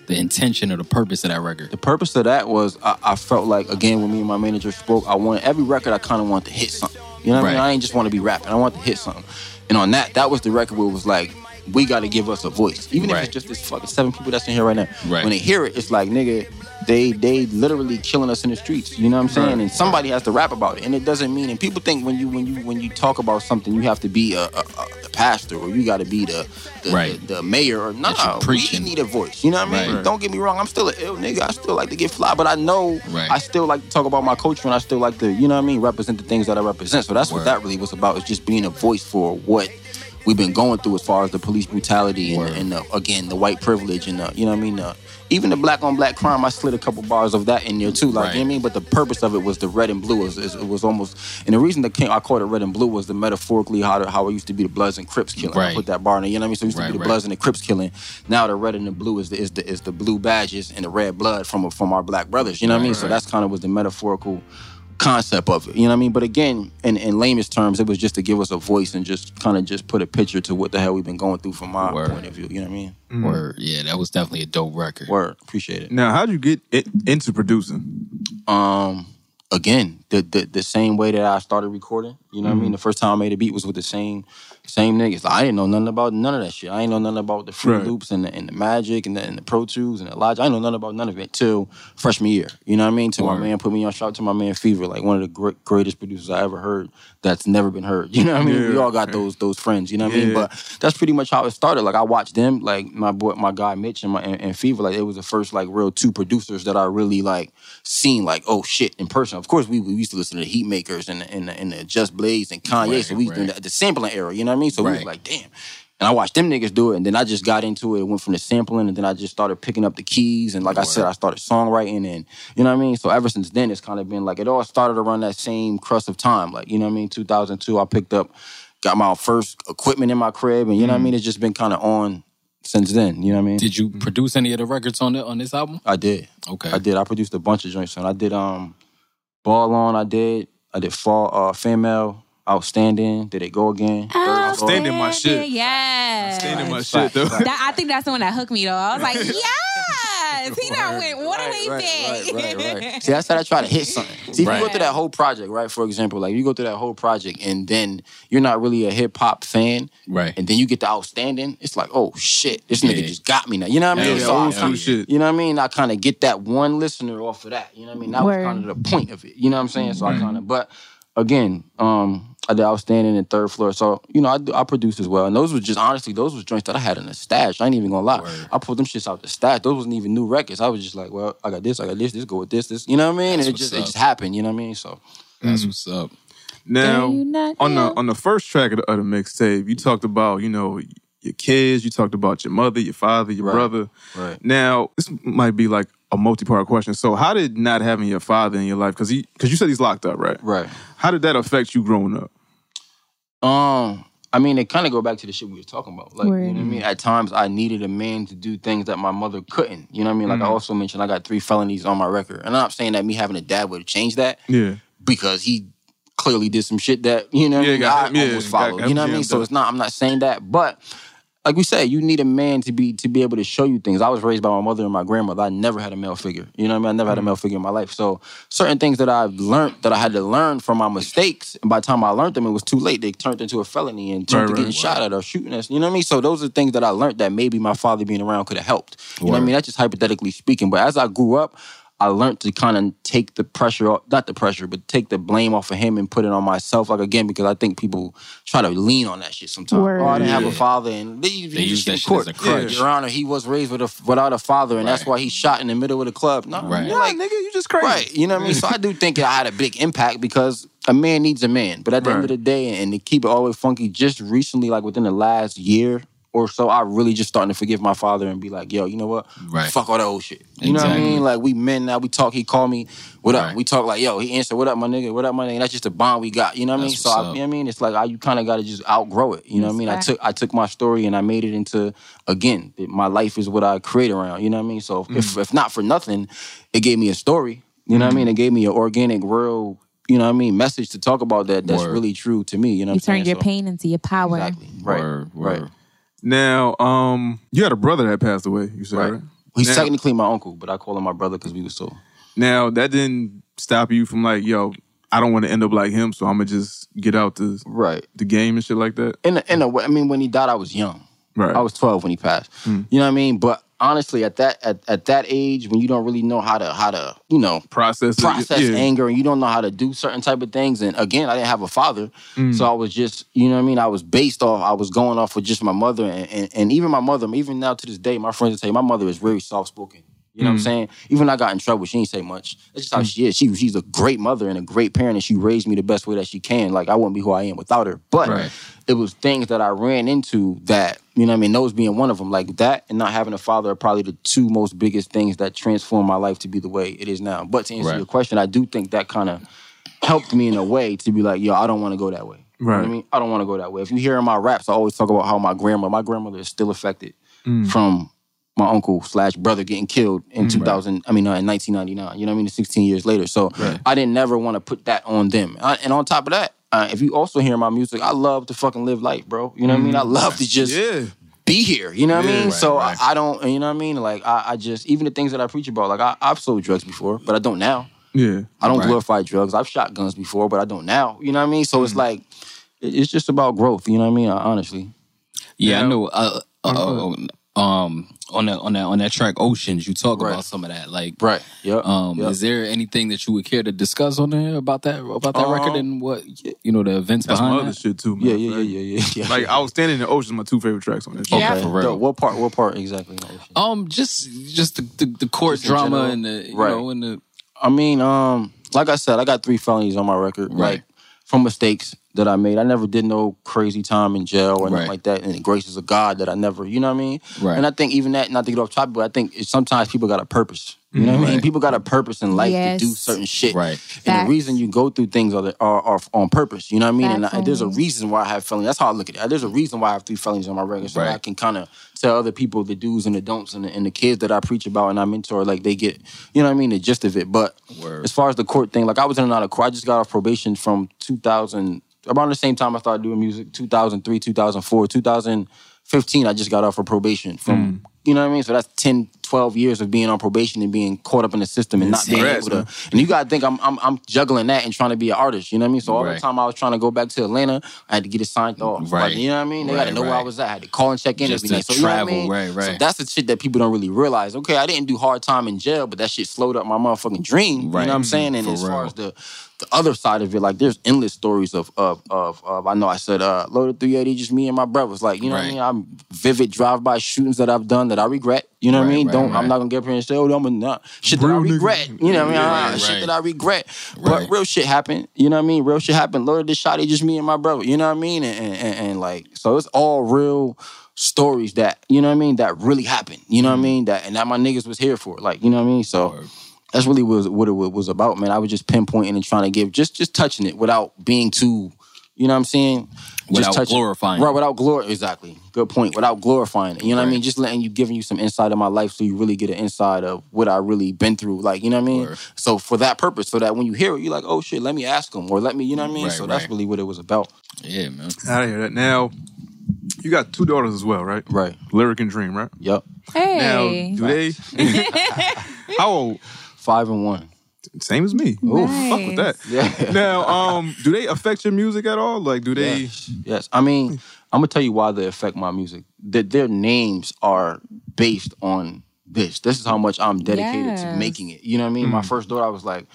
the intention or the purpose of that record? The purpose of that was I, I felt like again when me and my manager spoke, I wanted every record I kind of wanted to hit something. You know what I mean? Right. I ain't just want to be rapping. I want to hit something. And on that, that was the record where it was like, we got to give us a voice, even if Right. it's just this fucking seven people that's in here right now. Right. When they hear it, it's like nigga, they they literally killing us in the streets. You know what I'm saying? And somebody has to rap about it. And it doesn't mean. And people think when you when you when you talk about something, you have to be a, a, a the pastor or you got to be the the, Right. the, the mayor or no, you're we preaching. need a voice. You know what I mean? Right. Don't get me wrong. I'm still an ill nigga. I still like to get fly, but I know Right. I still like to talk about my culture and I still like to, you know what I mean, represent the things that I represent. So that's what Word. that really was about. Is just being a voice for what we've been going through as far as the police brutality and, Word. and the, again the white privilege and the, you know what I mean. The, even the black on black crime, I slid a couple bars of that in there too. Like you know what I Right. mean. But the purpose of it was the red and blue. It was, it was almost, and the reason that came, I called it red and blue was the metaphorically how the, how it used to be the Bloods and Crips killing. I Right. put that bar in there. You know what I mean. So it used to Right, be the right. Bloods and the Crips killing. Now the red and the blue is the is the is the blue badges and the red blood from from our black brothers. You know what I mean? So Right. that's kind of was the metaphorical concept of it. You know what I mean? But again, in, in lamest terms, it was just to give us a voice and just kind of just put a picture to what the hell we've been going through from my Word. point of view. You know what I mean? Word. Yeah, that was definitely a dope record. Word. Appreciate it. Now, how'd you get it into producing? Um, again, the, the the same way that I started recording. You know what I Mm-hmm. mean? The first time I made a beat was with the same same niggas. I didn't know nothing about none of that shit. I ain't know nothing about the Fruit Right. Loops and the, and the Magic and the, and the Pro Tools and the Logic. I didn't know nothing about none of it till freshman year. You know what I mean? Till my Word. man put me on shout out to my man Fever, like one of the gr- greatest producers I ever heard that's never been heard. (laughs) You know what I mean? We Yeah. all got those those friends. You know what I mean? Yeah. But that's pretty much how it started. Like I watched them, like my boy, my guy Mitch and my and, and Fever. Like it was the first like real two producers that I really like seen. Like oh shit in person. Of course we, we used to listen to the Heat Makers and the, and the, and the Just Blaze and Kanye. Right, so we was doing right. the, the sampling era. You know what I mean? So we was Right. like damn. And I watched them niggas do it, and then I just got into it. It went from the sampling, and then I just started picking up the keys, and like I said, I started songwriting, and you know what I mean. So ever since then, it's kind of been like it all started around that same crust of time, like you know what I mean. 2002, I picked up got my first equipment in my crib, and you know what I mean. It's just been kind of on since then. You know what I mean? Did you produce any of the records on the, on this album? I did. Okay. I did. I produced a bunch of joints. And I did um, ball on. I did. I did fall. Uh, female outstanding. Did it go again? Oh, Outstanding my shit. Yeah. Standing my shit Right, though. right. That- I think that's the one that hooked me though. I was like, yes, he done went one way back. (laughs) See, that's how I try to hit something. See, if Right. you go through that whole project, right? For example, like you go through that whole project, and then you're not really a hip hop fan, Right. And then you get the outstanding. It's like, oh shit, this nigga Yeah. just got me now. You know what I Yeah, mean? yeah, I old kinda- school shit. You know what I mean? I kind of get that one listener off of that. You know what I mean? That Word. was kind of the point of it. You know what I'm saying? So Mm-hmm. I kind of, but again, um, I did outstanding in third floor. So you know, I do, I produced as well, and those was just honestly, those was joints that I had in the stash. I ain't even gonna lie. I pulled them shits out the stash. Those wasn't even new records. I was just like, well, I got this, I got this, this go with this, this. You know what I mean? That's And it what's just up. it just happened. You know what I mean? So That's what's up. Mm. Now, Do you not on the know? on the first track of the, of the mixtape, you talked about you know your kids, you talked about your mother, your father, your Right. brother. Right. Now, this might be like a multi-part question. So, how did not having your father in your life, because he, because you said he's locked up, right? right. How did that affect you growing up? Um, I mean, it kind of go back to the shit we were talking about. Like, you know Word. what I mean? At times, I needed a man to do things that my mother couldn't. You know what I mean? Mm. Like I also mentioned, I got three felonies on my record, and I'm not saying that me having a dad would change that. Yeah. because he clearly did some shit that you know what Yeah, I mean, got- I yeah, almost got- followed. you know what I mean? jammed up. So it's not. I'm not saying that, but like we said, you need a man to be to be able to show you things. I was raised by my mother and my grandmother. I never had a male figure. You know what I mean? I never Mm-hmm. had a male figure in my life. So certain things that I've learned that I had to learn from my mistakes. And by the time I learned them, it was too late. They turned into a felony and turned Right, to right, getting right. shot at or shooting us. You know what I mean? So those are things that I learned that maybe my father being around could have helped. You know what I Word. mean? That's just hypothetically speaking. But as I grew up, I learned to kind of take the pressure off, not the pressure, but take the blame off of him and put it on myself. Like again, because I think people try to lean on that shit sometimes. Word. Oh, I didn't have a Yeah. father, and they, they, use use that that shit court. as a crutch. Your Honor, he was raised with a, without a father, and that's Right. why he shot in the middle of the club. No, Right. you're like, nigga, you just crazy. Right. You know what I mean? So I do (laughs) think I had a big impact because a man needs a man. But at the end Right. of the day, and to keep it always funky, just recently, like within the last year or so, I really just starting to forgive my father and be like, yo, you know what? Right. Fuck all that old shit. You know what I Exactly. mean? Like we men now, we talk, he call me, what up? Right. We talk like, yo, he answer, what up, my nigga, what up, my nigga. That's just the bond we got. You know what I mean? That's So what's I, you up. know what I mean? It's like I, you kind of got to just outgrow it. You know what I mean? I Respect. took I took my story and I made it into again. it- My life is what I create around. You know what I mean? So Mm. if if not for nothing, it gave me a story. You know what I mean? It gave me an organic, real. You know what I mean? Message to talk about that that's Word. really true to me. You know You what I'm turned saying? your pain into your power. Exactly. Right. Word, Right. word. Now, um, you had a brother that passed away. You said Right. right. He's Now- technically my uncle, but I call him my brother because we were so. Now that didn't stop you from like, yo, I don't want to end up like him, so I'm gonna just get out the Right. the game and shit like that. In a, in a way, I mean, when he died, I was young. Right. Hmm. I was 12 when he passed. You know what I mean? But honestly, at that at, at that age, when you don't really know how to how to you know process it. process yeah. anger and you don't know how to do certain type of things. And again, I didn't have a father. Hmm. So I was just, you know what I mean? I was based off, I was going off with just my mother and, and, and even my mother, even now to this day, my friends will tell you my mother is very soft spoken. You Hmm. know what I'm saying? Even when I got in trouble, she ain't say much. That's just how she is. She, she's a great mother and a great parent, and she raised me the best way that she can. Like I wouldn't be who I am without her. But Right. it was things that I ran into that, you know what I mean? Those being one of them. Like that and not having a father are probably the two most biggest things that transformed my life to be the way it is now. But to answer Right. your question, I do think that kind of helped me in a way to be like, yo, I don't want to go that way. You know what Right. I mean, I don't Mm. want to go that way. If you hear in my raps, I always talk about how my grandma, my grandmother is still affected Mm. from my uncle slash brother getting killed in 2000. I mean, uh, in 1999. You know what I mean? 16 years later. So I didn't never want to put that on them. I, and on top of that, uh, if you also hear my music, I love to fucking live life, bro. You know what I mean? I Mm. love to just Yeah. be here. You know what I Yeah. mean? Right, so right. I, I don't. You know what I mean? Like I, I just even the things that I preach about. Like I, I've sold drugs before, but I don't now. Yeah. I don't Right. glorify drugs. I've shot guns before, but I don't now. You know what I mean? So Mm. it's like it- it's just about growth. You know what I mean? Uh, honestly. Yeah, I know. Uh, uh, um, on that on that on that track, Oceans, you talk about some of that. Like, Right. Yep. um, Yep. is there anything that you would care to discuss on there about that about that Um, Um, record and what you know the events That's my behind other that? shit too, man. yeah, yeah, yeah, yeah, yeah, yeah. Like Outstanding and Ocean's my two favorite tracks on that shit. Yeah. For real. Yo, what part? What part exactly? Um, just just the the, the court Just in drama general? and the you Right. know and the I mean, um, like I said, I got three felonies on my record, Right. like from mistakes that I made. I never did no crazy time in jail or Right. nothing like that. And the graces of God that I never, you know what I mean? Right. And I think even that, not to get off topic, but I think it's sometimes people got a purpose. You know what I mean? Right. People got a purpose in life Yes. to do certain shit. Right. And Facts. the reason you go through things are, the, are, are on purpose. You know what I mean? And, I, Facts and there's a only. reason why I have felonies. That's how I look at it. There's a reason why I have three felonies on my record. So Right. I can kind of tell other people the do's and the don'ts and the, and the kids that I preach about and I mentor, like they get, you know what I mean, the gist of it. But Word. as (laughs) far as the court thing, like I was in and out of court. I just got off probation from 2000, around the same time I started doing music, 2003, 2004, 2015, I just got off of probation Hmm. from, you know what I mean? So that's 10, 12 years of being on probation and being caught up in the system and not being Congrats, able to. man. And you gotta think I'm, I'm I'm juggling that and trying to be an artist. You know what I mean? So all Right. the time I was trying to go back to Atlanta, I had to get it signed off. Like, Right. you know what I mean? They Right, gotta know where right. I was at. I had to call and check in Just every day. So to you know what I travel, mean? right, So right. that's the shit that people don't really realize. Okay, I didn't do hard time in jail, but that shit slowed up my motherfucking dream. Right. You know what I'm saying? And For as real. far as the the other side of it, like there's endless stories of of of, of I know I said uh loaded 380, just me and my brothers. Like, you know Right. what I mean? I'm vivid drive by shootings that I've done that I regret. You know what Right, I mean? right, Don't right. I'm not gonna get up here and say, oh, I'm gonna not shit that I Real nigga. regret. You know what I mean? Yeah, Uh, right, Shit right. that I regret. Right. But real shit happened. You know what I mean? Real shit happened. Loaded this shot, it just me and my brother. You know what I mean? And, and, and, and like, so it's all real stories that, you know what I mean, that really happened. You Mm-hmm. know what I mean? That and that my niggas was here for. Like, you know what I mean? So that's really was what it wa- was about, man. I was just pinpointing and trying to give just just touching it without being too, you know what I'm saying? Without just touching- glorifying it. Right, without glor exactly. Good point. Without glorifying it. You know what Right. I mean? Just letting you giving you some insight of my life so you really get an insight of what I really been through. Like, you know what I mean? Word. So for that purpose, so that when you hear it, you're like, oh shit, let me ask them or let me, you know what I mean? Right, so right. that's really what it was about. (laughs) yeah, man. I hear that. Now, you got two daughters as well, right? Right. Lyric and Dream, right? Yep. Hey. Now, do they? (laughs) how old? Five and one. Same as me. Oh, fuck with that. Yeah. Now, um, do they affect your music at all? Like, do they? Yes. yes. I mean, I'm gonna tell you why they affect my music. That their names are based on this. This is how much I'm dedicated to Yes. making it. You know what I mean? Hmm. My first daughter, I was like,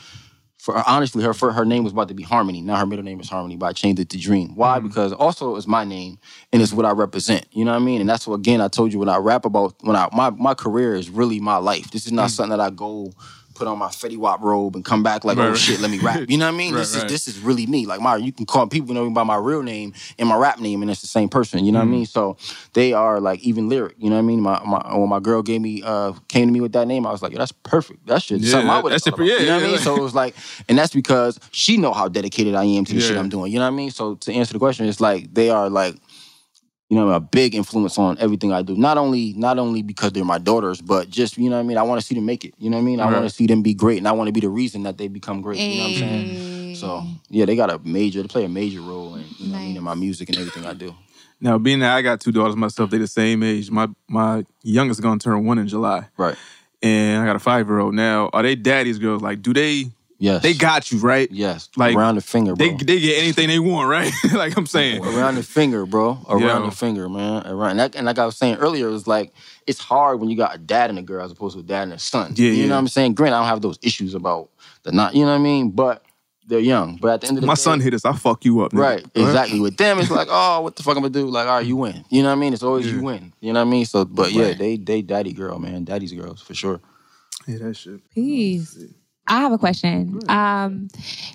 for honestly, her for, her name was about to be Harmony. Now her middle name is Harmony, but I changed it to Dream. Mm-hmm. Why? Because also it's my name and it's what I represent. You know what I mean? And that's what again I told you when I rap about when I my my career is really my life. This is Mm. not something that I go put on my Fetty Wap robe and come back like, Right, oh right. shit, let me rap. You know what I (laughs) mean? Right, this right. is this is really me. Like my you can call people know me by my real name and my rap name and it's the same person. You know Mm-hmm. what I mean? So they are like even lyric. You know what I mean? My my when my girl gave me uh came to me with that name, I was like, yo, that's perfect. That shit Yeah, something I that- would have that's it thought for- about. yeah, you know what yeah, I mean? like- So it was like, and that's because she know how dedicated I am to the shit Yeah. I'm doing. You know what I mean? So to answer the question, it's like they are like, you know, a big influence on everything I do. Not only not only because they're my daughters, but just you know what I mean. I want to see them make it. You know what I mean? I want Right. to see them be great, and I want to be the reason that they become great. You know what I'm saying? So yeah, they got a major. They play a major role in you know what I mean, in my music and everything I do. Now, being that I got two daughters myself, they the same age. My my youngest gonna turn one in July, Right. and I got a five year old now. Are they daddy's girls? Like, do they? Yes. They got you right. yes. like, around the finger, bro. They they get anything they want, right? (laughs) like I'm saying. around the finger, bro. Around Yo. the finger, man. Around and, that, and like I was saying earlier, it was like it's hard when you got a dad and a girl as opposed to a dad and a son. Yeah, you yeah. know what I'm saying. Grant, I don't have those issues about the not. You know what I mean? But they're young. But at the end (laughs) of the My day, son hit us. I fuck you up. nigga. Right, exactly. With them, it's like, oh, what the fuck I'm gonna do? Like, all right, you win. You know what I mean? It's always you win. You know what I mean? So, but yeah, they they daddy girl, man, daddy's girls for sure. (laughs) Yeah, that shit. Peace. I have a question. Um,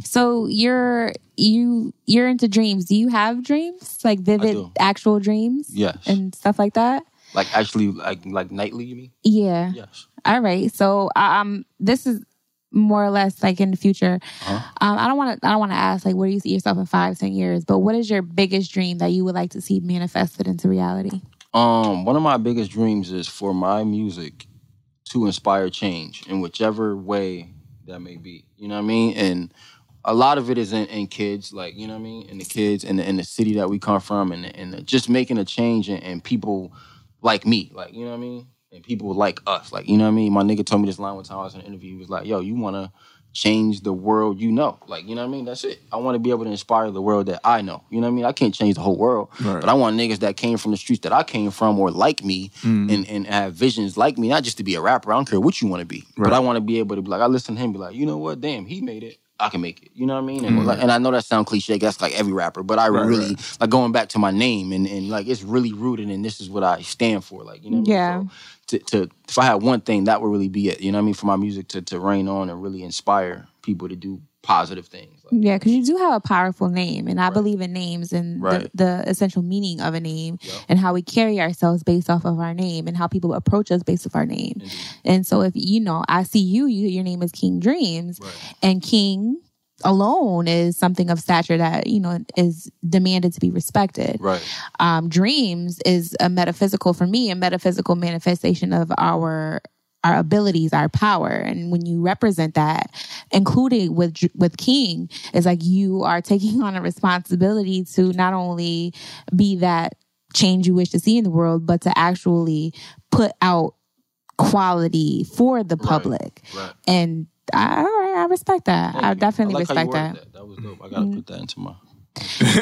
so you're you you're into dreams. Do you have dreams like vivid do. actual dreams? Yes. and stuff like that. Like, actually, like like nightly, you mean? Yeah. Yes. All right. So um, this is more or less like in the future. Uh-huh. Um, I don't want to I don't want to ask like where do you see yourself in five ten years, but what is your biggest dream that you would like to see manifested into reality? Um, one of my biggest dreams is for my music to inspire change in whichever way that may be. You know what I mean? And a lot of it is in, in kids, like you know what I mean, in the kids, in the, in the city that we come from, and and just making a change, and, and people like me, like you know what I mean, and people like us, like you know what I mean. My nigga told me this line one time I was in an interview. He was like, "Yo, you wanna change the world you know. Like, you know what I mean? That's it. I want to be able to inspire the world that I know. You know what I mean? I can't change the whole world, Right. but I want niggas that came from the streets that I came from or like me Mm-hmm. Mm. and, and have visions like me, not just to be a rapper. I don't care what you want to be, but I want to be able to be like, I listen to him, be like, you know what? Damn, he made it. I can make it. You know what I mean? Mm-hmm. And, like- and I know that sound cliche. That's like every rapper, but I Mm-hmm. Right, really like going back to my name and, and like it's really rooted and this is what I stand for. Like, you know what I Yeah. mean? So, to, to if I had one thing, that would really be it. You know what I mean? For my music to to rain on and really inspire people to do positive things. Like, Yeah, because you do have a powerful name, and I believe in names and Right. the, the essential meaning of a name and how we carry ourselves based off of our name and how people approach us based off our name. And so, if you know, I see you, you your name is King Dreams, and King alone is something of stature that you know is demanded to be respected right. um, dreams is a metaphysical for me a metaphysical manifestation of our our abilities our power and when you represent that including with with king is like you are taking (laughs) on a responsibility to not only be that change you wish to see in the world but to actually put out quality for the public right. and I, all right, I respect that. I Thank you. definitely like how you respect worded that Mm-hmm. that. That was dope. I gotta put that into my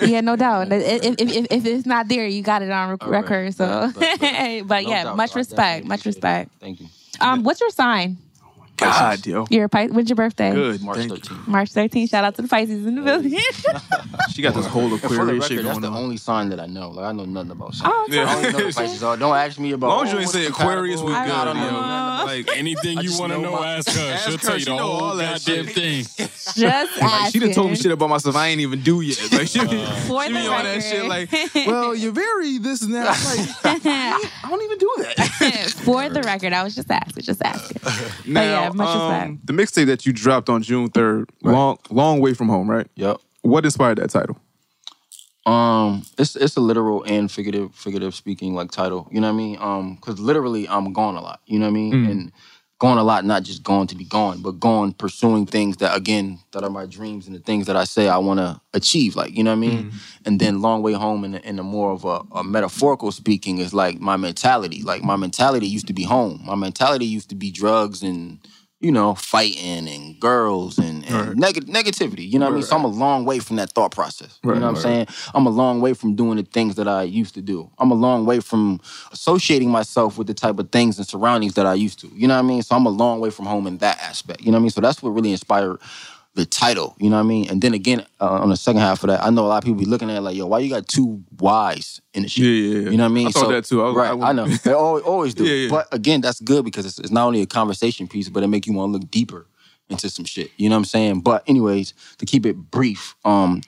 yeah, no doubt. And If, if, if, if it's not there, you got it on rec- All right. record. So, (laughs) but, But- but- but- no yeah, doubt. much I respect, definitely much appreciate it. respect. Thank you. Um, what's your sign? God, yo. Your Pis- when's your birthday? Good. March Thank you. thirteenth. March 13th. Shout out to the Pisces in the building. (laughs) She got (laughs) this whole For the Aquarius shit record, that's going the on. only sign that I know. Like I know nothing about signs. oh, Yeah. I only know the Pisces are. Don't ask me about. As long as you oh, ain't what's say compatible, Aquarius, we I good. don't know. know. Like anything you just want to know know, my- ask (laughs) her. Ask She'll her, tell you she the know whole all that goddamn thing. just (laughs) Like, she done told me shit about myself I ain't even do yet. (laughs) Like she, For Uh, (laughs) she the be on that shit like, record. (laughs) well, you're very this and that. I'm like, I don't even do that. (laughs) Uh, For the record, I was just asking, just asking. Now, yeah, much respect. um, the mixtape that you dropped on June 3rd, long, long way from home, right? Yep. What inspired that title? Um, it's it's a literal and figurative figurative speaking like title. You know what I mean? Um, because literally I'm gone a lot. You know what I mean? And gone a lot, not just gone to be gone, but gone pursuing things that again that are my dreams and the things that I say I want to achieve. Like you know what I mean? And then long way home and in the more of a, a metaphorical speaking is like my mentality. Like my mentality used to be home. My mentality used to be drugs and you know, fighting and girls and, and neg- negativity. You know what I mean? So I'm a long way from that thought process. you know what I'm saying? I'm a long way from doing the things that I used to do. I'm a long way from associating myself with the type of things and surroundings that I used to. You know what I mean? So I'm a long way from home in that aspect. You know what I mean? So that's what really inspired the title. You know what I mean? And then again, uh, on the second half of that, I know a lot of people be looking at it like, yo, why you got two Y's in the shit? Yeah, yeah, yeah. You know what I mean? I thought that too. I was- right, I I, was- (laughs) know. They always, always do. Yeah, yeah. But again, that's good because it's, it's not only a conversation piece, but it make you want to look deeper into some shit. You know what I'm saying? But anyways, to keep it brief, um,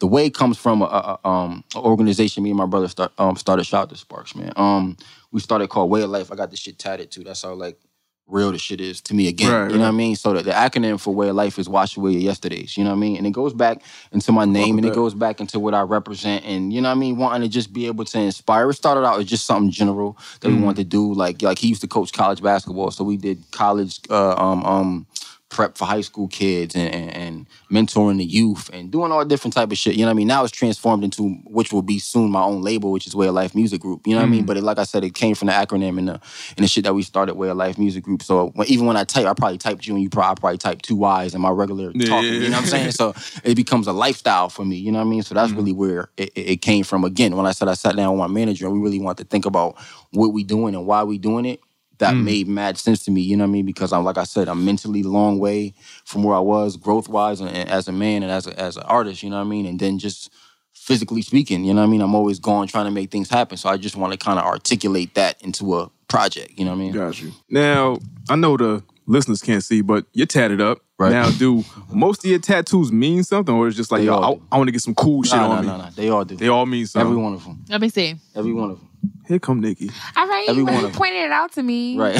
the way comes from a, a, a, um a organization me and my brother start, um started. Shout out to Sparks, man. Um, we started called Way of Life. I got this shit tatted too. That's how like real the shit is to me again. Right, you know what I right. mean? So the, the acronym for Way of Life is Wash Away Your Yesterdays. You know what I mean? And it goes back into my name and it goes back into what I represent and you know what I mean? Wanting to just be able to inspire. It started out as just something general that Mm-hmm. we wanted to do. Like like he used to coach college basketball. So we did college uh, um um prep for high school kids and, and, and mentoring the youth and doing all different type of shit. You know what I mean? Now it's transformed into which will be soon my own label, which is Way of Life Music Group. You know what I mean? But it, like I said, it came from the acronym and the and the shit that we started Way of Life Music Group. So when, even when I type, I probably typed you and you probably, I probably typed two Y's in my regular Yeah, talking. yeah, Mm-hmm. You know what I'm saying? so it becomes a lifestyle for me. You know what I mean? So that's really where it, it it came from. Again, when I said I sat down with my manager and we really want to think about what we doing and why we doing it that Mm. made mad sense to me. You know what I mean? Because I'm like I said, I'm mentally long way from where I was, growth wise, and, and as a man and as a, as an artist. You know what I mean? And then just physically speaking, you know what I mean? I'm always going trying to make things happen. So I just want to kind of articulate that into a project. You know what I mean? Got you. Now, I know the listeners can't see, but you're tatted up. Right. Now, do most of your tattoos mean something, or it's just like, They yo, all I, do. I want to get some cool shit Nah, on nah, me? nah, nah. They all do. They all mean something. Every one of them. Let me see. Every one of them. Here come Nikki. All right, Every you one of you them. pointed it out to me. Right.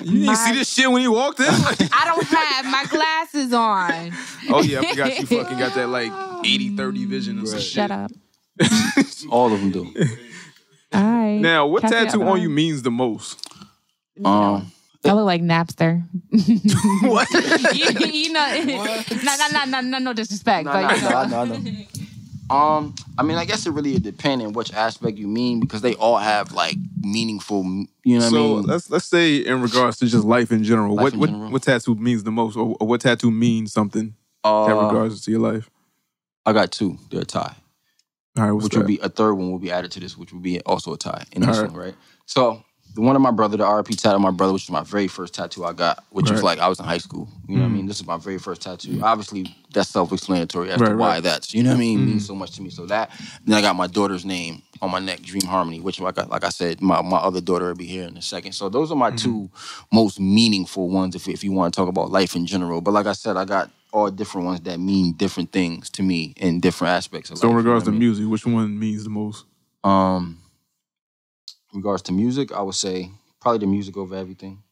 You didn't My- see (laughs) this shit when he walked in? (laughs) Like- I don't have my glasses on. (laughs) oh, yeah, I forgot you (laughs) fucking (laughs) got that like 80 30 vision or some shit. Shut up. all of them do. All right. Now, what Cast it tattoo out. on you means the most? Um, I look like Napster. what? (laughs) you, you know, (laughs) no, no, no, no, no, no disrespect, No, but no, you know. uh, no, (laughs) no, no. Um, I mean, I guess it really depends on which aspect you mean because they all have like meaningful. You know what so I mean? let's let's say in regards to just life in general, Life what in what general. what tattoo means the most, or, or what tattoo means something in Uh, regards to your life? I got two. They're a tie. All right, what's which that? would be a third one will be added to this, which would be also a tie in this Alright. one, right? So the one of my brother, the RP tattoo of my brother, which was my very first tattoo I got, which was Right. Mm. like I was in high school. You know what I mean? This is my very first tattoo. Obviously, that's self-explanatory as to Right, Mm. why right. that's you know what I mean. It means so much to me. So that then I got my daughter's name on my neck, Dream Harmony, which like I, like I said, my, my other daughter will be here in a second. So those are Mm-hmm. my two most meaningful ones if if you want to talk about life in general. But like I said, I got all different ones that mean different things to me in different aspects of so life. in you know regards what I to mean? music, which one means the most? Um, in regards to music, I would say probably the music over everything.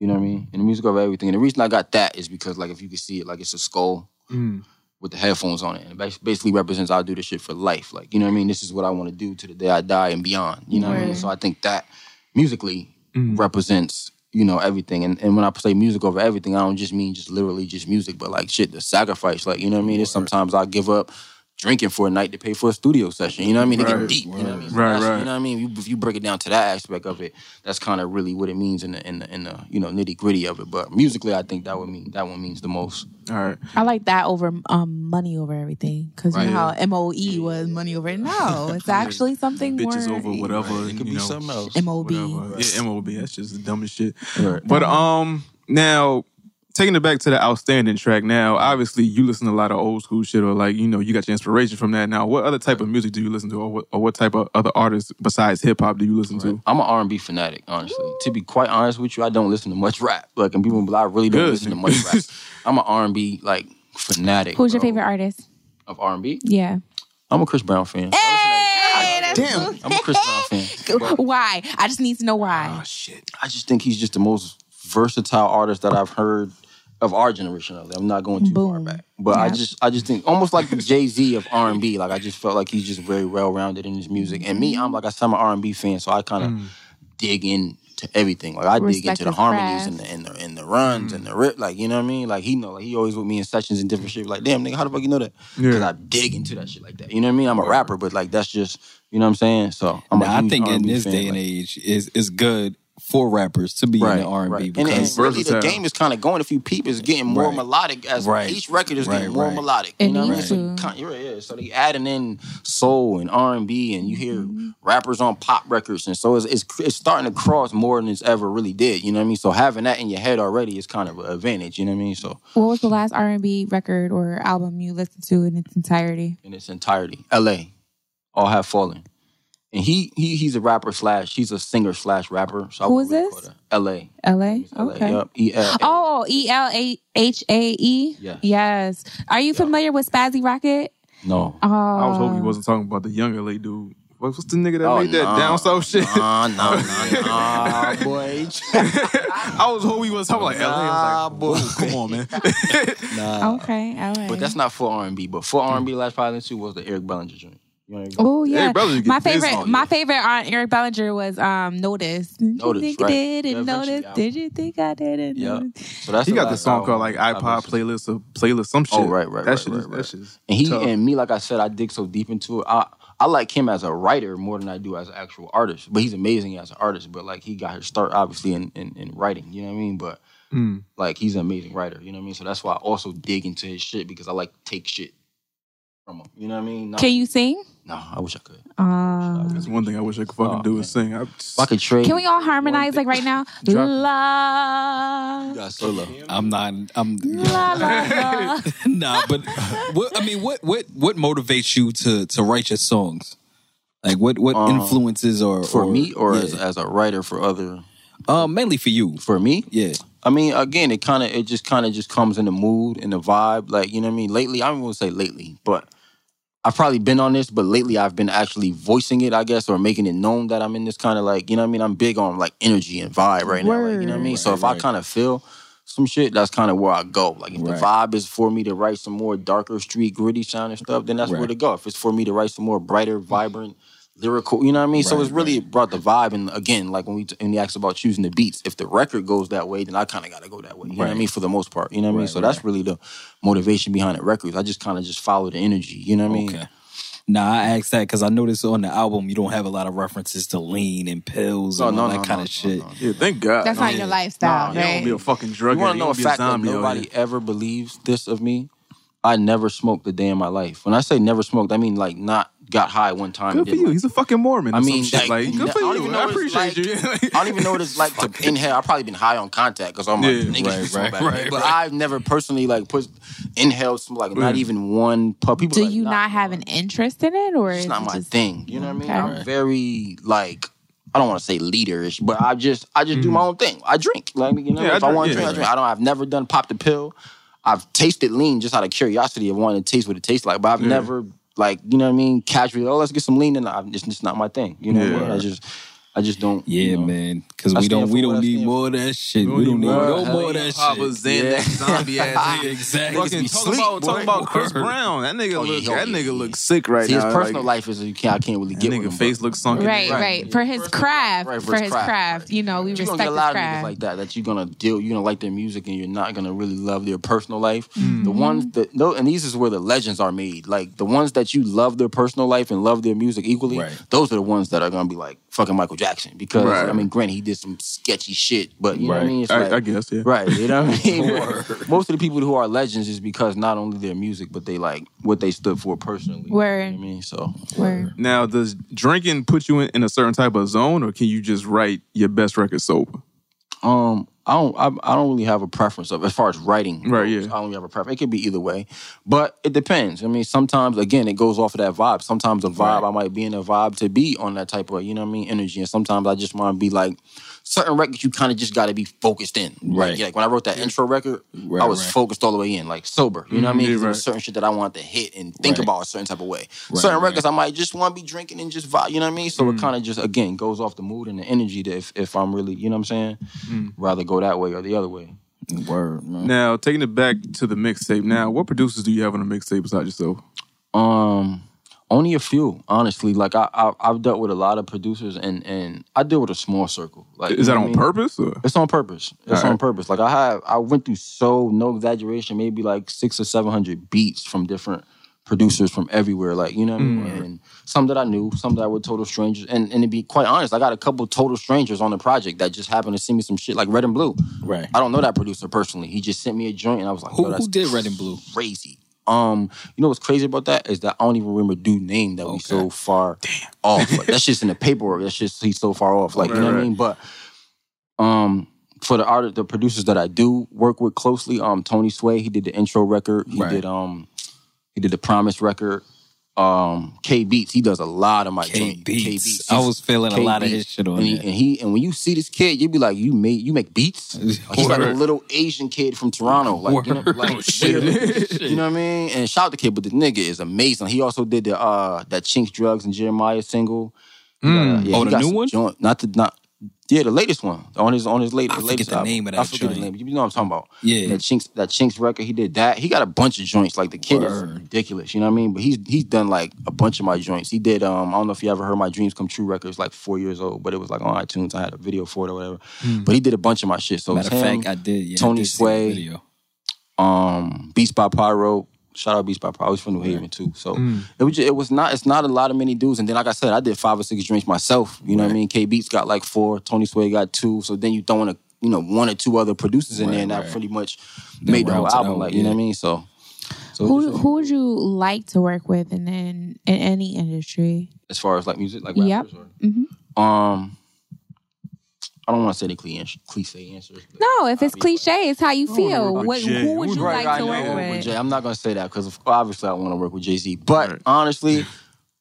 You know what I mean? And the music over everything. And the reason I got that is because, like, if you can see it, like, it's a skull with the headphones on it, and it bas- basically represents I'll do this shit for life. Like, you know what I mean? This is what I want to do to the day I die and beyond. You know what I mean? Right. So I think that musically Mm. represents. You know everything, and, and when I say music over everything, I don't just mean just literally just music, but like shit, the sacrifice, like you know what I mean. It's sometimes I give up drinking for a night to pay for a studio session. You know what I mean? It Right. get deep. You know what I mean? So Right, that's- right. You know what I mean? You, if you break it down to that aspect of it, that's kind of really what it means in the in the, in the you know nitty gritty of it. But musically, I think that would mean that one means the most. All right, I like that over um, money over everything because you know how MOE was money over. (laughs) No, it's actually something bitches more. over whatever. It could you be know, something else. MOB. Whatever. Yeah, mob. That's just the dumbest shit. Right. But um, now taking it back to the outstanding track. Now, obviously, you listen to a lot of old school shit, or like you know, you got your inspiration from that. Now, what other type of music do you listen to, or what, or what type of other artists besides hip hop do you listen to? I'm an R&B fanatic, honestly. To be quite honest with you, I don't listen to much (laughs) rap. Like, and people, I really don't Good. listen to much (laughs) rap. I'm an R&B like fanatic. Who's your bro, favorite artist? of R&B? Yeah. I'm a Chris Brown fan. Hey, that's Damn, I'm a Chris Brown fan. (laughs) why? I just need to know Ah, why. I just think he's just the most versatile artist that I've heard of our generation. Of I'm not going too far Boom. back, but I Yeah. just I just think almost like the Jay Z of R and B. Like I just felt like he's just very well rounded in his music. And me, I'm like I said, I'm an R and B fan, so I kind of Mm. dig into everything. Like I dig Respect into the his harmonies craft. and the and the and the runs Mm. and the rip. Like you know what I mean? Like he know like he always with me in sessions and different shit. Like damn nigga, how the fuck you know that? Because Yeah. I dig into that shit like that. You know what I mean? I'm a rapper, but like that's just you know what I'm saying. So I'm Nah, a I huge think in R&B this fan, day and like- age, is it's good for rappers to be in the R and B and, and because really the Versatile. game is kind of going. If you peep, it's getting more Right. melodic as Right. each record is Right, getting more right. melodic. It You know what I mean? needs So to. you kind- you're right, yeah. So they adding in soul and R and B, and you hear Mm-hmm. rappers on pop records, and so it's, it's it's starting to cross more than it's ever really did. You know what I mean? So having that in your head already is kind of an advantage. You know what I mean? So What was the last R and B record or album you listened to in its entirety? in its entirety, L.A. all have fallen. And he, he he's a rapper slash he's a singer slash rapper. So I Who would is really this? call that L.A. L.A. LA, Okay. yup, E.L.A.. Oh, E L A H A E. Yes. Yes. Are you familiar with Spazzy Rocket? No. Oh, I was hoping he wasn't talking about the younger late dude. What- What's the nigga that Oh, made that nah, down south shit? Nah, nah, nah, (laughs) (laughs) nah, boy. I was hoping he was talking like LA. I was like, "Whoa, come (laughs) on, man. (laughs) Okay. All right. Uh, But that's not for R and B. But for R and B, last probably listened to was the Eric Bellinger joint. You know what I mean? Oh yeah, Mm. Eric Bellinger my get busy. favorite, Oh, my yeah. favorite on Eric Bellinger was um, "Notice." Did Notice, you think right. I didn't Yeah, eventually notice? the Did you think I didn't? Yeah. notice? So that's He got last this song called album like I iPod listened to. playlist or playlist some shit. Oh, right, right, That right, shit right, is right. that shit is And he tough. and me, like I said, I dig so deep into it. I I like him as a writer more than I do as an actual artist. But he's amazing as an artist. But like he got his start obviously in in, in writing. You know what I mean? But like he's an amazing writer. You know what I mean? So that's why I also dig into his shit because I like to take shit from him. You know what I mean? Not- Can you sing? No, I wish I could. Uh, That's one thing I wish I could fucking Oh, do man. is sing. I If I could trade. can we all harmonize like right now? Drop it. Love, Yeah, solo. I'm not. I'm (laughs) la la la. (laughs) nah. But what I mean, what what what motivates you to to write your songs? Like what what Um, influences or Um, for me or yeah. as, as a writer for other um mainly for you? for me Yeah, i mean again it kind of it just kind of just comes in the mood and the vibe like you know what i mean lately i don't want to say lately but i've probably been on this but lately i've been actually voicing it i guess or making it known that i'm in this kind of like you know what i mean i'm big on like energy and vibe right now like, you know what i mean so if i kind of feel some shit that's kind of where i go like if the vibe is for me to write some more darker street gritty sounding stuff then that's where Right. Mm. to go if it's for me to write some more brighter vibrant lyrical. You know what I mean? so Right, it's really brought the vibe. And again, like when we when you asked about choosing the beats, if the record goes that way, then I kind of got to go that way. You know what I Right. mean? For the most part, you know what I mean? Right, So that's really the motivation behind the records. I just kind of just follow the energy. You know what I mean? Okay. Nah, I asked that because I noticed on the album you don't have a lot of references to lean and pills No, and no, all that no, kind no, of shit. Yeah, thank God. That's not Yeah. your lifestyle, Nah, You right? don't be a fucking drug You want addict. to know a don't be a fact that zombie out nobody here. ever believes this of me? I never smoked a day in my life. When I say never smoked, I mean like not got high one time. and Good for didn't you. He's a fucking Mormon. I or some mean, shit. like, like, good for I don't you. even know I what it's appreciate (laughs) I you. don't even know what it's like to inhale. I've probably been high on contact because I'm like, Yeah, niggas right, be so right, bad. right, But right. I've never personally like pushed inhaled some like not Yeah. even one puff. People Do like, you nah, not have bro, an interest in it, or It's is not it my just- thing. You know what I mean? Okay. I'm very like I don't want to say leaderish, but I just I just do my own thing. I drink. Like you know, Mm-hmm. Yeah, I if I, drink- want to yeah, drink, I right. drink. I don't. I've never done pop the pill. I've tasted lean just out of curiosity of wanting to taste what it tastes like, but I've Yeah. never like you know what I mean. Casually, oh, let's get some lean, and I, it's just not my thing. You know, what I, mean? Yeah. I just I just don't. Yeah, you know. man. Because I we stand don't we for what I don't need stand for. more of that shit. We don't need no more of that Papa shit. (laughs) Xanax (laughs) zombie ass nigga. Exactly. Fucking be talk sleep, about, talk boy. about Chris Word. Brown. That nigga Oh, yeah, look. oh, that yeah, nigga yeah. looks sick right See, his now. personal like, life is you can't. I can't really That get with him, nigga but face looks sunken. Right, Right. right, For his craft, Right, for, his craft, you know, we You respect gonna his get a lot of niggas craft. like that that you're gonna deal. You're gonna like their music, and you're not gonna really love their personal life. Mm-hmm. The ones that no, and these is where the legends are made. Like the ones that you love their personal life and love their music equally. Right. Those are the ones that are gonna be like fucking Michael Jackson because Right. I mean, granted, he did some sketchy shit, but you know what I Right. mean. It's like, I, I guess. Yeah. Right, you know (laughs) what I mean. Most of the people who are legends is because not only their music, but they like what they stood for personally. You Word. know what I mean, so Word. Now, does drinking put you in, in a certain type of zone, or can you just write your best record sober? Um, I don't. I, I don't really have a preference of as far as writing. Right, goes, yeah. I don't have a preference. It could be either way, but it depends. I mean, sometimes again, it goes off of that vibe. Sometimes the vibe I might be in a vibe to be on that type of you know what I mean energy, and sometimes I just want to be like certain records. You kind of just got to be focused in. Like, Right. yeah, like when I wrote that intro record, I was right. focused all the way in, like sober. You know what I mean? 'Cause Mhm, yeah, There was right. certain shit that I wanted to hit and think Right. about a certain type of way. certain records I might just want to be drinking and just vibe. You know what I mean? So it kind of just again goes off the mood and the energy that if, if I'm really you know what I'm saying Mm-hmm. rather go that way or the other way. Word, man. Now, taking it back to the mixtape. Now, what producers do you have on the mixtape besides yourself? Um, only a few, honestly. Like I, I I've dealt with a lot of producers, and and I deal with a small circle. Like Is you know that on what I mean? purpose? Or? It's on purpose. It's All on right. purpose. Like I have, I went through so no exaggeration, maybe like six or seven hundred beats from different producers from everywhere. Like you know what Mm. I mean. And some that I knew, some that were total strangers. And and to be quite honest, I got a couple total strangers on the project that just happened to send me some shit like Red and Blue. Right. I don't know that producer personally. He just sent me a joint, and I was like, Who, Yo, that's who did Red and Blue? crazy. Um, you know what's crazy about that is that I don't even remember dude name that we so far off. Like, that's (laughs) just in the paperwork. That's just he's so far off. Like you know what I Right, mean. But um, for the art, the producers that I do work with closely, um, Tony Sway, he did the intro record. He Right. did um, he did the Promise record. Um, K Beats, he does a lot of my K joint- Beats. He's- I was feeling a K lot of his Beats. shit on and he, that. and he and when you see this kid, you'd be like, you make you make (laughs) beats. Like, he's like a Word. little Asian kid from Toronto. Like, you know, Word. like Oh, (laughs) shit. weird- you know what I mean? And shout out to kid, but the nigga is amazing. He also did the uh that Chinks Drugs and Jeremiah single. He got a- yeah, Oh, he the got new some one? joint- not the not yeah, the latest one on his on his latest. I the latest forget the album. name of I that forget the joint. name. You know what I'm talking about? Yeah. That Chinks that Chinks record. He did that. He got a bunch of joints. Like the kid is Word. ridiculous. You know what I mean? But he's he's done like a bunch of my joints. He did. Um, I don't know if you ever heard my Dreams Come True record. It's like four years old, but it was like on iTunes. I had a video for it or whatever. But he did a bunch of my shit. So Matter of it's him, fact, I did. Yeah, I Tony did see the Sway. video. um Beats by Pyro. Shout out Beats by Pyro. He's from New Haven too. So it was just, it was not it's not a lot of many dudes. And then like I said, I did five or six drinks myself. You know what I mean? K Beats got like four, Tony Sway got two. So then you throwing a you know one or two other producers in there, and that right. pretty much made the whole rounds it album. out, like you know yeah. what I mean? So so Who just, who would you like to work with, and in, in any industry? as far as like music, like Yep. rappers or- hmm um. I don't want to say the cliche, cliche answers. but- No, if it's Obviously. cliche, it's how you feel. work with What Jay. who would Who's you right, like I to know, work with with? Jay. I'm not gonna say that because obviously I want to work with Jay Z. But Right. honestly,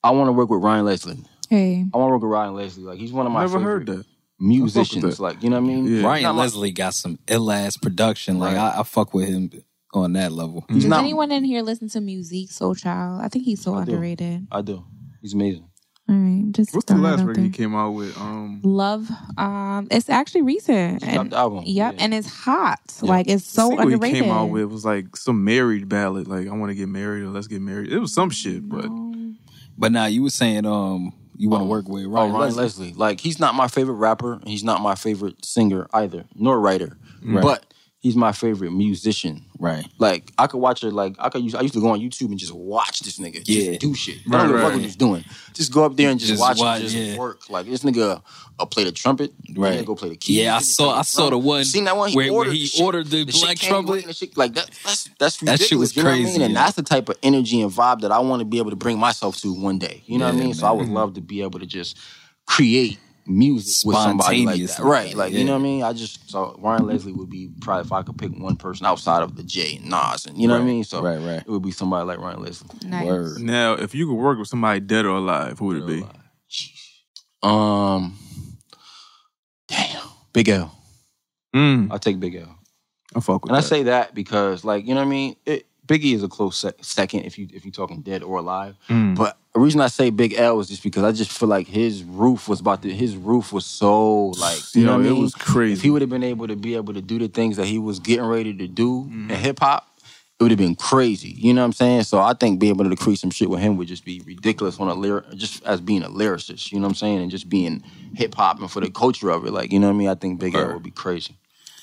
I want to work with Ryan Leslie. Hey, I want to work with Ryan Leslie. Like he's one of my Never favorite heard that. I fuck with musicians. that. Like you know what I mean? Yeah. Ryan Not my- Leslie got some ill ass production. Like I, I fuck with him on that level. He's does not. anyone in here listen to Musique Soul Child? I think he's so do. underrated. I do. He's amazing. All right, just What's the throwing it last out record he there. came out with? Um, Love. Um, it's actually recent. He dropped And, the album. yep, Yeah. and it's hot. Like it's so single underrated. he came out with was like some married ballad, like "I Want to Get Married" or "Let's Get Married." It was some shit, but But now you were saying um you want to work with Oh, Ryan, Ryan Leslie. Leslie. Like he's not my favorite rapper, and he's not my favorite singer either, nor writer. Right. But he's my favorite musician. Right. Like I could watch it. Like I could. Use, I used to go on YouTube and just watch this nigga. Yeah. Just do shit. I Right, don't give a fuck right. what he's doing. Just go up there and just, Just watch, watch, him. Just yeah. work. Like this nigga, uh, play the trumpet. Right. Then go play the keys. Yeah, then I he saw play I saw the drum. one. Seen that one? He where, where ordered he the shit. ordered the, shit black came right trumpet. and the shit- like that, that's that's That ridiculous. shit was you know what I mean? crazy, And yeah. that's the type of energy and vibe that I want to be able to bring myself to one day. You know what I Yeah, mean? So I would love to be able to just create music with somebody like Spontaneous that, like right? that, Like yeah. you know what I mean? I just so Ryan Leslie would be probably if I could pick one person outside of the J and Nas, and you know what I mean? So right, right. it would be somebody like Ryan Leslie. Nice. Word. Now, if you could work with somebody dead or alive, who would it be? Um, damn, Big L. Mm, I'll take Big L. I fuck with And I that. say that because, like, you know what I mean. It, Biggie is a close sec- second if you if you're talking dead or alive. Mm. But the reason I say Big L is just because I just feel like his roof was about to. His roof was so like you Yo, know what I it mean? was crazy. If he would have been able to be able to do the things that he was getting ready to do Mm-hmm. in hip hop, it would have been crazy. You know what I'm saying? So I think being able to create some shit with him would just be ridiculous on a lyric, just as being a lyricist. You know what I'm saying? And just being hip hop and for the culture of it, like you know what I mean. I think Big L would be crazy.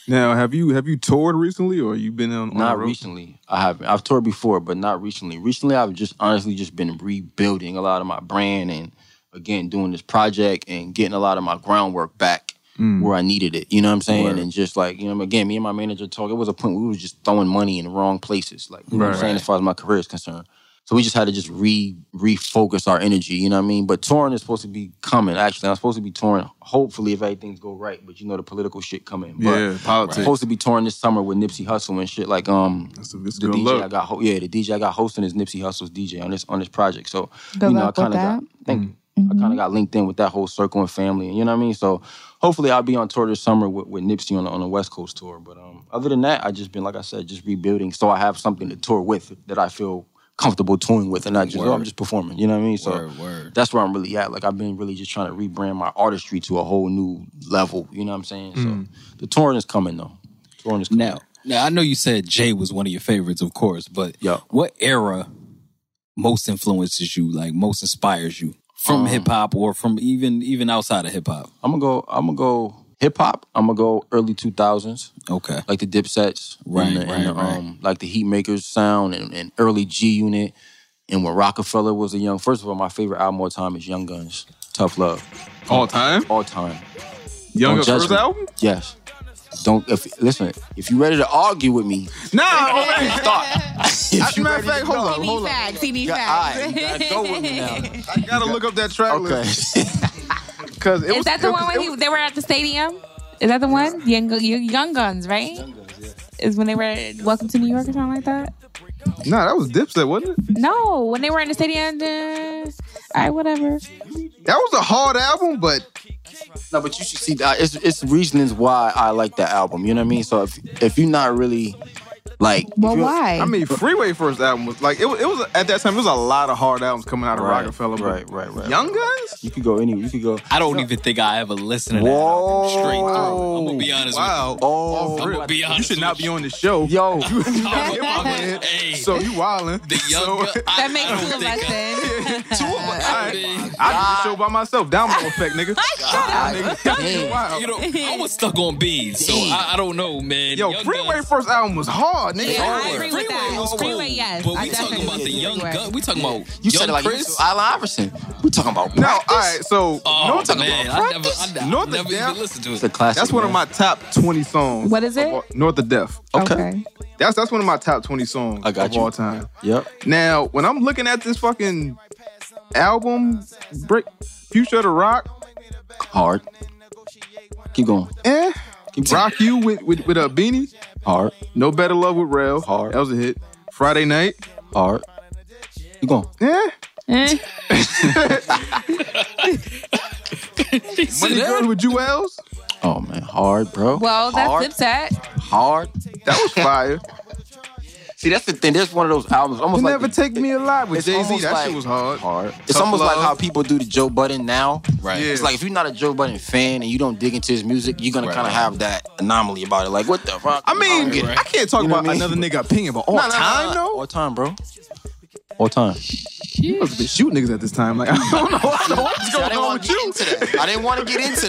now, have you have you toured recently, or you been on? on the Not road? recently. I haven't. I've toured before, but not recently. Recently, I've just honestly just been rebuilding a lot of my brand and again doing this project and getting a lot of my groundwork back Hmm. Mm. where I needed it. You know what I'm saying? And just like you know, again, me and my manager talk. It was a point where we was just throwing money in the wrong places. Like you know what I'm Right. saying, as far as my career is concerned. So we just had to just re refocus our energy, you know what I mean? But touring is supposed to be coming. Actually, I'm supposed to be touring. Hopefully, if everything's go right, but you know the political shit coming. But Yeah, politics. Supposed to be touring this summer with Nipsey Hussle and shit. Like um, That's a- that's the good DJ I luck. got, ho- yeah, the DJ I got hosting is Nipsey Hussle's DJ on this on this project. So Good you know, I luck with kind of got that. Mm-hmm. thank you. I kind of got linked in with that whole circle and family, and you know what I mean. So hopefully, I'll be on tour this summer with, with Nipsey on the, on the West Coast tour. But um, other than that, I just been like I said, just rebuilding. So I have something to tour with that I feel comfortable touring with, and not just oh, I'm just performing. You know what I mean? So Word, word. that's where I'm really at. Like I've been really just trying to rebrand my artistry to a whole new level. You know what I'm saying? (laughs) So the touring is coming though. Touring is coming. Now, now I know you said Jay was one of your favorites, of course, but Yeah. what era most influences you? Like most inspires you from Um, hip hop or from even even outside of hip hop? I'm gonna go. I'm gonna go hip hop. I'm gonna go early 2000s. Okay, like the Dipsets, Right, and the, and right, the, right. Um, like the Heatmakers sound and, and early G Unit, and when Rockefeller was a young. First of all, my favorite album of all time is Young Guns, Tough Love, all time. all time. Younger Don't judge first me. album? Yes. Don't if listen. If you ready to argue with me, Nah, all right. if (laughs) As a you matter ready of to go- fact, hold on, CD hold on. facts, CD Yeah, facts. (laughs) all right, you gotta go with me now. I gotta look up that track Okay. list (laughs) because it was. Is that the it one was- when it he, they were at the stadium? Is that the one? Young, young Guns, right? Is when they were at Welcome to New York or something like that? was- Nah, that was Dipset, wasn't it? No, when they were in the stadium. Uh, all right, whatever. That was a hard album, but No, but you should see that. It's, it's reasonings why I like that album. You know what I mean? So if if you're not really like, if Well, you're- why? I mean, Freeway first album was like it was. It was at that time. There was a lot of hard albums coming out of Right, Rockefeller. but right, right, right, Young right, Guns. You could go anywhere. You could go. I don't even think I ever listened to that album straight through. I'm gonna be honest Oh, Wow. Oh, I'm gonna be you honest should not with be on the show. (laughs) yo, with you. (laughs) I'm gonna- hey, So you wildin'. the young. so, that makes two of us I, then. (laughs) two of (laughs) us. I, I, I did the show by mymyself. Domino effect, E nigga. damn. Wow. you know, I was stuck on beans, so I, I don't know, man. Yo, Young Freeway Guns- first album was hard, nigga. Yeah, I Hard. agree with that. Freeway, yes. But I we talking definitely about the agree young with gun. We talking about You young said it like Chris. you, Allen Iverson. We talking about Now, practice? all right, so oh North, man, I never, I, I North never is down. even listened It's a to it. classic. That's one of man. my top 20 songs. What is of it? all- North of Death. Okay. That's that's one of my top 20 songs I got of you. all time. Yep. Now, when I'm looking at this fucking album, break Future the Rock, Hard. Keep going. eh? Keep going. Rock You with with, with a beanie. Hard. No Better Love with Rail. Hard. That was a hit. Friday Night. Hard. Keep going. Eh? that. Eh, (laughs) Money Girls with Jewels. Oh man, hard, bro. Well, hard, that's Dipset. hard. That was fire. (laughs) See, that's the thing. That's one of those albums. Almost you like never the- take me alive with it's Jay Z. almost That like- shit was hard. hard. It's Tough almost like Love. how people do the Joe Budden now. Right. Yeah. It's like if you're not a Joe Budden fan and you don't dig into his music, you're gonna Right. kind of have that anomaly about it. Like, what the fuck? I mean, don't get it. I can't talk You know about what I mean? another nigga opinion, but all Nah, nah, nah, time nah. though. All time, bro. All time. You must have been shooting niggas at this time. Like, I (laughs) don't know. I (laughs) don't know what's See, I going didn't on want with to get you. into that. I didn't want to get into (laughs)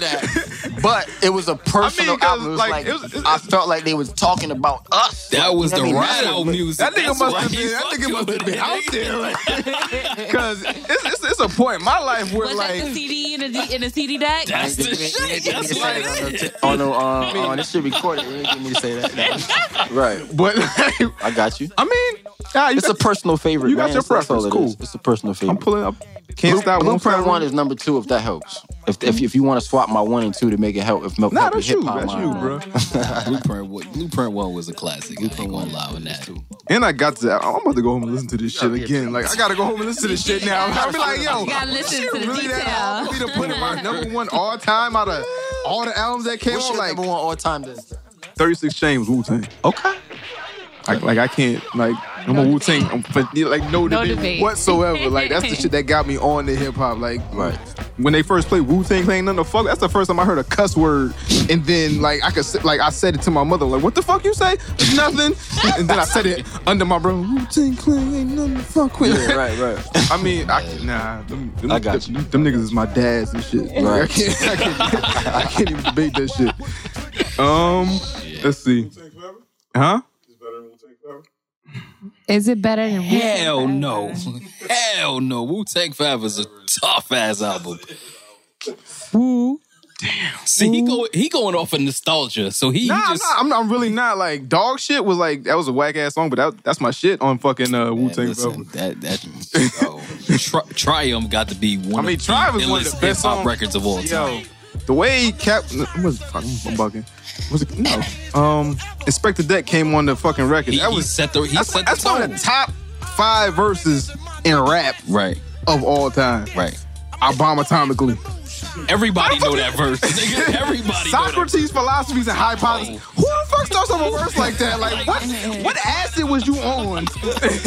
that. But it was a personal 'cause, album. It was like, like, it was- it- I felt like they was talking about us. That was You know the what I mean? ride out music. That nigga That's must why have he been. That fuck nigga you must with have been it. (laughs) out there, because it's, it's it's a point in my life where Was like that the CD in the, in the CD deck? That's the They didn't- they shit. didn't That's say that like on no t- on no, uh, uh, this shit recorded. They didn't get me to say (laughs) that. right. But like, I got you. I mean, nah, you It's a got, personal favorite. you got man. your That's all preference. it Cool. is. It's a personal favorite. I'm pulling up. Can't stop. won't Blueprint stop. one is number two, if that helps. If if, if you want to swap my one and two to make it help, if help Nah, your that's you. hip-hop That's line. you, bro. (laughs) Blueprint, one- Blueprint One was a classic. I ain't gonna lie on that. And I got to. I'm about to go home and listen to this shit again. Like I gotta go home and listen (laughs) to this (laughs) shit now. (laughs) I'll be like, yo, You gotta listen shit to the really that hard for me detail. to put (laughs) in my number one all time out of all the albums that came What's out. your Like number one all time? Then? 36 Chains Wu Tang. Okay. I, like I can't like I'm a Wu Tang. I'm fa- like no, No debate, debate. whatsoever. Like that's the shit that got me on to hip hop. Like Right. when they first played Wu Tang, ain't nothing the fuck. That's the first time I heard a cuss word, and then like I could s- like I said it to my mother, like what the fuck you say? (laughs) nothing. and then I said it under my brother. Wu Tang Clan ain't nothing to fuck with. Yeah, right, right. I mean, I, can- nah, them, them, I got them, them niggas is my dads and shit. Like, I, Right. can't, I, can't, I can't even debate that shit. Um, let's see, huh? Is it better than Hell no. (laughs) Hell no. Wu Tang Five is a tough ass album. Woo. See, he go he going off of nostalgia. So Oh, he, he Nah, just I'm, not, I'm really not like dog shit was like that was a whack ass song, but that, that's my shit on fucking uh, Wu Man, Tang. listen, that that oh, Tri- Triumph got to be one. I mean, of Triumph the is one of the illest best hip-hop songs. records of all time. Yo, the way Cap was fuck, I'm, I'm bugging. Was it no? Um, Inspector Deck came on the fucking record. He, that he was set the he that's, set that's the one tone. of the top five verses in rap Right, of all time. right. Obamatomically. Everybody know that (laughs) verse. Nigga, Everybody know Oh. that. Socrates' philosophies and hypotheses. Who the fuck starts off a verse like that? Like what? What acid was you on?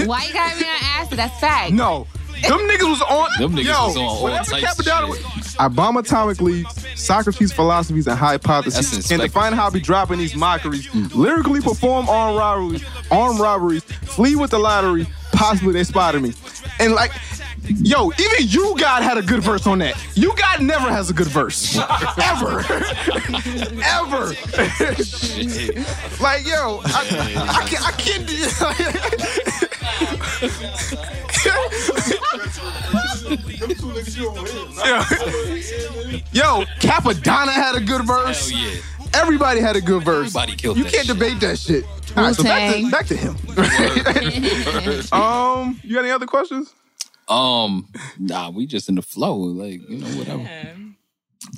Why you gotta be on acid? That's fact. No. Them niggas was on. Them niggas yo, was on all whatever types of Capodanno shit. was- Obamatomically, Socrates' philosophies and That's Mm. hypotheses can inspected. define how be dropping these mockeries, lyrically perform armed robberies, armed robberies, flee with the lottery, possibly they spotted me. And like, yo, even you God had a good verse on that. You God never has a good verse. Ever. (laughs) (laughs) Ever. like, yo, I, I can't, I can't do (laughs) Yeah. (laughs) Yo, Capadonna had a good verse. Hell yeah. Everybody had a good verse. Everybody killed You that can't shit. debate that shit. All right, so back to, Wu-Tang. back to him. (laughs) um, you got any other questions? Um, nah, we just in the flow, like you know, whatever. Um,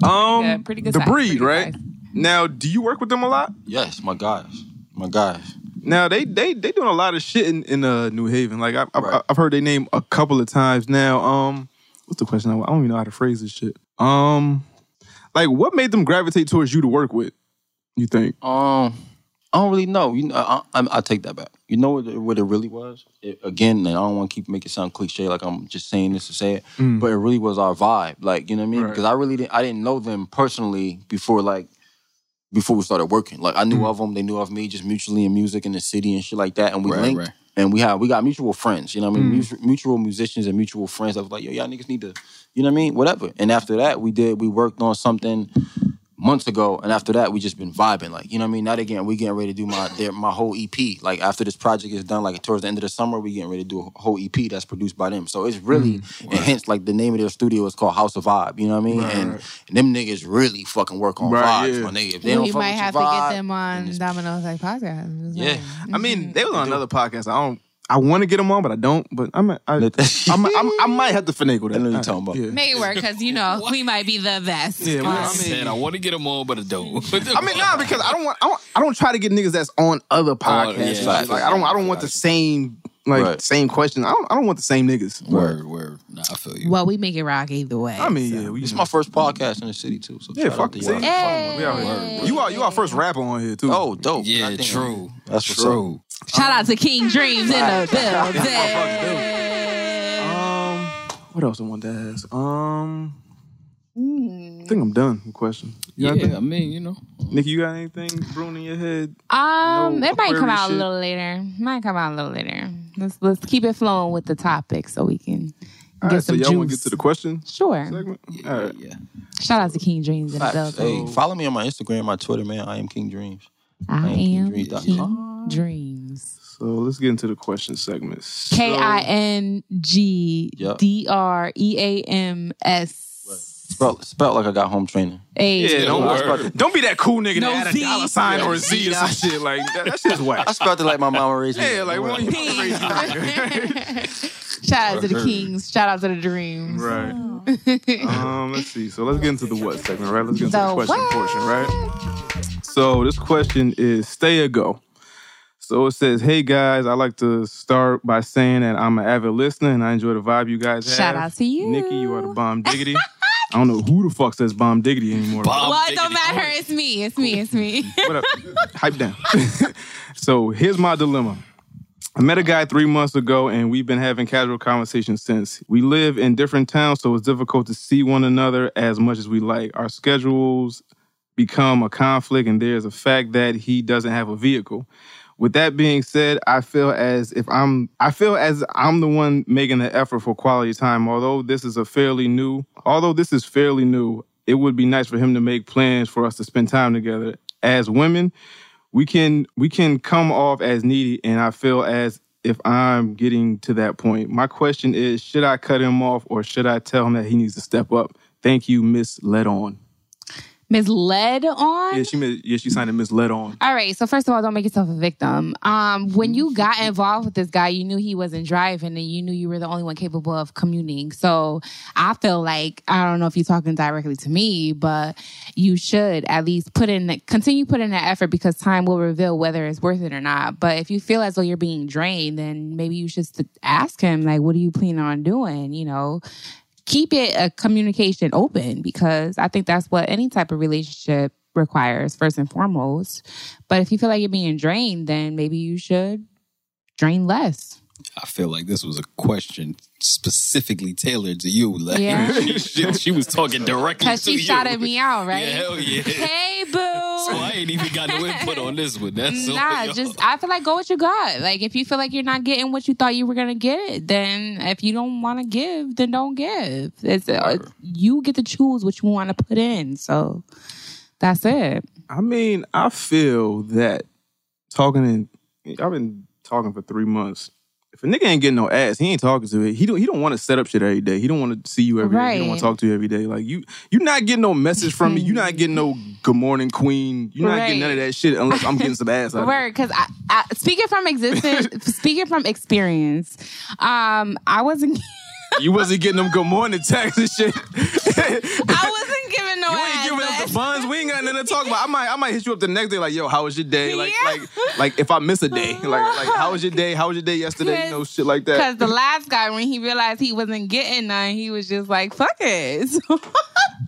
Yeah, pretty good the size, pretty breed, good right? size. Now, do you work with them a lot? Yes, my gosh, my gosh. Now they they they doing a lot of shit in, in uh, New Haven. Like I, I've, Right. I've heard their name a couple of times now. Um, what's the question? I don't even know how to phrase this shit. Um, like what made them gravitate towards you to work with? You think? Um, I don't really know. You know, I, I, I take that back. You know what, it- what it really was? It, again, and I don't want to keep making it sound cliche, like I'm just saying this to say it, Mm. but it really was our vibe. Like you know what I mean? Because I really didn't, I didn't know them personally before, like before we started working. Like I knew Mm. of them, they knew of me, just mutually in music in the city and shit like that, and we Right, linked. right. Mm. And we had we got mutual friends, you know what I mean? Mutual, mutual musicians and mutual friends. I was like, yo, y'all niggas need to, you know what I mean? Whatever. And after that, we did we worked on something months ago, and after that, we just been vibing. Like, you know what I mean? Now they getting we getting ready to do my their, my whole EP. Like after this project is done, like towards the end of the summer, we getting ready to do a whole EP that's produced by them. So it's really Mm, and hence like the name of their studio is called House of Vibe. You know what I mean? And, and them niggas really fucking work on Right, vibes, yeah. my nigga. If they don't We fuck might with have your to vibe, get them on Domino's like podcast. Just Yeah. I mean, they was on another podcast. I don't. I want to get them on, but I don't. But (laughs) I'm. I, I'm, I'm, I might have to finagle that. I know what you're All talking about. yeah. Make it work because you (laughs) know we might be the best. Yeah, we- I I mean- said I want to get them on, but I (laughs) don't. I mean, nah, because I don't want. I don't, I don't try to get niggas that's on Oh, other podcasts. yeah, and shit. facts. like I don't. I don't want the same. Like Right. same question. I don't. I don't want the same niggas. word, word. Nah, I feel you. Well, we make it rock either way. I mean, yeah, we It's my first podcast in the city too. So Yeah, shout out fuck to it. y'all. See? We out here. You are you are first rapper on here too. Oh, dope. yeah, I think- true. That's what's true. Shout out to King Dreams in the building. Um, what else I want to ask? Um, Mm-hmm. I think I'm done with questions. You got Yeah, anything? I mean, you know, Nikki, you got anything brewing in your head? Um, No it might come Aquarius out shit. a little later. Might come out a little later. Let's let's keep it flowing with the topic so we can All get right, so some y'all want to juice. get to the question? Sure. Segment? All right. Yeah. Shout out to King Dreams and Facts. Hey, Delco. follow me on my Instagram, my Twitter, man. I am King Dreams. I am Dreams dot King Dreams. So let's get into the question segment. So- K I N G D R E A M (laughs) S. (laughs) Spelt, spelt like I got home training. A. Yeah, don't, Word. don't be that cool nigga No that add Z. a dollar sign or a Z or some shit. Like, that, that shit's whack. (laughs) I spelled it like my mama raised me. Yeah, like, we don't even crazy nigga. Shout out to the Kings. Shout out to the Dreams. Right. Um, let's see. So let's get into the what segment, right? Let's get into the, The question what? portion, right? So this question is stay or go. So it says, Hey guys, I like to start by saying that I'm an avid listener and I enjoy the vibe you guys have. Shout out to you. Nikki, you are the bomb diggity. I don't know who the fuck says bomb diggity anymore. Bomb Well, it don't diggity. matter. It's me. It's me. It's me. What up? (laughs) Hype down. so here's my dilemma. I met a guy three months ago, and we've been having casual conversations since. We live in different towns, so it's difficult to see one another as much as we like. Our schedules become a conflict, and there's a fact that he doesn't have a vehicle. With that being said, I feel as if I'm I feel as I'm the one making the effort for quality time. Although this is a fairly new, although this is fairly new, it would be nice for him to make plans for us to spend time together. As women, we can we can come off as needy and I feel as if I'm getting to that point. My question is, should I cut him off or should I tell him that he needs to step up? Thank you, Miss Let On. Misled on. Yeah, she mi- yeah, she signed it Miss Let On. All right. So first of all, don't make yourself a victim. Um, when you got involved with this guy, you knew he wasn't driving, and you knew you were the only one capable of commuting. So I feel like I don't know if you're talking directly to me, but you should at least put in, continue putting that effort because time will reveal whether it's worth it or not. But if you feel as though you're being drained, then maybe you should st- ask him like, "What are you planning on doing?" You know, keep it a communication open because I think that's what any type of relationship requires first and foremost. But if you feel like you're being drained, then maybe you should drain less. I feel like this was a question specifically tailored to you. Like, Yeah. (laughs) she, she- she was talking directly to Cause she you. shouted me out, right? Yeah, hell (laughs) yeah. Hey boo. So I ain't even got no input on this one. That's all, nah, yo. just I feel like go what you got. Like if you feel like you're not getting what you thought you were gonna get, then if you don't want to give, then don't give. It's uh, you get to choose what you want to put in. So that's it. I mean, I feel that talking in I've been talking for three months. If a nigga ain't getting no ass, he ain't talking to it. He don't he don't want to set up shit every day. He don't want to see you every day. He don't want Right. to talk to you every day. Like you you're not getting no message from me. You're not getting no good morning queen. You're not getting none of Right. that shit unless I'm getting (laughs) some ass out of it. Word, because I, I speaking from (laughs) existence, speaking from experience, um, I wasn't, You wasn't getting them good morning texts and shit. (laughs) you I wasn't giving no ain't ass. giving (laughs) but- us the buns. We ain't got nothing to talk about. I might, I might hit you up the next day, like, yo, how was your day? Like, Yeah. like, like, if I miss a day, like, like, (laughs) how was your day? How was your day yesterday? You know, shit like that. Because the last guy, when he realized he wasn't getting none, he was just like, "Fuck it." So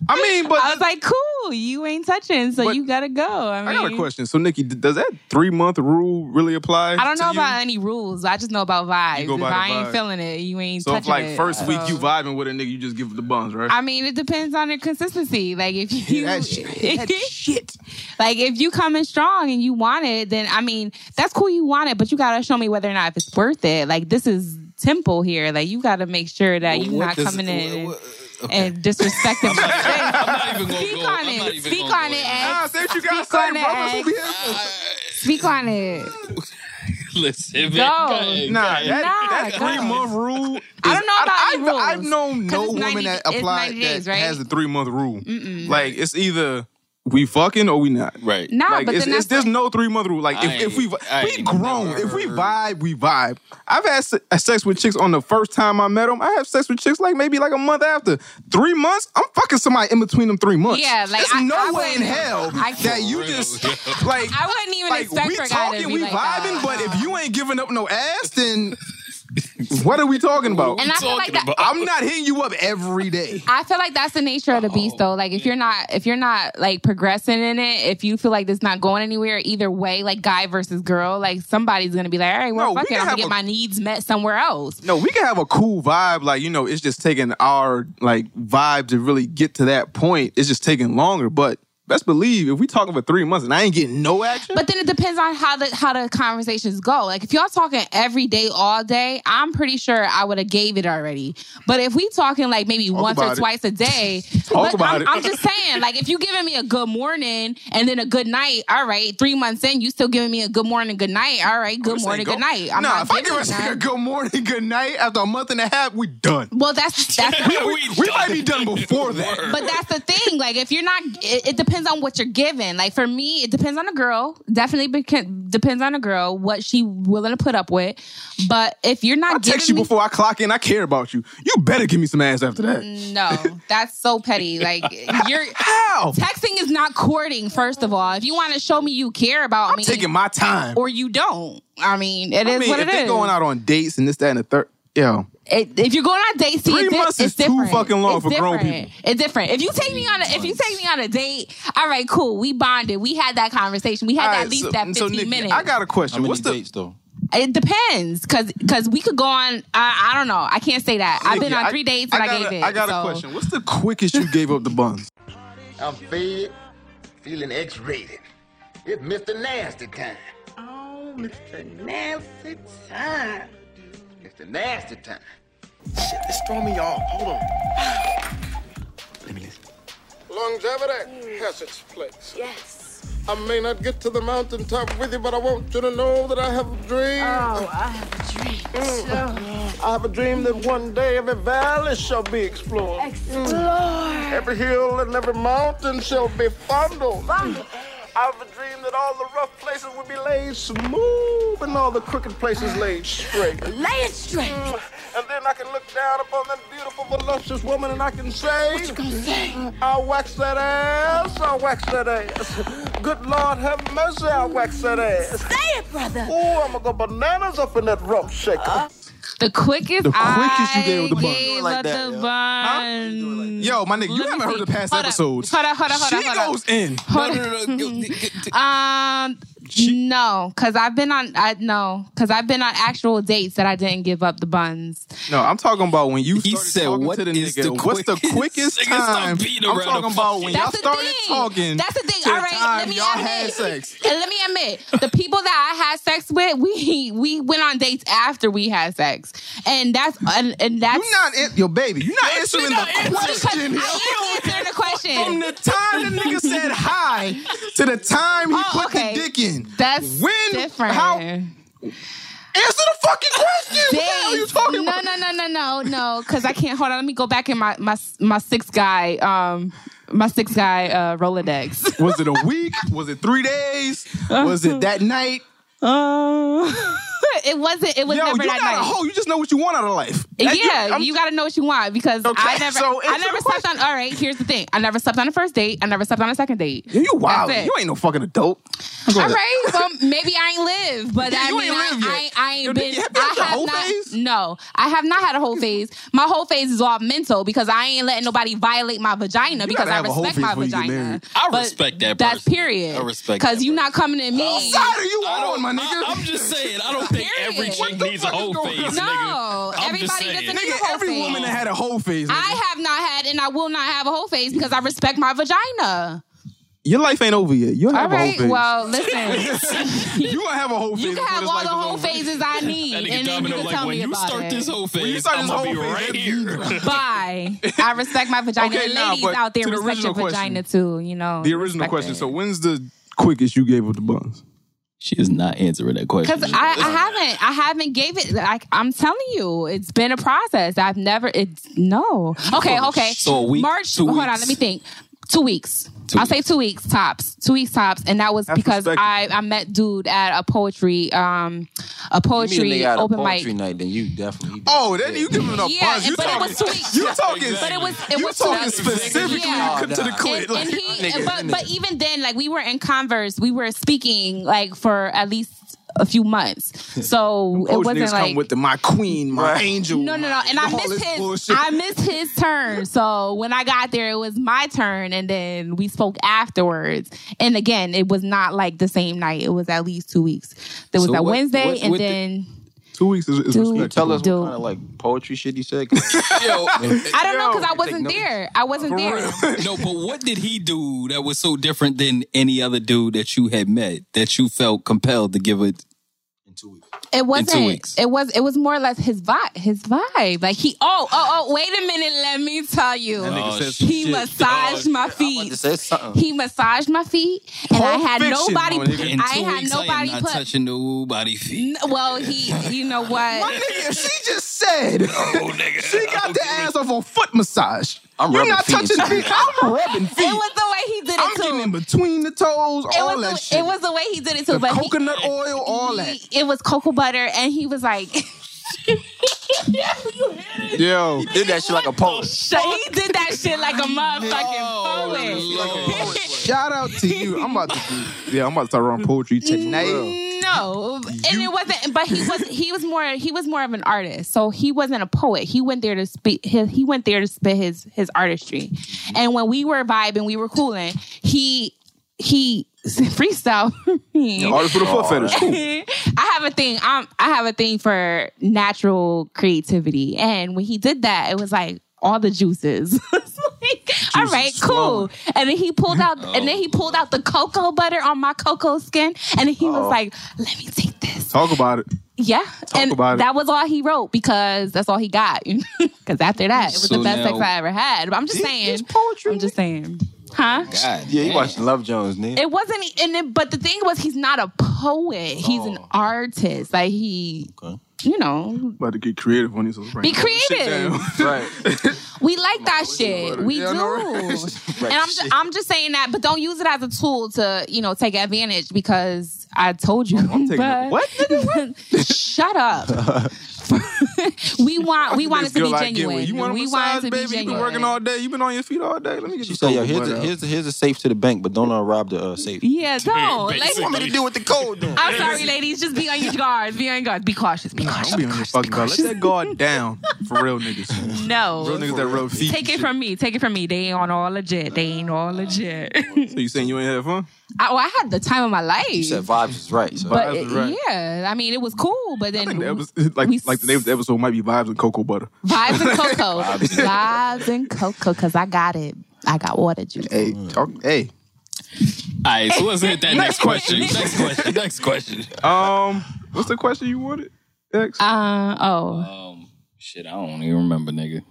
I mean, but (laughs) I was like, "Cool, you ain't touching, so But- you gotta go." I, mean, I got a question. So, Nikki, d- does that three month rule really apply? I don't know to you? about any rules. I just know about vibes. You go if by the I ain't vibe. feeling it, you ain't So, if touching like it. first week you So- vibing with a nigga, you just give the buns, right? I mean, it depends on your consistency. Like if you that (laughs) shit. Hit that shit. like if you coming strong and you want it, then I mean, that's cool you want it, but you gotta show me whether or not if it's worth it. Like this is temple here. Like you gotta make sure that you're What not does- coming in what- what- okay. and, and disrespecting my I'm space. not even gonna Speak go- on I'm not it. even Speak gonna on go it, Ed. in. Ah, say what you gotta Speak say, on it, brothers. Who Ed. be here for? Speak on it. Listen, man. Go. Go ahead, Nah, go that, Nah, ahead. that God. three month rule. Is, I don't know about I, any I've, I've rules. known 'Cause no it's woman 90 that it's applied 90 days, that right? has a three month rule. Like it's either we fucking or we not. Right. Nah, like, but it's, then it's, that's there's no three month rule. Like I if, if we ain't- I we ain't grown, never if we heard- vibe, we vibe. I've had se- sex with chicks on the first time I met them. I have sex with chicks like maybe like a month after, three months. I'm fucking somebody in between them three months. Yeah, like, there's I- no I way in wouldn't- hell I- that you just like. I wouldn't even like expect we for a guy to talking, be we like that. vibing, but if you ain't giving up no ass, then what are we talking about? and I feel like talking that, about? I'm not hitting you up every day. I feel like that's the nature of the beast, though. Like if you're not if you're not like progressing in it, if you feel like it's not going anywhere, either way, like guy versus girl, like somebody's gonna be like, all right, well, No, fuck we it, I'm can gonna have get my a- needs met somewhere else. No, we can have a cool vibe. Like, you know, it's just taking our like vibe to really get to that point. It's just taking longer. But best believe if we talking for three months and I ain't getting no action, But then it depends on how the how the conversations go. Like if y'all talking every day, all day, I'm pretty sure I would have gave it already. But if we talking like maybe once about or it. twice a day, (laughs) Talk but about I'm, it. I'm just saying, like if you giving me a good morning and then a good night, all right, three months in, you still giving me a good morning, good night, all right, good This ain't morning, go- good night. I'm nah, not if I give giving a that. nigga good morning, good night after a month and a half, we done. Well, that's (laughs) that's. We, we- we might be done before that. But that's the thing. Like, if you're not, it, it depends on what you're given. Like, for me, it depends on a girl. Definitely beca- depends on a girl what she willing to put up with. But if you're not I giving text you me, before I clock in. I care about you. You better give me some ass after Mm, that. no, that's so petty. Like, you're (laughs) How? texting is not courting. First of all, if you want to show me you care about me, Taking my time. or you don't. I mean, it is I mean, what if it they're is. going out on dates and this, that, and the third, yo, It- if you're going on dates, see, Three it's, di- months it's is too different. fucking long It's for grown different. people. It's different. If you take me on, a, if you take me on a date, all right, cool. We bonded. We had that conversation. We had All that, right, at least so- that so, fifteen Nikki, minutes. I got a How question. many What's the dates though? it depends because because we could go on. I, I don't know. I can't say that. I've been Nikki, on three dates and I, got gave a- it. I got so. a question. What's the quickest you gave up the buns? I'm fed, feeling X-rated. It's Mr. Nasty time. Oh, Mr. Nasty time. Mr. Nasty time. Shit, it's throwing me off. Hold on. (sighs) Let me listen. (laughs) Longevity has its place. Yes. I may not get to the mountaintop with you, but I want you to know that I have a dream. Oh, I have a dream. Mm. So I have a dream that one day every valley shall be explored. Mm. Explored. Every hill and every mountain shall be fondled. Mm. I have a dream that all the rough places will be laid smooth and all the crooked places laid straight. lay it straight. Mm. And then I can look down upon that beautiful, voluptuous woman and I can say, What you gonna say? I'll wax that ass, I'll wax that ass. Good Lord have mercy, I'll wax that ass. Say it, brother. Ooh, I'm gonna go bananas up in that rump shaker. The quickest, The quickest you I gave up the bun. gave Like up that, the yo. bun. Yo, my nigga, you Let me haven't heard see. the past Hold up. episodes. Hold up, hold up, hold up, She hold up. goes in. Hold Um, no, because I've been on. I no, because I've been on actual dates that I didn't give up the buns. No, I'm talking about when you started said, talking "What to the is nigga. the what's the quickest?" quickest Nigga, stop time? beating I'm around talking the about when That's y'all the started thing. talking. That's the to thing. All right, time let me y'all admit. had sex. And let me admit, the people that I had sex with, we we went on dates after we had sex, and that's and, and that's You not in, yo baby. You not answering not the answering. question. I am answering the From question. the time the nigga said hi to the time he Oh, put okay. the dick in. That's when different. how answer the fucking question. What the hell are you Dates. talking no, about? no, no, no, no, no. Because I can't hold on. Let me go back in my my my six guy um my six guy uh, Rolodex. (laughs) Was it a week? Was it three days? Was it that night? Uh, (laughs) it wasn't. It was Yo, never you that not night. a hoe. You just know what you want out of life. That- yeah, I'm- you, got to know what you want because Okay, I never, so I answer never the slept on. All right, here's the thing: I never slept on a first date. I never slept on a second date. You wild. That's it. You ain't no fucking adult. Go All ahead. right, well maybe I ain't lived, but Yeah, I you mean, ain't lived I, I, yet. I ain't Yo, nigga, been. you haven't I had your whole not. phase? No, I have not had a whole phase. My whole phase is all mental because I ain't letting nobody violate my vagina because gotta I have a whole respect phase my before you get vagina. married. I But respect that That's person. period. I respect because that you not coming to me. Side are you I on, don't- my nigga? I, am just saying, I don't think every Period. chick What the needs a fuck is whole going face, on? No, nigga. I'm just everybody saying. doesn't need Nigga, a whole every phase. woman that had a whole phase. nigga. I have not had and I will not have a whole phase because I respect my vagina. (laughs) Your life ain't over yet. All You'll have a whole right. phase. (laughs) Well, listen. you gonna have a whole phase. you can before have this all life the is whole over. phases I need, That and nigga then you Domino, can tell like, when me you about start it. this whole When you phase, start I'm this gonna be whole phase, right that'd here. (laughs) be- Bye. I respect my vagina. Okay, and nah, ladies but out there to the respect your original question. vagina too. You know The original question. So when's the quickest you gave up the buns? She is not answering that question. because I, I haven't, I haven't gave it. Like I'm telling you, it's been a process. I've never. It's no. Okay. Okay. So a week, March. two hold on. weeks. Let me think. Two weeks. Two I'll say weeks. two weeks tops. Two weeks tops, and that was That's because respectable. I, I met dude at a poetry um a You meet a poetry nigga at a open poetry mic. night, then you definitely. Oh, then you giving up Yeah, buns. You but it talking, was two weeks. You talking? But it was it you was two talking weeks. specifically? Yeah. You could to the And- and, quit. and Like, he, Nigga, but, nigga. but even then, like we were in converse, we were speaking like for at least a few (laughs) months, so it Coach wasn't niggas like come with the my queen, my angel. no, no, no. And I all missed this his, bullshit. I missed his turn. So when I got there, it was my turn, and then we spoke afterwards. And again, it was not like the same night. It was at least two weeks. There was So that what- Wednesday, what- and what the- then Two weeks is, is Dude. respectable. You tell us what Dude. kind of like poetry shit he said. (laughs) I don't know because I wasn't there. I wasn't there. (laughs) no, but what did he do that was so different than any other dude that you had met that you felt compelled to give it? (laughs) It weeks. wasn't. It was. It was more or less his vibe. His vibe. Like he. Oh. Oh. Oh. Wait a minute. Let me tell you. That Oh, nigga said some Oh, he shit, massaged dog. my He feet. said something. He massaged my feet, and I had nobody. In put- two I had weeks, nobody I am not put. touching nobody feet. N- Well, he. You know what? she just (laughs) said Oh, she got the ass off a foot massage. I'm You're rubbing not feet and touching shit. feet. (laughs) I'm rubbing feet. It was the way he did it I'm too. getting in between the toes, it all was that the, shit. It was the way he did it too. The but he- coconut oil, all that. he- it was cocoa butter, and he was like. (laughs) Yo, (laughs) he did that shit like a poet. So he did that shit like a Oh, motherfucking poet. Shout out to you. I'm about to Yeah, I'm about to start writing poetry tonight. No, and it wasn't. But he was. He was more. He was more of an artist. So he wasn't a poet. He went there to speak. His, he went there to spit his his artistry. And when we were vibing, we were cooling. He he (laughs) freestyle. Artist with a foot fetish. Cool. (laughs) I have a thing. I'm, I have a thing for natural creativity, and when he did that, it was like all the juices. (laughs) It's like, all right, cool. And then he pulled out, and then he pulled out the cocoa butter on my cocoa skin, and then he was like, "Let me take this." Talk about it. Yeah, and about it. that was all he wrote because that's all he got. (laughs) Because after that, it was So the best sex now- I ever had. But I'm just saying, poetry. I'm just saying, huh? God, Oh, Yeah, he damn. watched Love Jones, nigga. It wasn't, e, and it, but the thing was, he's not a poet. He's an artist. Like he, you know, About to get creative on these. Be creative. (laughs) Right. (laughs) we like that shit. We do, and I'm just, I'm just saying that. But don't use it as a tool to, you know, take advantage because I told you. (laughs) taking- but- what? Shut up. (laughs) we want, we want it to be genuine. You want a we massage, want it to baby? be You been working genuine. all day. You been on your feet all day. Let me get She you said, some. "Yo, here's the here's the, here's the safe to the bank, but don't uh, rob the uh, safe." Yeah, don't. What Like, you want me to do with the code? Though? I'm sorry, ladies. Just be on your guard. Be on your guard. Be cautious. Be cautious. Don't be on your fucking guard. (laughs) Let that guard down for real niggas. No. (laughs) Real niggas that rub feet. Take it from me. Take it from me. They ain't on all legit. They ain't all legit. (laughs) I, So you saying you ain't had fun? well, I had the time of my life. You said vibes is right. So. but Vibes is right. yeah, I mean, it was cool. But I think then the episode, (laughs) like like the name of the episode might be vibes and cocoa butter. vibes and cocoa, vibes and cocoa, because I got it. I got water juice. Hey, talk, hey. All right, so let's hit that next question. Next question. Next question. Um, what's the question you wanted? X? Uh, oh. Um, shit, I don't even remember, nigga.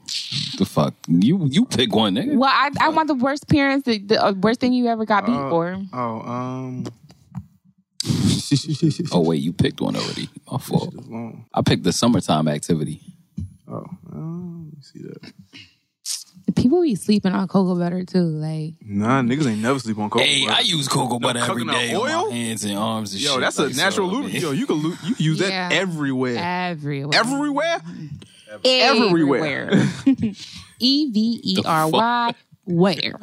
The fuck, you you pick one, nigga. Well, I, I want the worst parents, the, the uh, worst thing you ever got beat Uh, for. Oh, um, Oh wait, you picked one already. My fault. I picked the summertime activity. oh, um, let me see that. People be sleeping on cocoa butter too. Like, Nah, niggas ain't never sleep on cocoa. Hey, butter. I use cocoa butter every coconut day oil? on my hands and arms and shit. Yo, that's a like, so, natural I mean, lubricant. Yo, you can lu- you can use Yeah. that everywhere. everywhere. Everywhere? everywhere. E V E R Y. Where?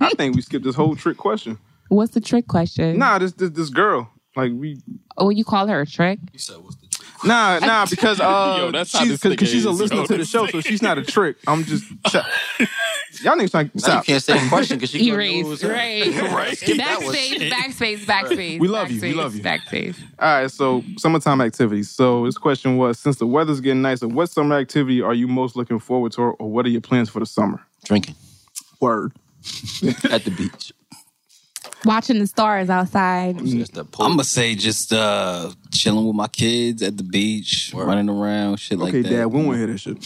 I think we skipped this whole trick (laughs) question. What's the trick question? Nah, this this, this girl. Like we Oh, you call her a trick? (laughs) nah nah because uh Yo, that's how she's this nigga because she's a is, listener yo. to the show so she's not a trick. (laughs) I'm just y'all niggas like Now you stop. can't (laughs) say the question because she Erase. Right. (laughs) Backspace, backspace, backspace. We love you, we backspace, love you. Backspace. All right, so summertime activities. So this question was: since the weather's getting nicer, what summer activity are you most looking forward to, or what are your plans for the summer? drinking Word. at the beach. (laughs) Watching the stars outside. That's the poet. I'm gonna say just uh chilling with my kids at the beach, running around, shit Okay, like that. Dad, we won't hear that shit.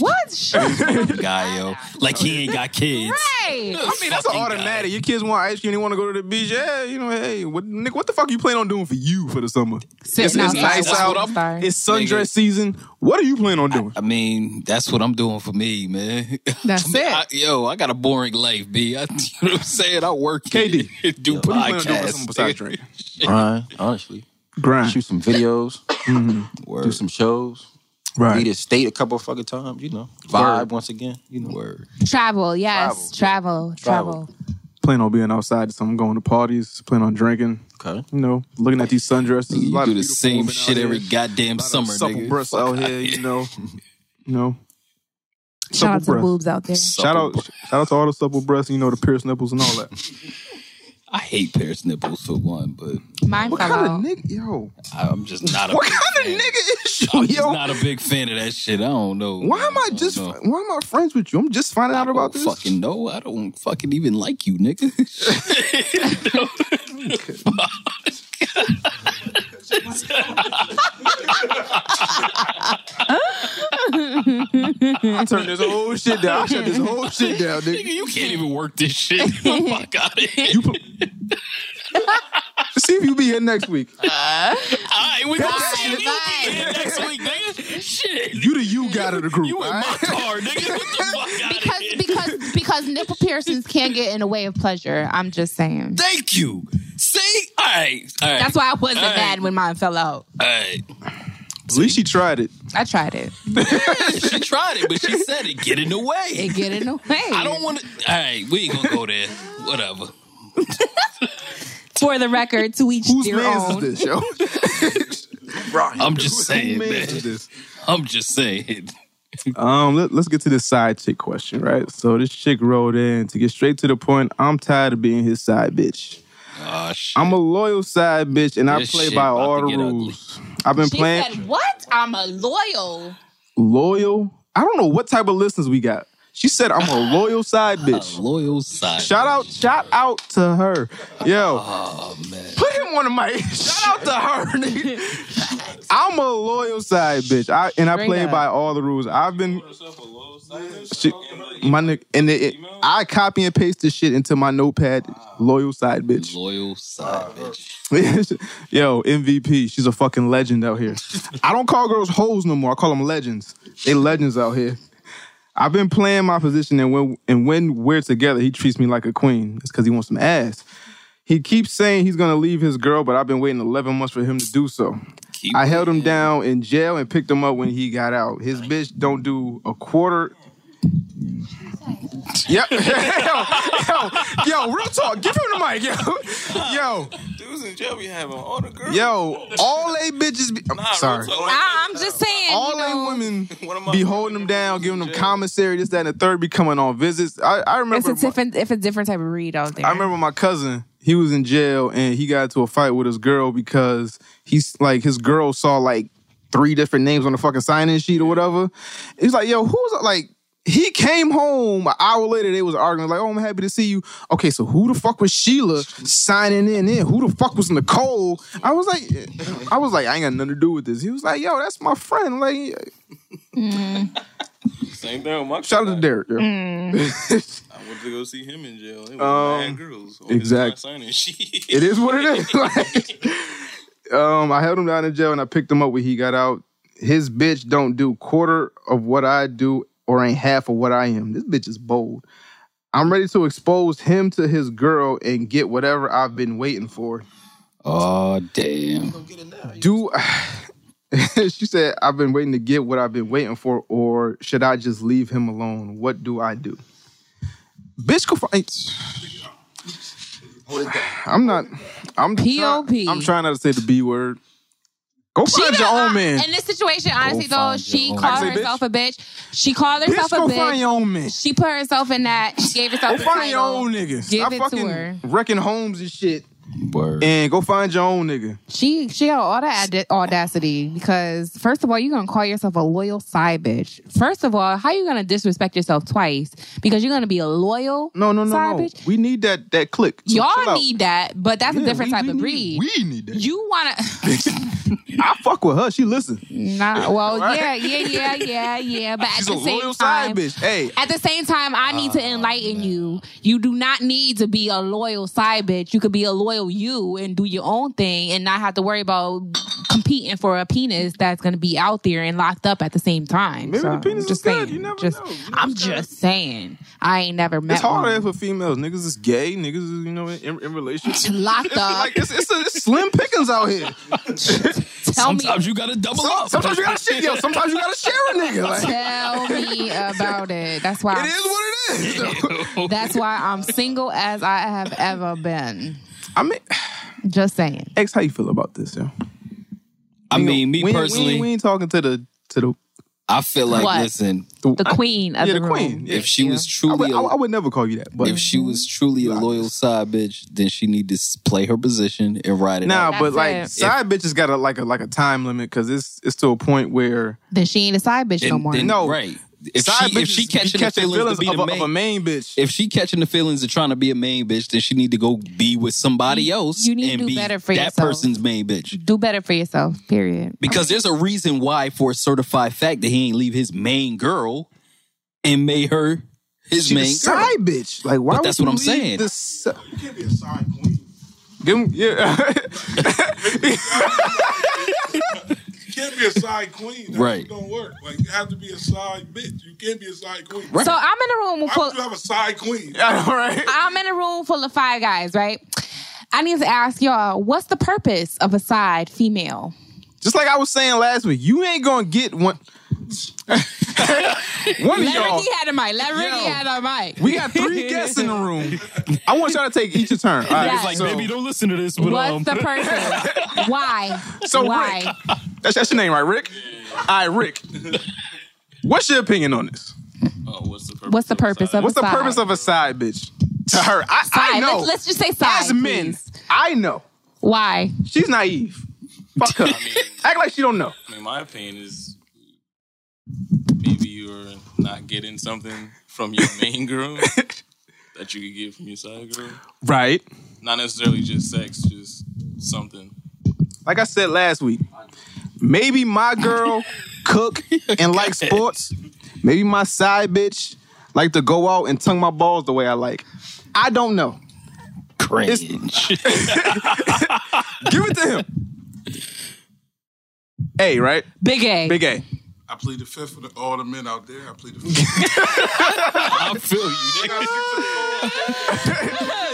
what? Shit. (laughs) guy, yo. Like he ain't got kids. Hey. I mean, (laughs) that's an automatic. Your kids want ice cream, they want to go to the beach. Yeah, you know, hey, what, Nick, what the fuck you plan on doing for you for the summer? Sitting it's outside nice watching the out. stars. It's sundress season. What are you planning on doing? I mean, that's what I'm doing for me, man. (laughs) That's it. I- yo, I got a boring life, B. I, (laughs) you know what I'm saying? I work, KD, (laughs) do what are you planning on doing for summer podcasts. besides drink? Grind, honestly. Grind. Mm-hmm. Shoot some videos, (clears throat) do some shows, lead Right. a state a couple fucking times. You know, vibe once again. You know, word. Travel, yes. Travel. Travel. Travel. Plan on being outside. So I'm going to parties. Plan on drinking. Okay. You know, looking at these sundresses. A You lot do of the beautiful same women out shit here. every goddamn lot of summer, supple nigga. breasts out here, you know. You know. Shout out to breasts. boobs out there. Shout out shout out to all the supple breasts, you know, the pierced nipples and all that. (laughs) I hate Paris nipples for one, but Mine What fell kind of out. nigga, yo? I'm just not a What big kind of nigga is you, I'm just yo? not a big fan of that shit. I don't know. Why am I don't just? know. Why am I friends with you? I'm just finding out about this. Fucking no, I don't (laughs) fucking even like you, nigga. I turned this whole shit (laughs) down. I shut this whole shit down, nigga. You can't even work this (laughs) shit. Fuck out of here. See if you be here (laughs) next week. All right, we gonna Bye, see if you be here next week, nigga. Shit. You the you got of the group. You in my car, nigga. What the fuck out (laughs) because because because nipple piercings can get in the way of pleasure. I'm just saying. Thank you. See? All right. All right. That's why I wasn't All right. mad when mine fell out. All right. (laughs) At least she tried it. I tried it. She tried it, but she said it get in the way. It get in the way. (laughs) I don't want to. All right, we ain't gonna go there. Whatever. For the record, to each Whose their man's own. is this, yo? I'm just saying, Whose mans man. is this? I'm just saying. Um, let, us get to this side chick question, right? So this chick wrote in to get straight to the point. I'm tired of being his side bitch. Oh, shit. I'm a loyal side bitch, and This I play shit by about all to the get ugly. rules. I've been She playing said, "What? I'm a loyal." loyal. I don't know what type of listeners we got. She said (laughs) I'm a loyal side bitch. Loyal side. Shout out, shout out to her. Yo. Oh, Put (laughs) him on the mic. shout out to her, nigga. I'm a loyal side bitch. I and I Straight play up. by all the rules. I've been Shit, my nigga, and it, it- I copy and paste this shit into my notepad. Loyal side bitch. Loyal side, bitch. (laughs) Yo, MVP. She's a fucking legend out here. I don't call girls hoes no more. I call them legends. They legends out here. I've been playing my position, and when and when we're together, he treats me like a queen. It's because he wants some ass. He keeps saying he's gonna leave his girl, but I've been waiting 11 months for him to do so. Keep I held him down in jail and picked him up when he got out. His bitch don't do a quarter. Yep. (laughs) yo, yo, yo, real talk. Give him the mic, yo. Yo, Dudes in jail be having all the girls. yo, all they bitches be. I'm Nah, real sorry. talk. I, I'm just saying. All you know, they women One of my be holding them down, giving them commissary, this, that, and the third, be coming on visits. I, I It's remember. a my- different, if a different type of read out there. I remember my cousin. He was in jail and he got into a fight with his girl because he's like his girl saw like three different names on the fucking sign-in sheet or whatever. He's like, "Yo, who's like?" He came home an hour later. They was arguing like, "Oh, I'm happy to see you." Okay, so who the fuck was Sheila signing in? In who the fuck was Nicole? I was like, I was like, I ain't got nothing to do with this. He was like, "Yo, that's my friend." Like, Mm. Same thing with my shout out to Derek. yo. (laughs) I went to go see him in jail. It was Um, mad girls. on his exact- sign (laughs) and shit. it is what it is. (laughs) Like, um, I held him down in jail and I picked him up when he got out. His bitch don't do quarter of what I do or ain't half of what I am. This bitch is bold. I'm ready to expose him to his girl and get whatever I've been waiting for. Oh damn. Do (laughs) she said I've been waiting to get what I've been waiting for, or should I just leave him alone? What do I do? Bitch, go find. I'm not. I'm try- P.O.P.. I'm trying not to say the B word. Go She find your done- own uh, man. In this situation, honestly find though, your she own called man. I say herself a bitch. She called herself a Bitch, go find bitch. your own man. She put herself in that. She gave herself Go a find your title. own nigga. Give Stop it to fucking her. wrecking homes and shit. Word. And go find your own nigga. She she got all that ad- audacity because first of all, you're gonna call yourself a loyal side bitch. First of all, how you gonna disrespect yourself twice? Because you're gonna be a loyal No, no, no, side no. bitch. We need that that click. So chill Y'all out. need that, but that's a Yeah, different we- type we of need- breed. We need that. You (laughs) wanna I fuck with her. She listen. nah? (laughs) Well, Right? yeah, yeah, yeah, yeah, yeah. But She's at a the same loyal time, side bitch. Hey, At the same time, I need Oh, to enlighten you. You do not need to be a loyal side bitch. You could be a loyal you and do your own thing and not have to worry about competing for a penis that's going to be out there and locked up at the same time. Maybe the So, penis is just good. Saying, You never just, know. You never I'm know. just saying. I ain't never met It's harder one. for females. Niggas is gay. Niggas is, you know, in, in relationships. Locked up. Like, it's, it's, it's slim pickings (laughs) out here. Tell me. Sometimes you gotta double up. Sometimes you gotta share, yo, sometimes you gotta share a nigga. Like, Tell (laughs) me about it. That's why. it is what it (laughs) is. That's why I'm single as I have ever been. I mean, (sighs) Just saying. X, how you feel about this, yo? I mean, me we, ain't- personally, we, ain't- we ain't talking to the to the I feel like What? listen, The queen of yeah, the, the room. queen. Yeah. if she was I would, truly, I, would- I a, would never call you that. But if she was truly a loyal side bitch, then she need to s- play her position and ride it. nah, out. but like side bitches got a like a like a time limit because it's it's to a point where Then she ain't a side bitch no Then- more. then- no, No. right. If Side she if she bitches be catching the catching feelings, feelings to be of the a- main, of a main bitch, if she catching the feelings of trying to be a main bitch, then she need to go be with somebody else you need to and do be better for that yourself. person's main bitch. do better for yourself. Period. Because there's a reason why, for a certified fact, that he ain't leave his main girl and made her his She the main girl. side bitch. Like why? But that's would what I'm you leave saying. The si- you can't be a side queen. Give him, yeah. (laughs) You can't be a side queen. That Right. shit Don't work. Like you have to be a side bitch. You can't be a side queen. So I'm in a room Why full. would you have a side queen? (laughs) I'm in a room full of five guys, right? I need to ask y'all, what's the purpose of a side female? Just like I was saying last week, you ain't gonna get one. (laughs) one of y'all. Ricky had a mic. Let Ricky had a mic. We got (laughs) three guests in the room. I want y'all to take each a turn. All right, Yes. It's like, baby, don't listen to this. What's (laughs) the (laughs) purpose? Why? So, Why? That's, that's your name, right, Rick? All right, Rick. What's your opinion on this? What's the purpose of What's a the side? purpose of a side bitch? To her, I, I Side. know. Let's- let's just say side, As men, I know. (laughs) Why? She's naive. Fuck her. Act like she don't know. I mean, my opinion is maybe you're not getting something from (laughs) your main girl that you could get from your side girl. Right. Not necessarily just sex, just something. Like I said last week, maybe (laughs) my girl cook and like sports. Maybe my side bitch like to go out and tongue my balls the way I like. I don't know. Cringe. (laughs) Give it to him. A, right? Big A. Big A. I plead the fifth for the, all the men out there. I (laughs) plead the fifth. I feel you.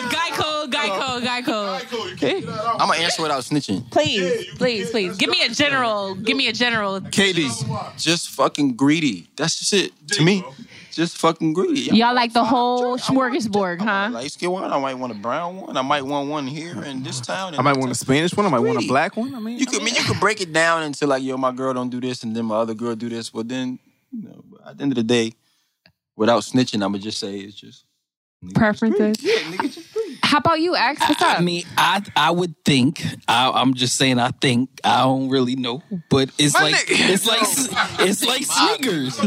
Geico, Uh, Geico, Geico. I'm gonna answer without snitching. Please, please, please. Give me a general. Give me a general. KD, just fucking greedy. That's just it to me. Just fucking greedy. Y'all like the whole smorgasbord, huh? light skin one. I might want a brown one. I might want one here in this town. Mm. I might want a Spanish one. I might want a Greedy. black one. I mean, You could I mean you could break it down into like yo, my girl don't do this, and then my other girl do this. But then, you know, at the end of the day, without snitching, I'm gonna just say it's just Preferences. How about you, X? What's up? I mean, I I would think. I, I'm just saying. I think. I don't really know, but it's My like nigga. it's like (laughs) it's like My- sneakers.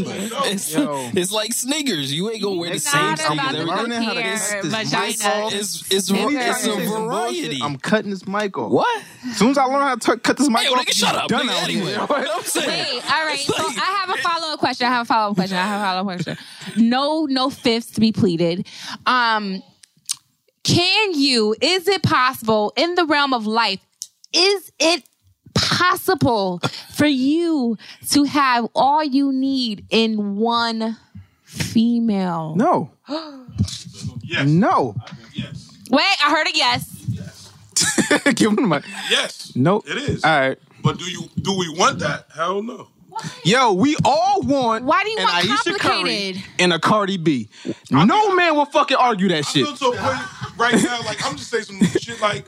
It's, it's like sneakers. You ain't gonna wear the It's same not about sneakers. to every day. compare It's- it's vagina. It's it's, Anytime it's you say a some variety. I'm cutting this mic off. What? As soon as I learn how to t- cut this mic Yo, off, nigga, shut you up, Done nigga, out anyway. here. (laughs) I'm saying. Wait, all right. So I have a follow up question. I have a follow up question. I have a follow up question. No, no fifths to be pleaded. Um, can you? Is it possible in the realm of life? Is it possible for you to have all you need in one female? No. yes. No. Wait, I heard a yes. (laughs) Give him the mic. Yes. Nope. It is. All right. But do you do we want that? Hell no. Yo, we all want. Why do you an want Aisha complicated? Curry and a Cardi B. No man will fucking argue that shit. I'm to a point right now, like I'm just saying some shit like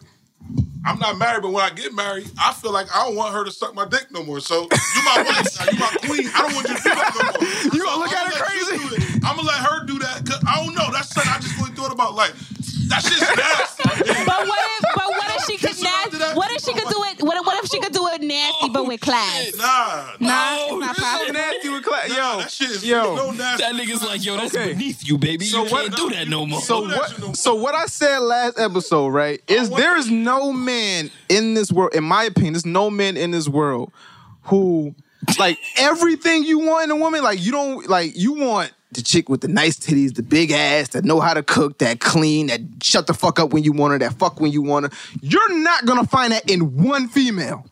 I'm not married, but when I get married, I feel like I don't want her to suck my dick no more. So you my wife, now, you my queen. I don't want you to do that no more. (laughs) You gonna look at her crazy? I'm gonna let her do that. 'cause I don't know. That's something I just really thought about. Like that shit's nasty. But what if? But (laughs) what if she could? Nas- what if she could do it? What if, what if she could do it nasty but with class? Nah, Nah, Oh, it's not possible. nasty with class. Yo, that shit is yo. so nasty. That nigga's like, yo, that's beneath you, baby. you can't do that no more. So what? So what I said last episode, right? Is there is no man in this world, in my opinion, there's no man in this world who like everything you want in a woman. Like you don't like you want the chick with the nice titties, the big ass, that know how to cook, that clean, that shut the fuck up when you want her, that fuck when you want her. You're not gonna find that in one female.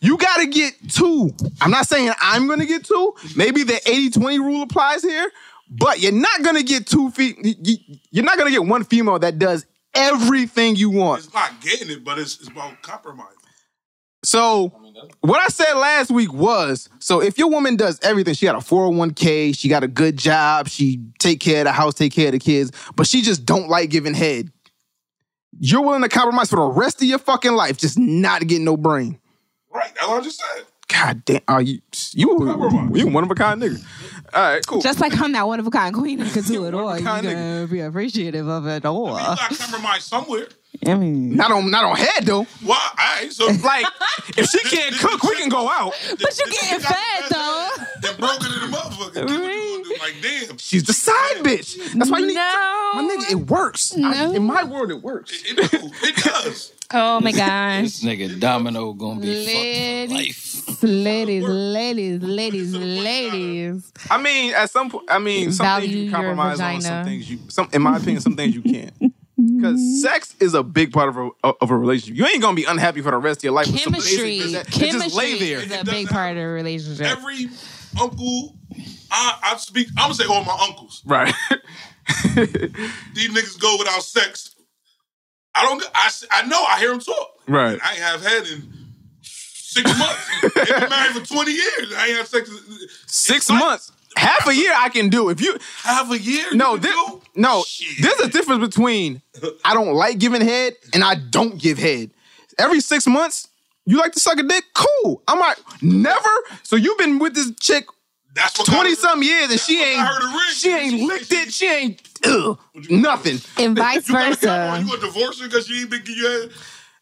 You gotta get two. I'm not saying I'm gonna get two. Maybe the 80-20 rule applies here, but you're not gonna get two feet. You're not gonna get one female that does everything you want. It's not getting it, but it's, it's about compromise. So what I said last week was so if your woman does everything, she got a 401k, she got a good job, she take care of the house, take care of the kids, but she just don't like giving head. You're willing to compromise for the rest of your fucking life, just not getting no brain. Right. That's what I just said. God damn, are you you you one of a kind nigga? All right, cool. Just like I'm that one of a kind queen who could (laughs) do it all. You gotta be appreciative of it all. compromise somewhere. I mean, not on not on head though. Well, all right, so like if she can't cook, we can go out. (laughs) But you getting fed though. Then broken to the motherfucker. Like damn, She's the side bitch. That's why you need No. my nigga. It works. I- in my world, it works. (laughs) Oh my gosh. This nigga Domino gonna be Ladies, ladies, ladies, (laughs) ladies, ladies. I mean, at some point, I mean, some Value things you your compromise on, vagina. some things you, some, in my opinion, some things (laughs) you can't. Because sex is a big part of a, of a relationship. You ain't gonna be unhappy for the rest of your life. with some basic Chemistry, bitch that- that just chemistry lay there. is a big part of a relationship. every uncle. I, I speak. I'm gonna say all my uncles. Right. These niggas go without sex. I don't. I, s- I know. I hear them talk. Right. And I ain't have had in six months. They've been married for twenty years. I ain't have sex. Six months, half a year, I can do. If you half a year, no, this, no, there's a difference between I don't like giving head and I don't give head. Every six months, you like to suck a dick, cool. I'm like never. So you've been with this chick twenty some years and she ain't she ain't licked it, she ain't ugh, nothing. (laughs) And vice You got- versa. You a divorcer because you ain't been getting your head.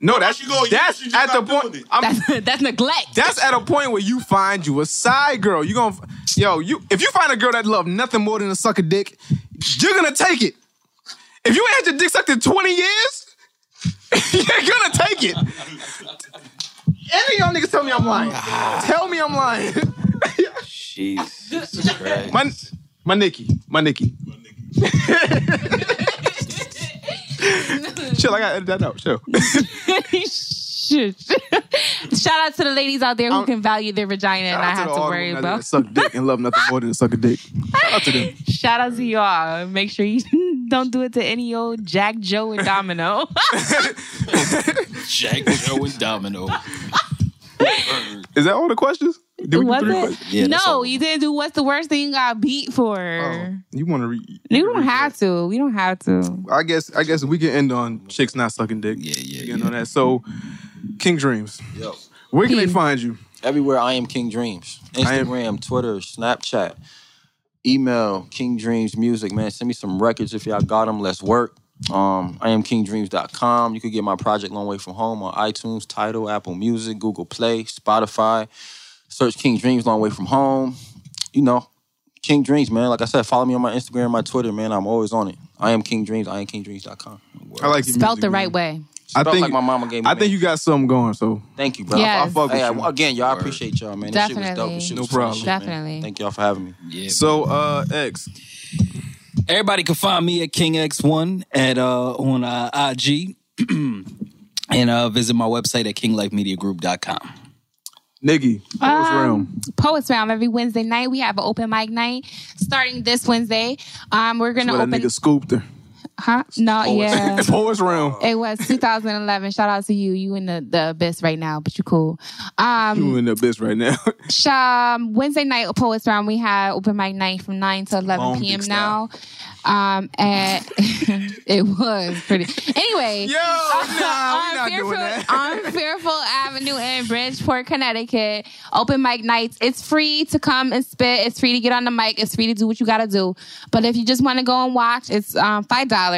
No, that's go, yeah, that's she just at the not point. I'm- That's, (laughs) that's neglect. That's at a point where you find you a side girl. You gonna yo, you if you find a girl that love nothing more than a suck a dick, you're gonna take it. If you ain't had your dick sucked in 20 years, (laughs) you're gonna take it. Any of y'all niggas tell me I'm lying. Tell me I'm lying. Jesus Christ. My my Nikki. (laughs) My Nikki. chill, I gotta edit that out. Chill. (laughs) Shit. Shout out to the ladies out there who can value their vagina and not have to All the worry women Um, out there that about. Suck dick and love nothing more than a suck a dick. Shout out to them. (laughs) Shout out to y'all. Make sure you (laughs) don't do it to any old Jack, Joe, and Domino. (laughs) Jack, Joe, and Domino. Is that all the questions? (laughs) Did we do Was three it? questions? no, you didn't do what's the worst thing you got beat for. You want to read? You don't have to. We don't have to. I guess. I guess we can end on chicks not sucking dick. Yeah, yeah. You know that. So, King Dreams. Yo. Where can they find you? Everywhere I am King Dreams. Instagram, Twitter, Snapchat, email, King Dreams Music, man. Send me some records if y'all got them. Let's work. Um, I am kingdreams.com. You can get my project Long Way From Home on iTunes, Tidal, Apple Music, Google Play, Spotify. Search King Dreams Long Way From Home. You know, King Dreams, man. Like I said, follow me on my Instagram, my Twitter, man. I'm always on it. I am King Dreams. I am kingdreams.com. I like your Spelt music, the man. right way. I Spelt think like my mama gave me, I think man. you got something going. So Thank you, bro. Yes. I fuck with Hey, you. Again, y'all, I appreciate y'all, man. This shit was dope. Definitely. This shit No was fun problem. shit, man. Definitely. Thank y'all for having me. Yeah. So uh X. Everybody can find me at King X1 at uh on uh, IG (clears throat) and uh visit my website at kinglifemediagroup.com. Niggy, Um, Poets Realm every Wednesday night. We have an open mic night starting this Wednesday. Um, we're gonna Where that open. nigga scooped her. Huh? No, yeah. (laughs) Poets room. It was 2011. Shout out to you. You in the, the abyss right now, but you cool. Um, You in the abyss right now. (laughs) sh- um, Wednesday night Poets Round, we had open mic night from 9 to 11 Long p.m. dick now. style. Um, and (laughs) it was pretty. Anyway, (laughs) Yo, nah, we on not doing Fairfield- that. on Fairfield Avenue in Bridgeport, Connecticut, open mic nights. It's free to come and spit. It's free to get on the mic. It's free to do what you got to do. But if you just want to go and watch, it's um, five dollars.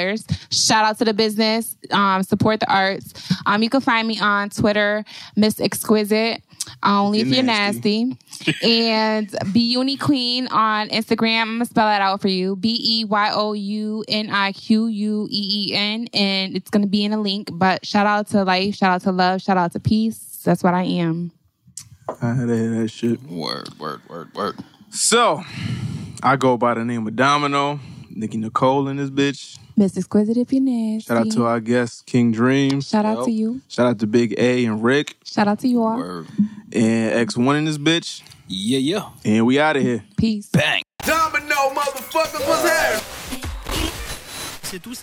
Shout out to the business. Um, support the arts. Um, you can find me on Twitter, Miss Exquisite. Only if you're (laughs) nasty. and Be Uni Queen on Instagram. I'm gonna spell that out for you. B E Y O U N I Q U E E N, and it's gonna be in a link. But shout out to life, shout out to love, shout out to peace. That's what I am. I had to hear that shit. Word, word, word, word. So, I go by the name of Domino. Nikki Nicole in this bitch. Miss Exquisite, if you're nasty. Shout out to our guest, King Dreams. Shout out to you. Shout out to Big A and Rick Shout out to you all. and X1 in this bitch. Yeah, yeah. And we out of here. Peace. Bang. Domino motherfuckers was here. C'est tout.